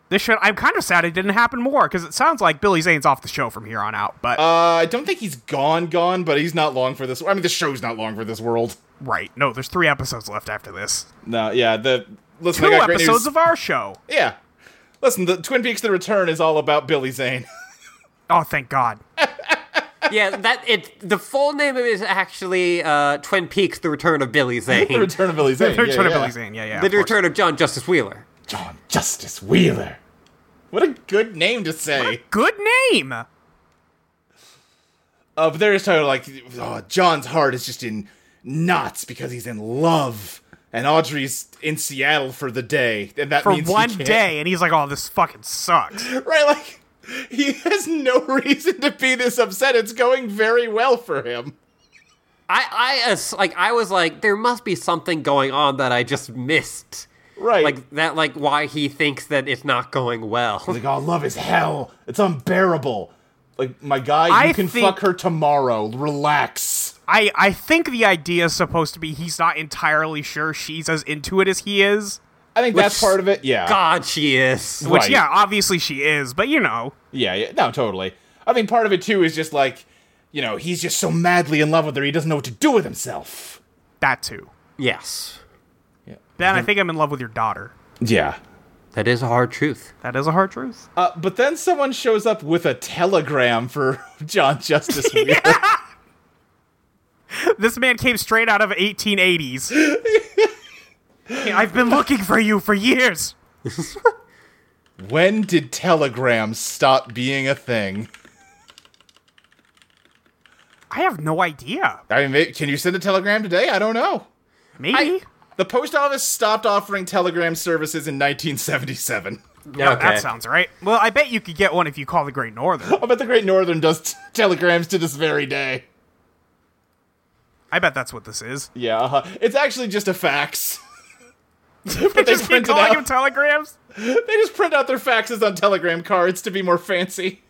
S2: This should. I'm kind of sad it didn't happen more because it sounds like Billy Zane's off the show from here on out. But
S3: Uh, I don't think he's gone, gone, but he's not long for this. I mean, the show's not long for this world.
S2: right, no, there's three episodes left after this.
S3: No, yeah. The listen,
S2: Two
S3: I got great
S2: episodes
S3: news.
S2: of our show.
S3: yeah. Listen, the Twin Peaks: The Return is all about Billy Zane.
S2: Oh, thank God.
S1: Yeah, that it. The full name of it is actually uh, Twin Peaks: The Return of Billy Zane,
S3: the Return of Billy Zane.
S2: The return
S3: yeah,
S2: of
S3: yeah.
S2: Billy Zane. Yeah, yeah.
S1: the
S2: of course.
S1: Return of John Justice Wheeler.
S3: John Justice Wheeler. What a good name to say.
S2: Good name.
S3: Uh, but they're just talking like, oh, John's heart is just in knots because he's in love, and Audrey's in Seattle for the day, and that
S2: For
S3: means he
S2: one
S3: can't-
S2: day, and he's like, "Oh, this fucking sucks."
S3: right? Like he has no reason to be this upset. It's going very well for him.
S1: I, I ass- like I was like there must be something going on that I just missed.
S3: Right.
S1: Like that like why he thinks that it's not going well.
S3: Like, oh, love is hell. It's unbearable. Like, my guy, you
S2: I
S3: can
S2: think-
S3: fuck her tomorrow. Relax.
S2: I I think the idea is supposed to be he's not entirely sure she's as into it as he is.
S3: I think that's
S1: Which-
S3: part of it. Yeah.
S1: God, she is.
S2: Which
S3: Right.
S2: yeah, obviously she is, but you know,
S3: Yeah, yeah, no, totally. I mean, part of it too is just like, you know, he's just so madly in love with her, he doesn't know what to do with himself.
S2: that too.
S1: Yes.
S2: Then
S3: Mhm.
S2: I think I'm in love with your daughter.
S3: Yeah.
S1: That is a hard truth.
S2: That is a hard truth.
S3: Uh, but then someone shows up with a telegram for John Justice Wheeler.
S2: This man came straight out of 1880s. Hey, I've been looking for you for years.
S3: When did telegrams stop being a thing?
S2: I have no idea.
S3: I mean, may- can you send a telegram today? I don't know.
S2: Maybe.
S3: The post office stopped offering telegram services in 1977.
S1: Yeah,
S2: That sounds right. Well, I bet you could get one if you call the Great Northern.
S3: I bet the Great Northern does t- telegrams to this very day.
S2: I bet that's what this is.
S3: Yeah, uh-huh. it's actually just a fax.
S2: They just keep
S3: print it
S2: calling
S3: out.
S2: him telegrams.
S3: They just print out their faxes on telegram cards to be more fancy.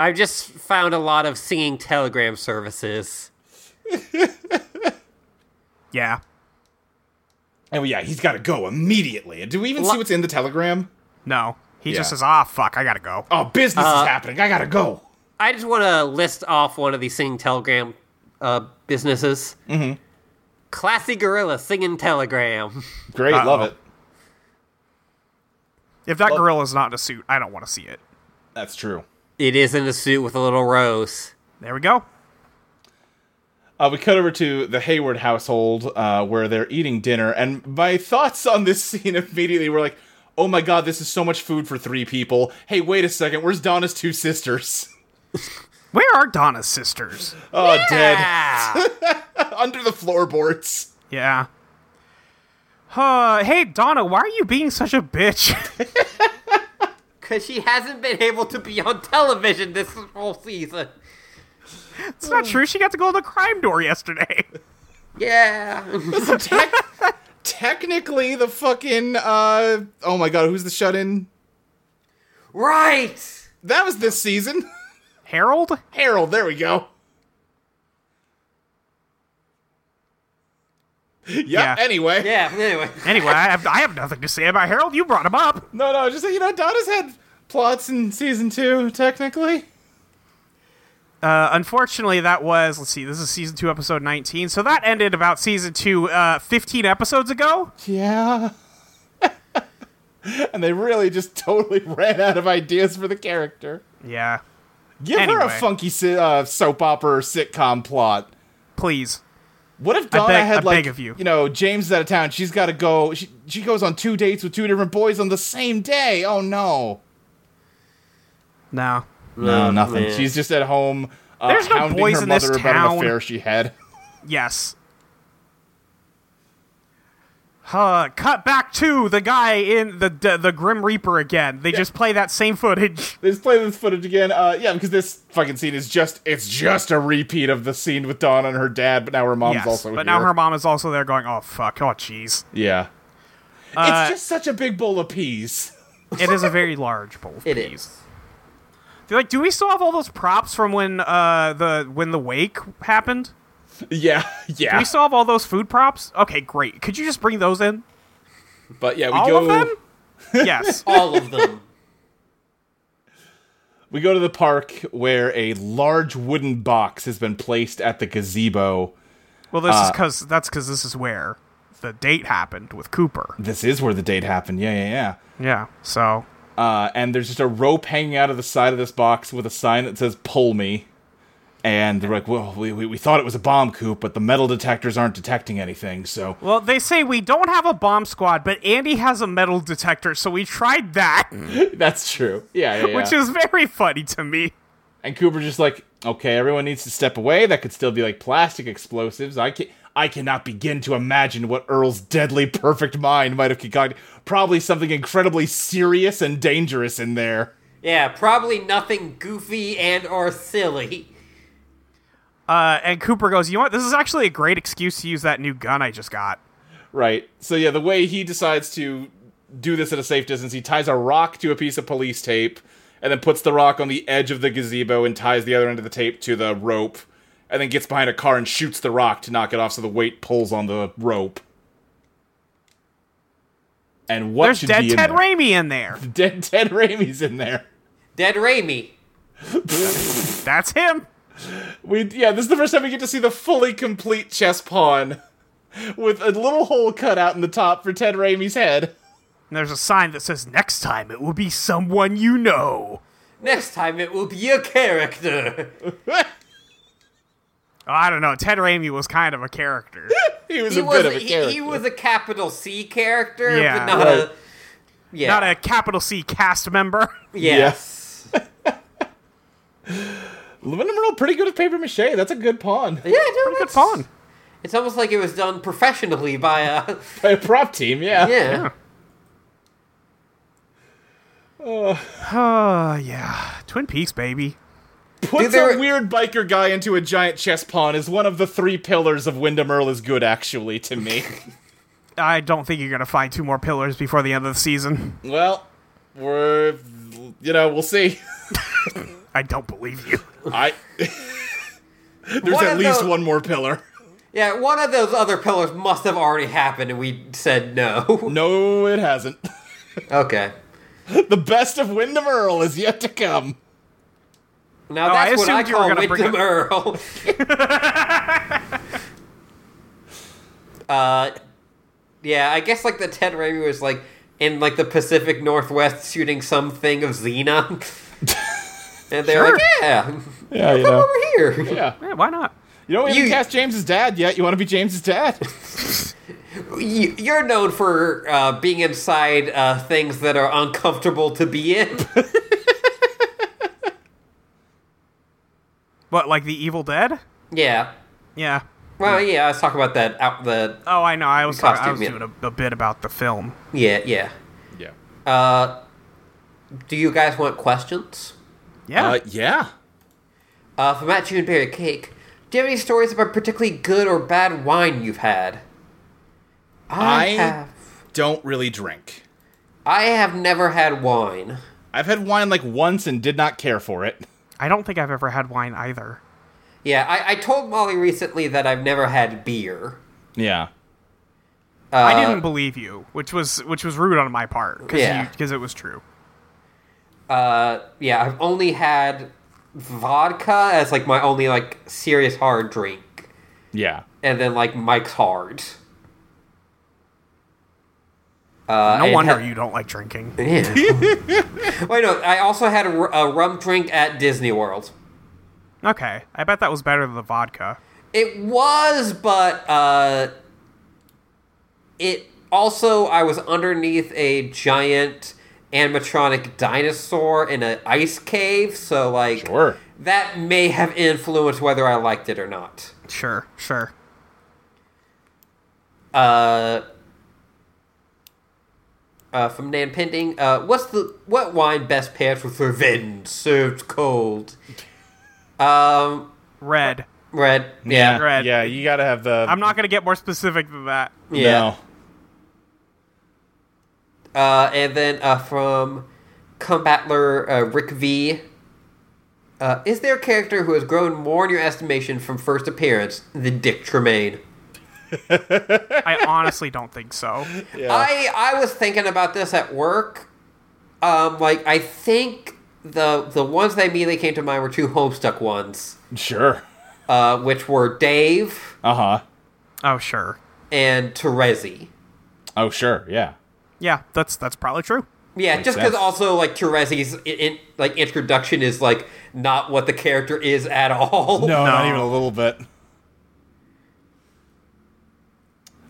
S1: I've just found a lot of singing telegram services.
S2: Yeah.
S3: And well, yeah, he's got to go immediately. Do we even see
S1: Lo-
S3: what's in the telegram?
S2: No. He just
S3: Yeah.
S2: says, ah, fuck, I gotta go.
S3: Oh, business is happening. I got to go.
S1: I just want to list off one of these singing telegram uh, businesses. Mm-hmm. Classy Gorilla singing telegram.
S3: Great,
S2: love it. If that gorilla's not in a suit, I don't want to see it.
S3: That's true.
S1: It is in a suit with a little rose.
S2: There we go.
S3: Uh, we cut over to the Hayward household uh, where they're eating dinner, and my thoughts on this scene immediately were like, oh my god, this is so much food for three people. Hey, wait a second, where's Donna's two sisters?
S2: Where are Donna's sisters?
S3: Oh,
S1: Ah.
S3: dead. Under the floorboards.
S2: Yeah. Uh, hey Donna, why are you being such a bitch?
S1: Because she hasn't been able to be on television this whole season.
S2: it's not true. She got to go to the crime door yesterday.
S1: Yeah.
S3: Tec- technically, the fucking, uh, oh my god, who's the shut in?
S1: right!
S3: That was this season.
S2: Harold?
S3: Harold, there we go. Yep,
S2: Yeah.
S3: anyway.
S1: Yeah, anyway.
S2: Anyway, I have, I have nothing to say about Harold. You brought him up.
S3: No, no, just, you know, Donna's had plots in season two, technically.
S2: Uh, unfortunately, that was let's see. This is season two, episode nineteen. So that ended about season two, uh, fifteen episodes ago.
S3: Yeah. and they really just totally ran out of ideas for the character.
S2: Yeah.
S3: Give her a
S2: Anyway.
S3: funky si- uh, soap opera or sitcom plot.
S2: Please.
S3: What if Donna
S2: beg- I
S3: had
S2: beg
S3: like
S2: of you.
S3: know James is out of town. She's got to go. She she goes on two dates with two different boys on the same day. Oh no!
S2: No.
S3: No, nothing.
S1: man.
S3: She's just at home. Uh,
S2: There's no
S3: hounding
S2: boys
S3: her
S2: in this
S3: mother about
S2: town.
S3: an affair she had.
S2: Yes. Uh, cut back to the guy in the the, the Grim Reaper again. They just play that same footage.
S3: Let's play this footage again. Uh, yeah, because this fucking scene is just it's just a repeat of the scene with Donna and her dad, but now her mom's
S2: yes,
S3: also
S2: but
S3: here.
S2: now her mom is also there, going, "Oh fuck, oh jeez."
S3: Yeah.
S2: Uh,
S3: it's just such a big bowl of peas.
S2: It is a very large bowl. Of
S1: It
S2: peas.
S1: is.
S2: They're like, do we still have all those props from when uh the when the wake happened?
S3: Yeah,
S2: Do
S3: yeah.
S2: we still have all those food props? Okay, great. Could you just bring those in?
S3: But yeah, we
S2: all
S3: go
S2: of them? yes.
S1: All of them.
S3: we go to the park where a large wooden box has been placed at the gazebo.
S2: Well, this
S3: Uh,
S2: is because that's because this is where the date happened with Cooper.
S3: This is where the date happened. Yeah, yeah,
S2: Yeah. So
S3: yeah. Uh, and there's just a rope hanging out of the side of this box with a sign that says "Pull me." And they're like, "Well, we, we, we thought it was a bomb coop, but the metal detectors aren't detecting anything." So
S2: Well, they say we don't have a bomb squad, but Andy has a metal detector, so we tried that,
S3: that's true. Yeah, yeah. yeah.
S2: which is very funny to me.
S3: And Cooper's just like, okay, everyone needs to step away. That could still be like plastic explosives. I can I cannot begin to imagine what Earl's deadly perfect mind might have concocted. Probably something incredibly serious and dangerous in there.
S1: Yeah, probably nothing goofy and or silly.
S2: Uh, and Cooper goes, "You know what? This is actually a great excuse to use that new gun I just got."
S3: Right. So yeah, the way he decides to do this at a safe distance, he ties a rock to a piece of police tape and then puts the rock on the edge of the gazebo and ties the other end of the tape to the rope and then gets behind a car and shoots the rock to knock it off so the weight pulls on the rope. And what
S2: There's
S3: should
S2: dead
S3: be in
S2: Ted
S3: there?
S2: Raimi in there.
S3: Dead Ted Raimi's in there.
S1: Dead Raimi.
S2: That's him.
S3: We yeah, this is the first time we get to see the fully complete chess pawn with a little hole cut out in the top for Ted Raimi's head.
S2: And there's a sign that says, "Next time it will be someone you know."
S1: Next time it will be a character.
S2: I don't know. Ted Raimi was kind of a character.
S3: He was
S1: He
S3: a
S1: was
S3: bit
S1: a,
S3: of a
S1: he,
S3: character.
S1: he was a capital C character,
S2: Yeah.
S1: but not
S3: Right.
S1: a yeah,
S2: Not a capital C cast member.
S1: yes.
S3: Aluminum Earl pretty good at paper mache. That's a good pawn.
S1: Yeah, no,
S2: Pretty good
S1: that's-
S2: fun.
S1: It's almost like it was done professionally by a
S3: By a prop team, yeah.
S1: yeah.
S2: Uh, yeah. Twin Peaks, baby.
S3: Puts
S1: Dude, they
S3: a
S1: were-
S3: weird biker guy into a giant chess pawn is one of the three pillars of Wyndham Earl is good, actually, to me.
S2: I don't think you're gonna find two more pillars before the end of the season.
S3: well, we're. You know, we'll see.
S2: I don't believe you.
S3: I. There's
S1: One
S3: at
S1: of
S3: least
S1: the-
S3: one more pillar.
S1: Yeah, one of those other pillars must have already happened, and we said no.
S3: No, it hasn't.
S1: okay.
S3: The best of Wyndham Earl is yet to come.
S1: Now
S2: Oh, I
S1: that's what I
S2: assumed you were
S1: call
S2: gonna bring
S1: Wyndham Earl. uh, yeah, I guess like the Ted Raimi was like in like the Pacific Northwest shooting something of Xena, and they're
S2: Sure.
S1: like, "Yeah,
S3: Yeah, you
S1: come
S3: know.
S1: over here.
S3: Yeah.
S2: Yeah, why not?
S3: You know, we haven't
S1: You-
S3: cast James's dad yet. You want to be James's dad?
S1: y- you're known for uh, being inside uh, things that are uncomfortable to be in.
S2: What, like the Evil Dead?
S1: yeah.
S2: Yeah. Hmm.
S1: Well, yeah. Let's talk about that. Out the
S2: Oh, I know. I was talking, I
S1: Costume,
S2: was
S1: yeah.
S2: doing a, a bit about the film.
S1: yeah, yeah.
S3: Yeah.
S1: Uh, do you guys want questions?
S2: Yeah.
S3: Uh, yeah.
S1: Uh, for Matt June Berry Cake, do you have any stories about particularly good or bad wine you've had? I,
S3: I-
S1: have.
S3: Don't really drink.
S1: I have never had wine.
S3: I've had wine like once and did not care for it.
S2: I don't think I've ever had wine either.
S1: Yeah, I, I told Molly recently that I've never had beer.
S3: Yeah.
S1: Uh,
S2: I didn't believe you, which was which was rude on my part because
S1: Yeah.
S2: because it was true.
S1: Uh, yeah, I've only had vodka as like my only like serious hard drink,
S3: Yeah.
S1: and then like Mike's hard.
S2: No
S1: it
S2: wonder
S1: Uh, had-
S2: you don't like drinking.
S1: Wait, no, I also had a, r- a rum drink at Disney World.
S2: Okay, I bet that was better than the vodka.
S1: It was, but uh, it also I was underneath a giant animatronic dinosaur in an ice cave, so like
S3: Sure.
S1: that may have influenced whether I liked it or not.
S2: Sure, sure.
S1: Uh, uh, from Nan Pending, uh, what's the what wine best paired with vervein served cold? Um,
S2: Red.
S1: red, yeah,
S2: Red.
S3: Yeah, you gotta have the.
S2: I'm not gonna get more specific than that.
S1: yeah.
S3: No.
S1: Uh, and then uh, from combatler uh, Rick V. Uh, is there a character who has grown more in your estimation from first appearance than Dick Tremaine?
S2: I honestly don't think so.
S1: I I was thinking about this at work. Um, like I think the the ones that immediately came to mind were two Homestuck ones,
S3: Sure.
S1: uh, which were Dave
S3: Uh huh.
S2: Oh, sure.
S1: and Terezi.
S3: Oh, sure. Yeah.
S2: Yeah, that's that's probably true.
S1: Yeah,
S3: Makes
S1: just because
S3: sense.
S1: also like Terezi's in, in, like introduction is like not what the character is at all.
S3: No, not
S2: No.
S3: even a little bit.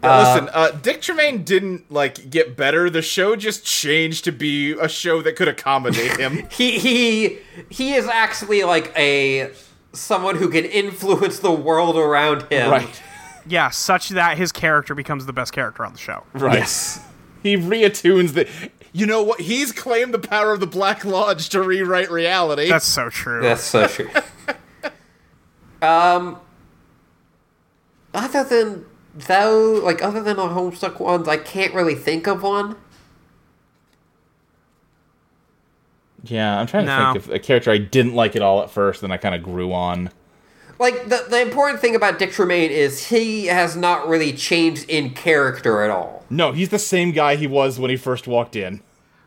S3: But listen, uh, Dick Tremaine didn't like get better. The show just changed to be a show that could accommodate him.
S1: he he he is actually like a someone who can influence the world around him.
S3: right.
S2: Yeah, such that his character becomes the best character on the show.
S3: Right. Um, He reattunes the. You know what? He's claimed the power of the Black Lodge to rewrite reality.
S2: That's so true.
S1: That's so true. um, other than though, like other than the Homestuck ones, I can't really think of one.
S3: yeah, I'm trying
S2: to No. think of
S3: a character I didn't like at all at first, then I kind of grew on.
S1: Like the the important thing about Dick Tremaine is he has not really changed in character at all.
S3: No, he's the same guy he was when he first walked in.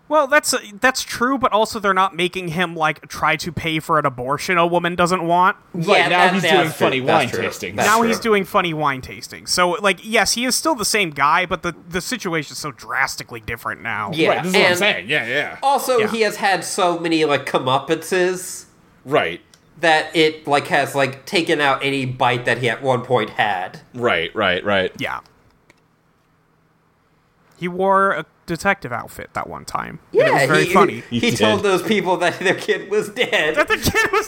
S2: Well, that's uh, that's true, but also they're not making him like try to pay for an abortion a woman doesn't want.
S1: Yeah,
S3: now
S1: that-
S3: he's
S1: that's
S3: doing
S1: true.
S3: funny
S1: That's
S3: wine
S1: true.
S3: tasting.
S1: That's
S2: now
S1: true.
S2: he's doing funny wine tasting. So like, yes, he is still the same guy, but the the situation's so drastically different now.
S1: Yeah,
S3: right, this is what I'm
S1: and
S3: saying. Yeah, yeah.
S1: Also,
S2: Yeah.
S1: he has had so many like comeuppances.
S3: Right,
S1: that it like has like taken out any bite that he at one point had.
S3: right, right, right.
S2: Yeah. He wore a detective outfit that one time. and it was very
S1: he,
S2: funny.
S1: He,
S3: He
S1: he told
S3: did.
S1: those people that their kid was dead.
S2: That the kid was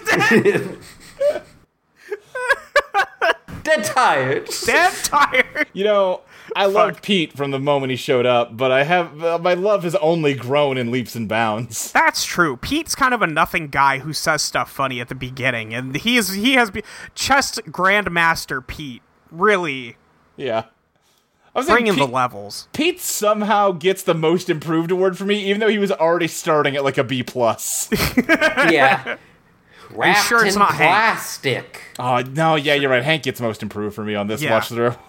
S2: dead,
S1: dead tired.
S2: dead tired.
S3: You know, I loved Pete from the moment he showed up, but I have uh, my love has only grown in leaps and bounds.
S2: That's true. Pete's kind of a nothing guy who says stuff funny at the beginning, and he is he has be- chest grandmaster Pete really
S3: Yeah, I was
S2: bringing
S3: thinking
S2: the
S3: Pete,
S2: levels.
S3: Pete somehow gets the most improved award for me, even though he was already starting at like a B plus.
S1: yeah. Wrapped
S2: sure it's
S1: in
S2: not Hank?
S1: plastic.
S3: Oh no, yeah, you're right. Hank gets most improved for me on this
S2: Yeah.
S3: watch through.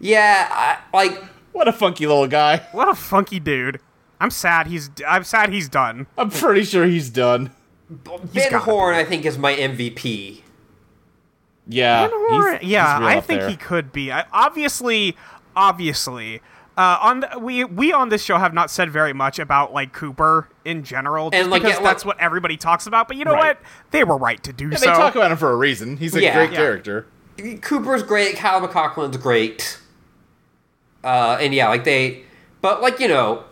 S1: Yeah, I, like
S3: What a funky little guy.
S2: What a funky dude. I'm sad he's I'm sad he's done.
S3: I'm pretty sure he's done.
S1: Ben
S2: gotta
S1: Horn, I think, is my MVP.
S3: Yeah,
S2: Or-
S3: he's- he's
S2: yeah,
S3: real
S2: I
S3: up
S2: think
S3: there.
S2: he could be. I, obviously, obviously, uh, on the, we we on this show have not said very much about like Cooper in general, just
S1: And, like,
S2: because
S1: yeah, like-
S2: that's what everybody talks about. But you know
S3: Right.
S2: what? They were right to do
S3: And
S2: so.
S3: they talk about him for a reason. He's a
S1: Yeah.
S3: great
S1: Yeah.
S3: character.
S1: Cooper's great. Kyle McLaughlin's great. Uh, and yeah, like they, but like you know,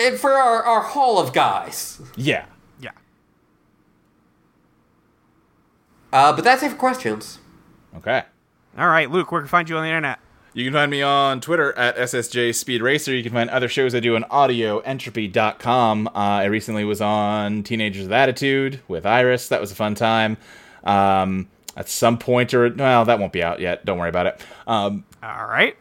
S1: and for our our hall of guys.
S3: Yeah.
S2: Yeah.
S1: Uh, but that's it for questions.
S3: Okay.
S2: All right, Luke, where can we find you on the internet?
S3: You can find me on Twitter at SSJ Speed Racer. You can find other shows I do on audioentropy.com. Uh, I recently was on Teenagers with Attitude with Iris. That was a fun time. Um, at some point, or, well, that won't be out yet. Don't worry about it. Um,
S2: All right.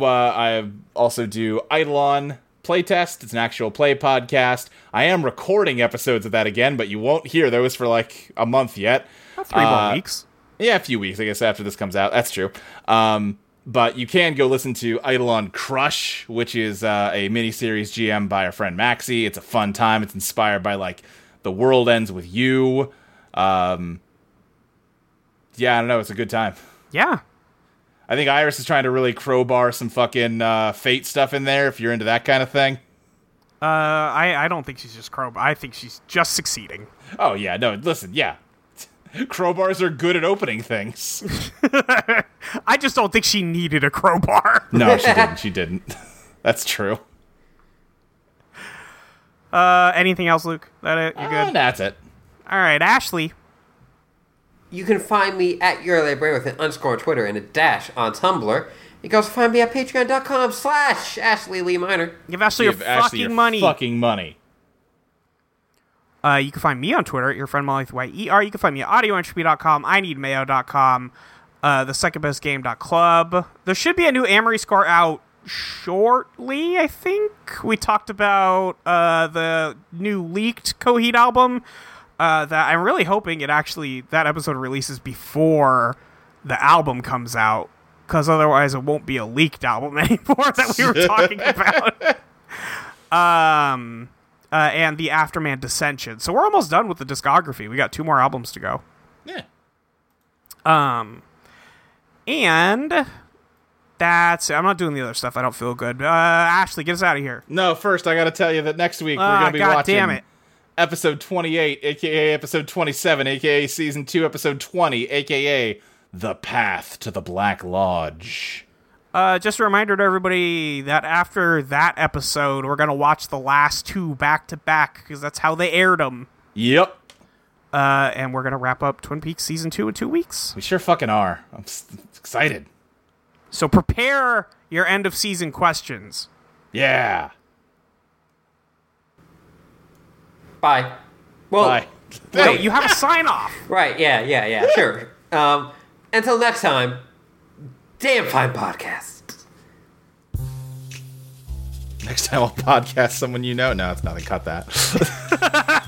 S3: uh, I also do Eidolon Playtest. It's an actual play podcast. I am recording episodes of that again, but you won't hear those for like a month yet.
S2: About three more
S3: Uh,
S2: weeks.
S3: Yeah, a few weeks, I guess, after this comes out. That's true. Um, but you can go listen to Eidolon Crush, which is uh, a miniseries GM by our friend Maxi. It's a fun time. It's inspired by, like, The World Ends With You. Um, yeah, I don't know. It's a good time.
S2: Yeah.
S3: I think Iris is trying to really crowbar some fucking uh, fate stuff in there if you're into that kind of thing.
S2: Uh, I, I don't think she's just Chrome. I think she's just succeeding.
S3: Oh, yeah. No, listen, yeah. Crowbars are good at opening things.
S2: I just don't think she needed a crowbar.
S3: No, she didn't. She didn't. That's true.
S2: Uh, anything else, Luke? That it? You
S3: And
S2: good?
S3: Ah, that's it.
S2: All right, Ashley.
S1: You can find me at your library with an underscore on Twitter and a dash on Tumblr. You can also find me at patreon.com slash Ashley Lee Minor.
S2: Give Ashley your
S3: Give Ashley
S2: fucking money.
S3: Fucking money.
S2: Uh, you can find me on Twitter at your friend Molly Y E R. You can find me at audioentropy.com, I need mayo.com, uh, the second best game.club. There should be a new Amory score out shortly, I think. We talked about uh, the new leaked Coheed album. Uh, that I'm really hoping it actually that episode releases before the album comes out, because otherwise it won't be a leaked album anymore that we were talking about uh, and the Afterman Dissension. So we're almost done with the discography. We got two more albums to go.
S3: Yeah.
S2: And that's I'm not doing the other stuff. I don't feel good. Uh, Ashley, get us out of here.
S3: No, first I got to tell you that next week we're
S2: Ah,
S3: going to be
S2: God
S3: watching
S2: damn it.
S3: episode 28, aka episode 27, aka season 2 episode 20, aka The Path to the Black Lodge.
S2: Uh, just a reminder to everybody that after that episode, we're gonna watch the last two back to back because that's how they aired them.
S3: Yep.
S2: Uh, and we're gonna wrap up Twin Peaks season two in two weeks.
S3: We sure fucking are. I'm s- excited.
S2: So prepare your end of season questions.
S3: Yeah.
S1: Bye. Well,
S3: Bye.
S2: No, you have a sign off.
S1: right, yeah, yeah, yeah, sure. Um, until next time, damn fine podcast.
S3: Next time I'll podcast someone you know. No, it's nothing. Cut that.